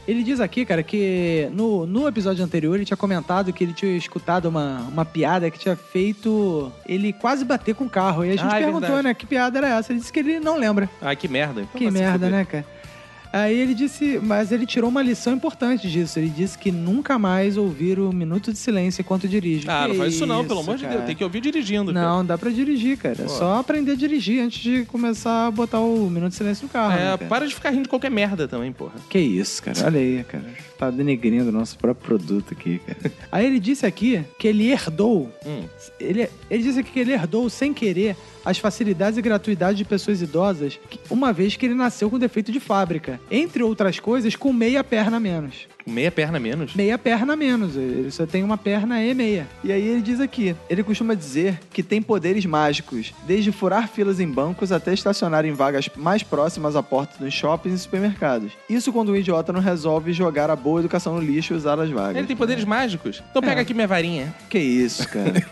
S11: Ele diz aqui, cara, que no, no episódio anterior ele tinha comentado que ele tinha escutado uma, uma piada que tinha feito ele quase bater com o carro. E a gente
S1: Ah, é
S11: perguntou,
S1: verdade.
S11: né, que piada era essa? Ele disse que ele não lembra.
S1: Ai, que merda. Então
S11: que
S1: vai se
S11: merda,
S1: fuder.
S11: né, cara? Aí ele disse, mas ele tirou uma lição importante disso. Ele disse que nunca mais ouvir o Minuto de Silêncio enquanto dirige.
S1: Ah, não
S11: Que
S1: faz isso não, pelo amor de
S11: cara.
S1: Deus. Tem que ouvir dirigindo. cara.
S11: Não, dá pra dirigir, cara. É
S1: Pô.
S11: só aprender a dirigir antes de começar a botar o Minuto de Silêncio no carro. né,
S1: É,
S11: cara?
S1: para de ficar rindo de qualquer merda também, porra.
S11: Que isso, cara. Olha aí, cara. Tá denegrindo o nosso próprio produto aqui, cara. Aí ele disse aqui que ele herdou.
S1: Hum.
S11: Ele, ele disse aqui que ele herdou sem querer as facilidades e gratuidades de pessoas idosas, que- uma vez que ele nasceu com defeito de fábrica. Entre outras coisas, com meia perna a menos.
S1: Meia perna menos.
S11: Meia perna a menos. Ele só tem uma perna e meia.
S2: E aí ele diz aqui, ele costuma dizer que tem poderes mágicos, desde furar filas em bancos até estacionar em vagas mais próximas à porta dos shoppings e supermercados. Isso quando um idiota não resolve jogar a boa educação no lixo e usar as vagas.
S1: Ele tem poderes mágicos? Então pega aqui minha varinha.
S2: Que isso, cara.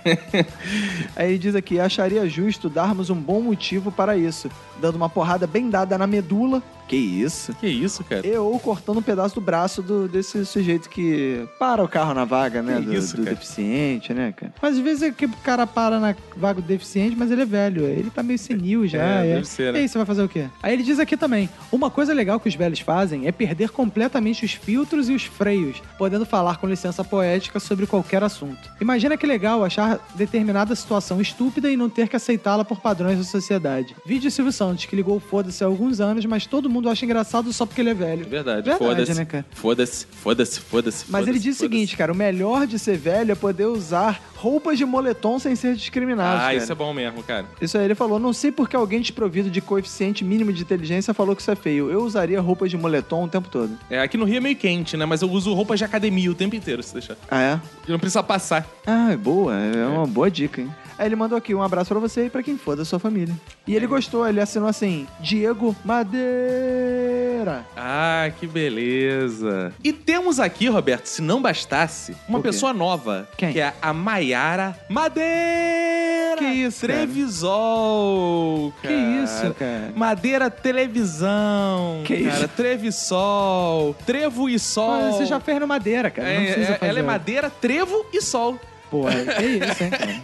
S2: Aí ele diz aqui, acharia justo darmos um bom motivo para isso, dando uma porrada bem dada na medula. Que isso?
S1: Que isso, cara?
S2: E ou cortando um pedaço do braço do- desse sujeito que para o carro na vaga, né?
S1: Que
S2: do
S1: isso,
S2: do
S1: cara?
S2: deficiente, né, cara?
S11: Mas às vezes é que o cara para na vaga do deficiente, mas ele é velho. Ele tá meio senil já.
S1: É,
S11: é.
S1: deve ser, né?
S11: E aí, você vai fazer o quê? Aí ele diz aqui também: uma coisa legal que os velhos fazem é perder completamente os filtros e os freios, podendo falar com licença poética sobre qualquer assunto. Imagina que legal achar determinada situação estúpida e não ter que aceitá-la por padrões da sociedade. Vídeo Silvio Santos, que ligou o foda-se há alguns anos, mas todo mundo acha engraçado só porque ele é velho.
S1: Verdade,
S11: Verdade,
S1: foda-se.
S11: né, cara?
S1: Foda-se, foda-se, foda-se.
S2: Mas ele
S1: foda-se,
S2: diz o
S1: foda-se.
S2: seguinte, cara, o melhor de ser velho é poder usar roupas de moletom sem ser discriminado.
S1: Ah,
S2: cara.
S1: isso é bom mesmo, cara.
S2: Isso aí ele falou, não sei porque alguém desprovido de coeficiente mínimo de inteligência falou que isso é feio. Eu usaria roupas de moletom o tempo todo.
S1: É, aqui no Rio é meio quente, né? Mas eu uso roupa de academia o tempo inteiro, se deixar.
S2: Ah, é?
S1: Eu não precisa passar.
S2: Ah, é boa, é uma boa dica, hein? Aí ele mandou aqui um abraço pra você e pra quem for da sua família. E ele gostou, ele assinou assim: Diego Madeira.
S1: Ah, que beleza. E temos aqui, Roberto, se não bastasse, uma
S2: O quê?
S1: pessoa nova.
S2: Quem?
S1: Que é a Maiara Madeira.
S2: Que isso, cara?
S1: Trevisol,
S2: Que
S1: cara.
S2: isso, cara?
S1: Madeira Televisão,
S2: Que
S1: cara.
S2: isso?
S1: Trevisol, Trevo e Sol.
S11: Mas você já fez no madeira, cara. não
S1: É,
S11: precisa
S1: é,
S11: fazer.
S1: ela é madeira, trevo e sol.
S11: Pô,
S2: é,
S11: que isso, hein, cara?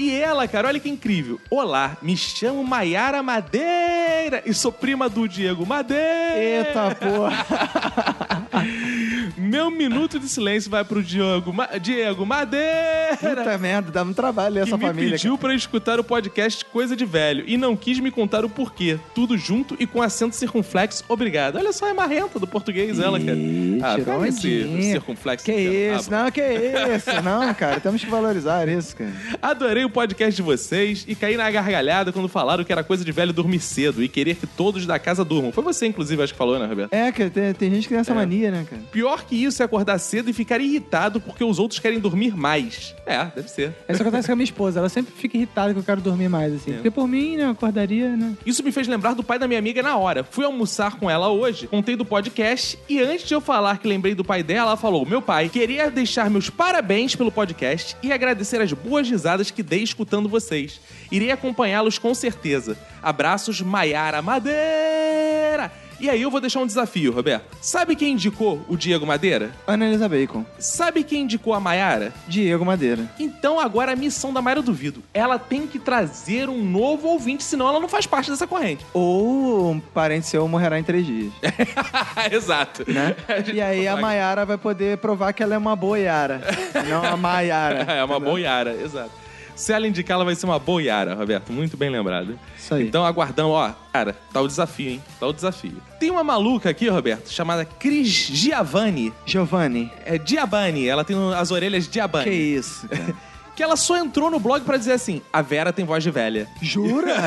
S1: E ela, cara, olha que incrível. Olá, me chamo Maiara Madeira e sou prima do Diego Madeira.
S2: Eita porra!
S1: Meu minuto de silêncio vai pro Diego, Ma- Diego Madeira.
S2: Puta merda, dá um trabalho ler
S1: que
S2: essa
S1: me
S2: família.
S1: pediu pra escutar o podcast Coisa de Velho e não quis me contar o porquê. Tudo junto e com acento circunflexo, obrigado. Olha só, é marrenta do português ela, cara. ah,
S2: tirou
S1: pega esse
S2: ondinha.
S1: circunflexo.
S2: Que
S1: pequeno. Ah,
S2: isso, né? não, que isso, não, cara, temos que valorizar isso, cara.
S1: Adorei o podcast de vocês e caí na gargalhada quando falaram que era coisa de velho dormir cedo e querer que todos da casa durmam. Foi você, inclusive, acho que falou, né, Roberto?
S2: É, cara, tem, tem gente que tem essa mania, né, cara?
S1: Pior que isso é acordar cedo e ficar irritado porque os outros querem dormir mais. É, deve ser.
S11: Isso acontece com a minha esposa. Ela sempre fica irritada que eu quero dormir mais, assim. Porque por mim, né, eu acordaria, né?
S1: Isso me fez lembrar do pai da minha amiga na hora. Fui almoçar com ela hoje, contei do podcast e antes de eu falar que lembrei do pai dela, ela falou: Meu pai, queria deixar meus parabéns pelo podcast e agradecer as boas risadas que dei escutando vocês. Irei acompanhá-los com certeza. Abraços, Maiara Madeira! E aí eu vou deixar um desafio, Roberto. Sabe quem indicou o Diego Madeira?
S2: Analisa Bacon,
S1: Sabe quem indicou a Maiara?
S2: Diego Madeira.
S1: Então agora a missão da Maiara eu duvido. Ela tem que trazer um novo ouvinte, senão ela não faz parte dessa corrente.
S2: Ou um parente seu morrerá em três dias,
S1: Exato.
S2: né?
S11: É,
S1: gente
S2: E aí a
S1: consegue.
S2: Maiara vai poder provar que ela é uma boa Yara, não a Maiara.
S1: É uma boiara, exato. Se ela indicar, ela vai ser uma boiara, Roberto. Muito bem lembrado.
S2: Isso aí.
S1: Então aguardamos, ó. Cara, tá o desafio, hein? Tá o desafio. Tem uma maluca aqui, Roberto, chamada Cris Giovanni.
S2: Giovanni,
S1: É Diabani. Ela tem as orelhas Diabani.
S2: que isso, cara?
S1: Que, que ela só entrou no blog pra dizer assim: a Vera tem voz de velha.
S12: Jura?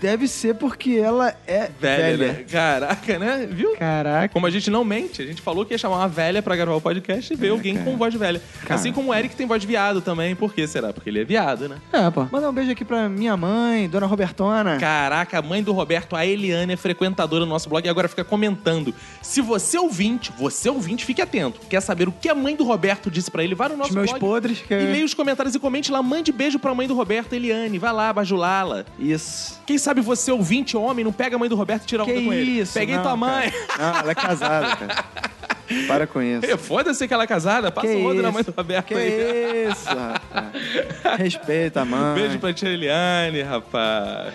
S12: Deve ser porque ela é
S1: Velha,
S12: velha.
S1: né? Caraca, né? Viu?
S2: Caraca.
S1: Como a gente não mente, a gente falou que ia chamar uma velha pra gravar o podcast e ver alguém com voz de velha. Assim como o Eric tem voz de viado também. Por que será? Porque ele é viado, né?
S12: É, pô. Mandar um beijo aqui pra minha mãe, dona Robertona.
S1: Caraca, a mãe do Roberto, a Eliane, é frequentadora do nosso blog e agora fica comentando. Se você ouvinte, você ouvinte, fique atento. Quer saber o que a mãe do Roberto disse pra ele? Vá no nosso
S12: meus
S1: blog.
S12: podres, que-
S1: E leia os comentários e comente lá. Mande beijo pra mãe do Roberto, Eliane. Vai lá, bajulá-la.
S12: Isso.
S1: Quem sabe você, ouvinte, homem, não pega a mãe do Roberto e tira
S12: Que
S1: onda com ele.
S12: isso,
S1: Peguei
S12: não,
S1: tua mãe.
S12: Não, ela é casada, cara. Para com isso.
S1: É, Foda-se que ela é casada. Passa
S12: Que
S1: o rodo na mãe
S12: isso,
S1: do Roberto
S12: Que
S1: aí. Um
S12: isso, rapaz. Respeita a mãe.
S1: Beijo pra tia Eliane, rapaz.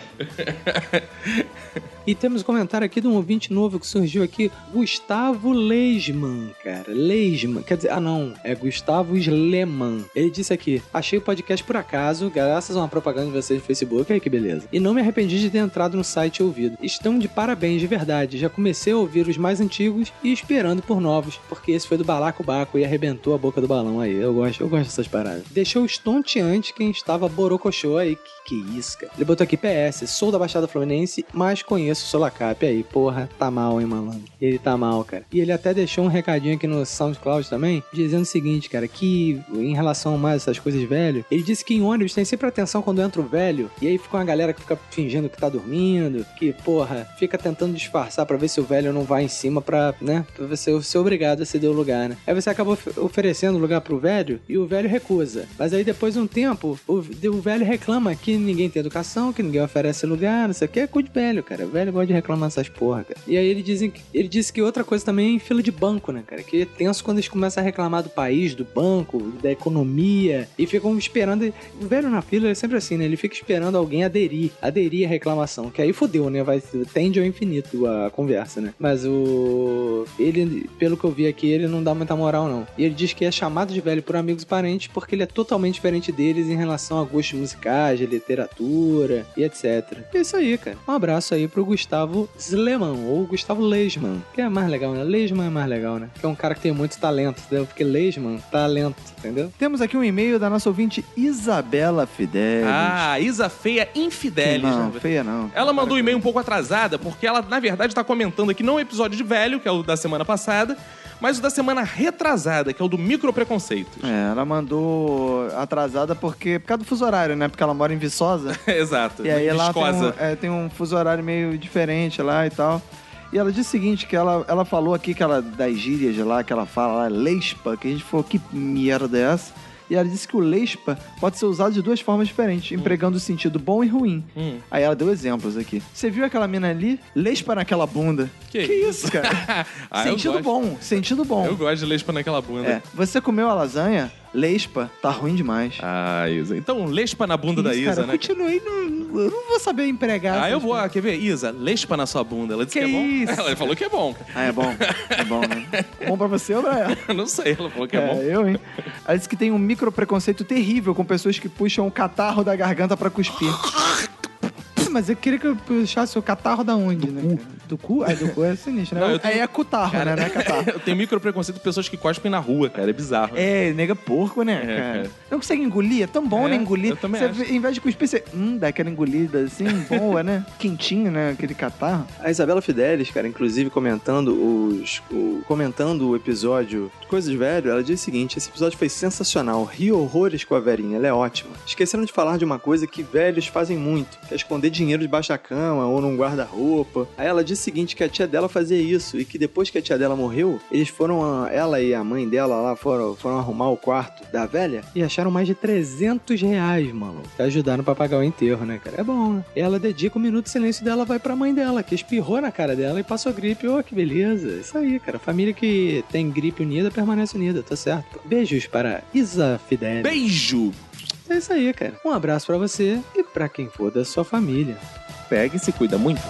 S2: E temos um comentário aqui de um ouvinte novo que surgiu aqui, Gustavo Leisman, cara. Leisman, quer dizer, ah não, é Gustavo Sleman. Ele disse aqui: Achei o podcast por acaso, graças a uma propaganda de vocês no Facebook, aí que beleza. E não me arrependi de ter entrado no site e ouvido. Estão de parabéns, de verdade. Já comecei a ouvir os mais antigos e esperando por novos, porque esse foi do Balaco Baco e arrebentou a boca do balão aí. Eu gosto, eu gosto dessas paradas. Deixou estonteante quem estava borocochô aí. Que, que isso, cara. Ele botou aqui PS, sou da Baixada Fluminense, mas conheço o Solacap aí. Porra, tá mal, hein, malandro. Ele tá mal, cara. E ele até deixou um recadinho aqui no SoundCloud também, dizendo o seguinte, cara, que em relação mais a essas coisas velho, ele disse que em ônibus tem sempre atenção quando entra o velho, e aí fica uma galera que fica fingindo que tá dormindo, que, porra, fica tentando disfarçar pra ver se o velho não vai em cima pra, né, pra você ser obrigado a ceder o lugar, né? Aí você acaba of- oferecendo lugar pro velho e o velho recusa. Mas aí depois de um tempo, o, v- o velho reclama que ninguém tem educação, que ninguém oferece lugar, não sei o que, é cu de velho, cara. O velho gosta de reclamar essas porra, cara. E aí ele, dizem, que- ele disse que outra coisa também é em fila de banco, né, cara? Que é tenso quando eles começam a reclamar do país, do banco, da economia, e ficam esperando. e- O velho na fila é sempre assim, né? Ele fica esperando alguém aderir, aderir à reclamação. Que aí fodeu, né? Vai, tende ao infinito a conversa, né? Mas o. Ele, pelo que eu vi aqui, ele não dá muita moral, não. E ele diz que é chamado de velho por amigos e parentes porque ele é totalmente diferente deles em relação a gostos musicais, de literatura e etc. É isso aí, cara. Um abraço aí pro Gustavo Sleman, ou Gustavo Leisman, que é mais legal, né? Leisman é mais legal, né? Que é um cara que tem muito talento, entendeu? Porque Leisman, talento, entendeu?
S12: Temos aqui um e-mail da nossa ouvinte Isabela Fidelis.
S1: Ah, Isa Feia Infidelis.
S12: não,
S1: né?
S12: feia não.
S1: Ela mandou um e-mail um pouco atrasada, porque ela, na verdade, tá comentando aqui não o episódio de velho, que é o da semana passada, mas o da semana retrasada, que é o do micropreconceito.
S12: É, ela mandou atrasada porque. Por causa do fuso horário, né? Porque ela mora em Viçosa.
S1: Exato.
S12: É. E aí lá tem um,
S1: Viscosa.
S12: é, tem um fuso horário meio diferente lá e tal. E ela disse o seguinte, que ela, ela falou aqui que ela, das gírias de lá, que ela fala lá, lespa, que a gente falou, que merda é essa? E ela disse que o lespa pode ser usado de duas formas diferentes, empregando o sentido bom e ruim.
S1: Hum.
S12: Aí ela deu exemplos aqui. Você viu aquela mina ali? Lespa naquela bunda.
S1: Que
S12: isso, cara?
S1: Ah, eu
S12: sentido
S1: gosto.
S12: bom, sentido bom.
S1: Eu gosto de lespa naquela bunda.
S12: um- É, você comeu a lasanha? Lespa, tá ruim demais.
S1: Ah, Isa. Então, lespa na bunda da
S12: isso,
S1: Isa,
S12: cara?
S1: né?
S2: Continuei, não, eu não vou saber empregar.
S1: Ah, eu
S2: essas
S1: vou. ah, Quer ver? Isa, lespa na sua bunda. Ela disse que,
S2: Que
S1: é bom.
S2: isso?
S1: Ela falou que é bom.
S12: Ah, é bom. É bom, né? bom pra você ou pra ela?
S1: Eu Não sei, ela falou que é,
S12: é,
S1: bom.
S12: eu, hein? Ela disse que tem um micro preconceito terrível com pessoas que puxam o catarro da garganta pra cuspir.
S2: Ah, Mas eu queria que eu puxasse o catarro da onde, do né? Cu. Do cu? Ah, do cu é sinistro, né?
S1: Não, eu tenho-
S12: Aí é cutarro, né? Não é catarro.
S1: Eu tenho micropreconceito de pessoas que cospem na rua, cara. É bizarro.
S12: É, nega porco, né,
S1: É,
S12: cara?
S1: cara.
S12: Não consegue engolir, é tão bom,
S1: É,
S12: né, engolir.
S1: eu também
S12: Você,
S1: acho.
S12: Em vez de cuspir, você... Hum, dá aquela engolida assim, boa, né? Quentinho, né, aquele catarro.
S13: A Isabela Fidelis, cara, inclusive comentando os, o, comentando o episódio de Coisas Velho, ela diz o seguinte: esse episódio foi sensacional, ri horrores com a velhinha, ela é ótima. Esqueceram de falar de uma coisa que velhos fazem muito, que é esconder dinheiro debaixo da cama ou num guarda-roupa. Aí ela diz o seguinte que a tia dela fazia isso e que depois que a tia dela morreu, eles foram, a- ela e a mãe dela lá foram, foram arrumar o quarto da velha
S2: E acharam mais de 300 reais, maluco. Que ajudaram pra pagar o enterro, né, cara? É bom, né? Ela dedica o minuto de silêncio dela, vai pra mãe dela, que espirrou na cara dela e passou gripe. Ô, que beleza. Isso aí, cara. Família que tem gripe unida permanece unida, tá certo? Beijos para Isa Fidel.
S1: Beijo!
S2: É isso aí, cara. Um abraço pra você e pra quem for da sua família.
S1: Pega e se cuida muito.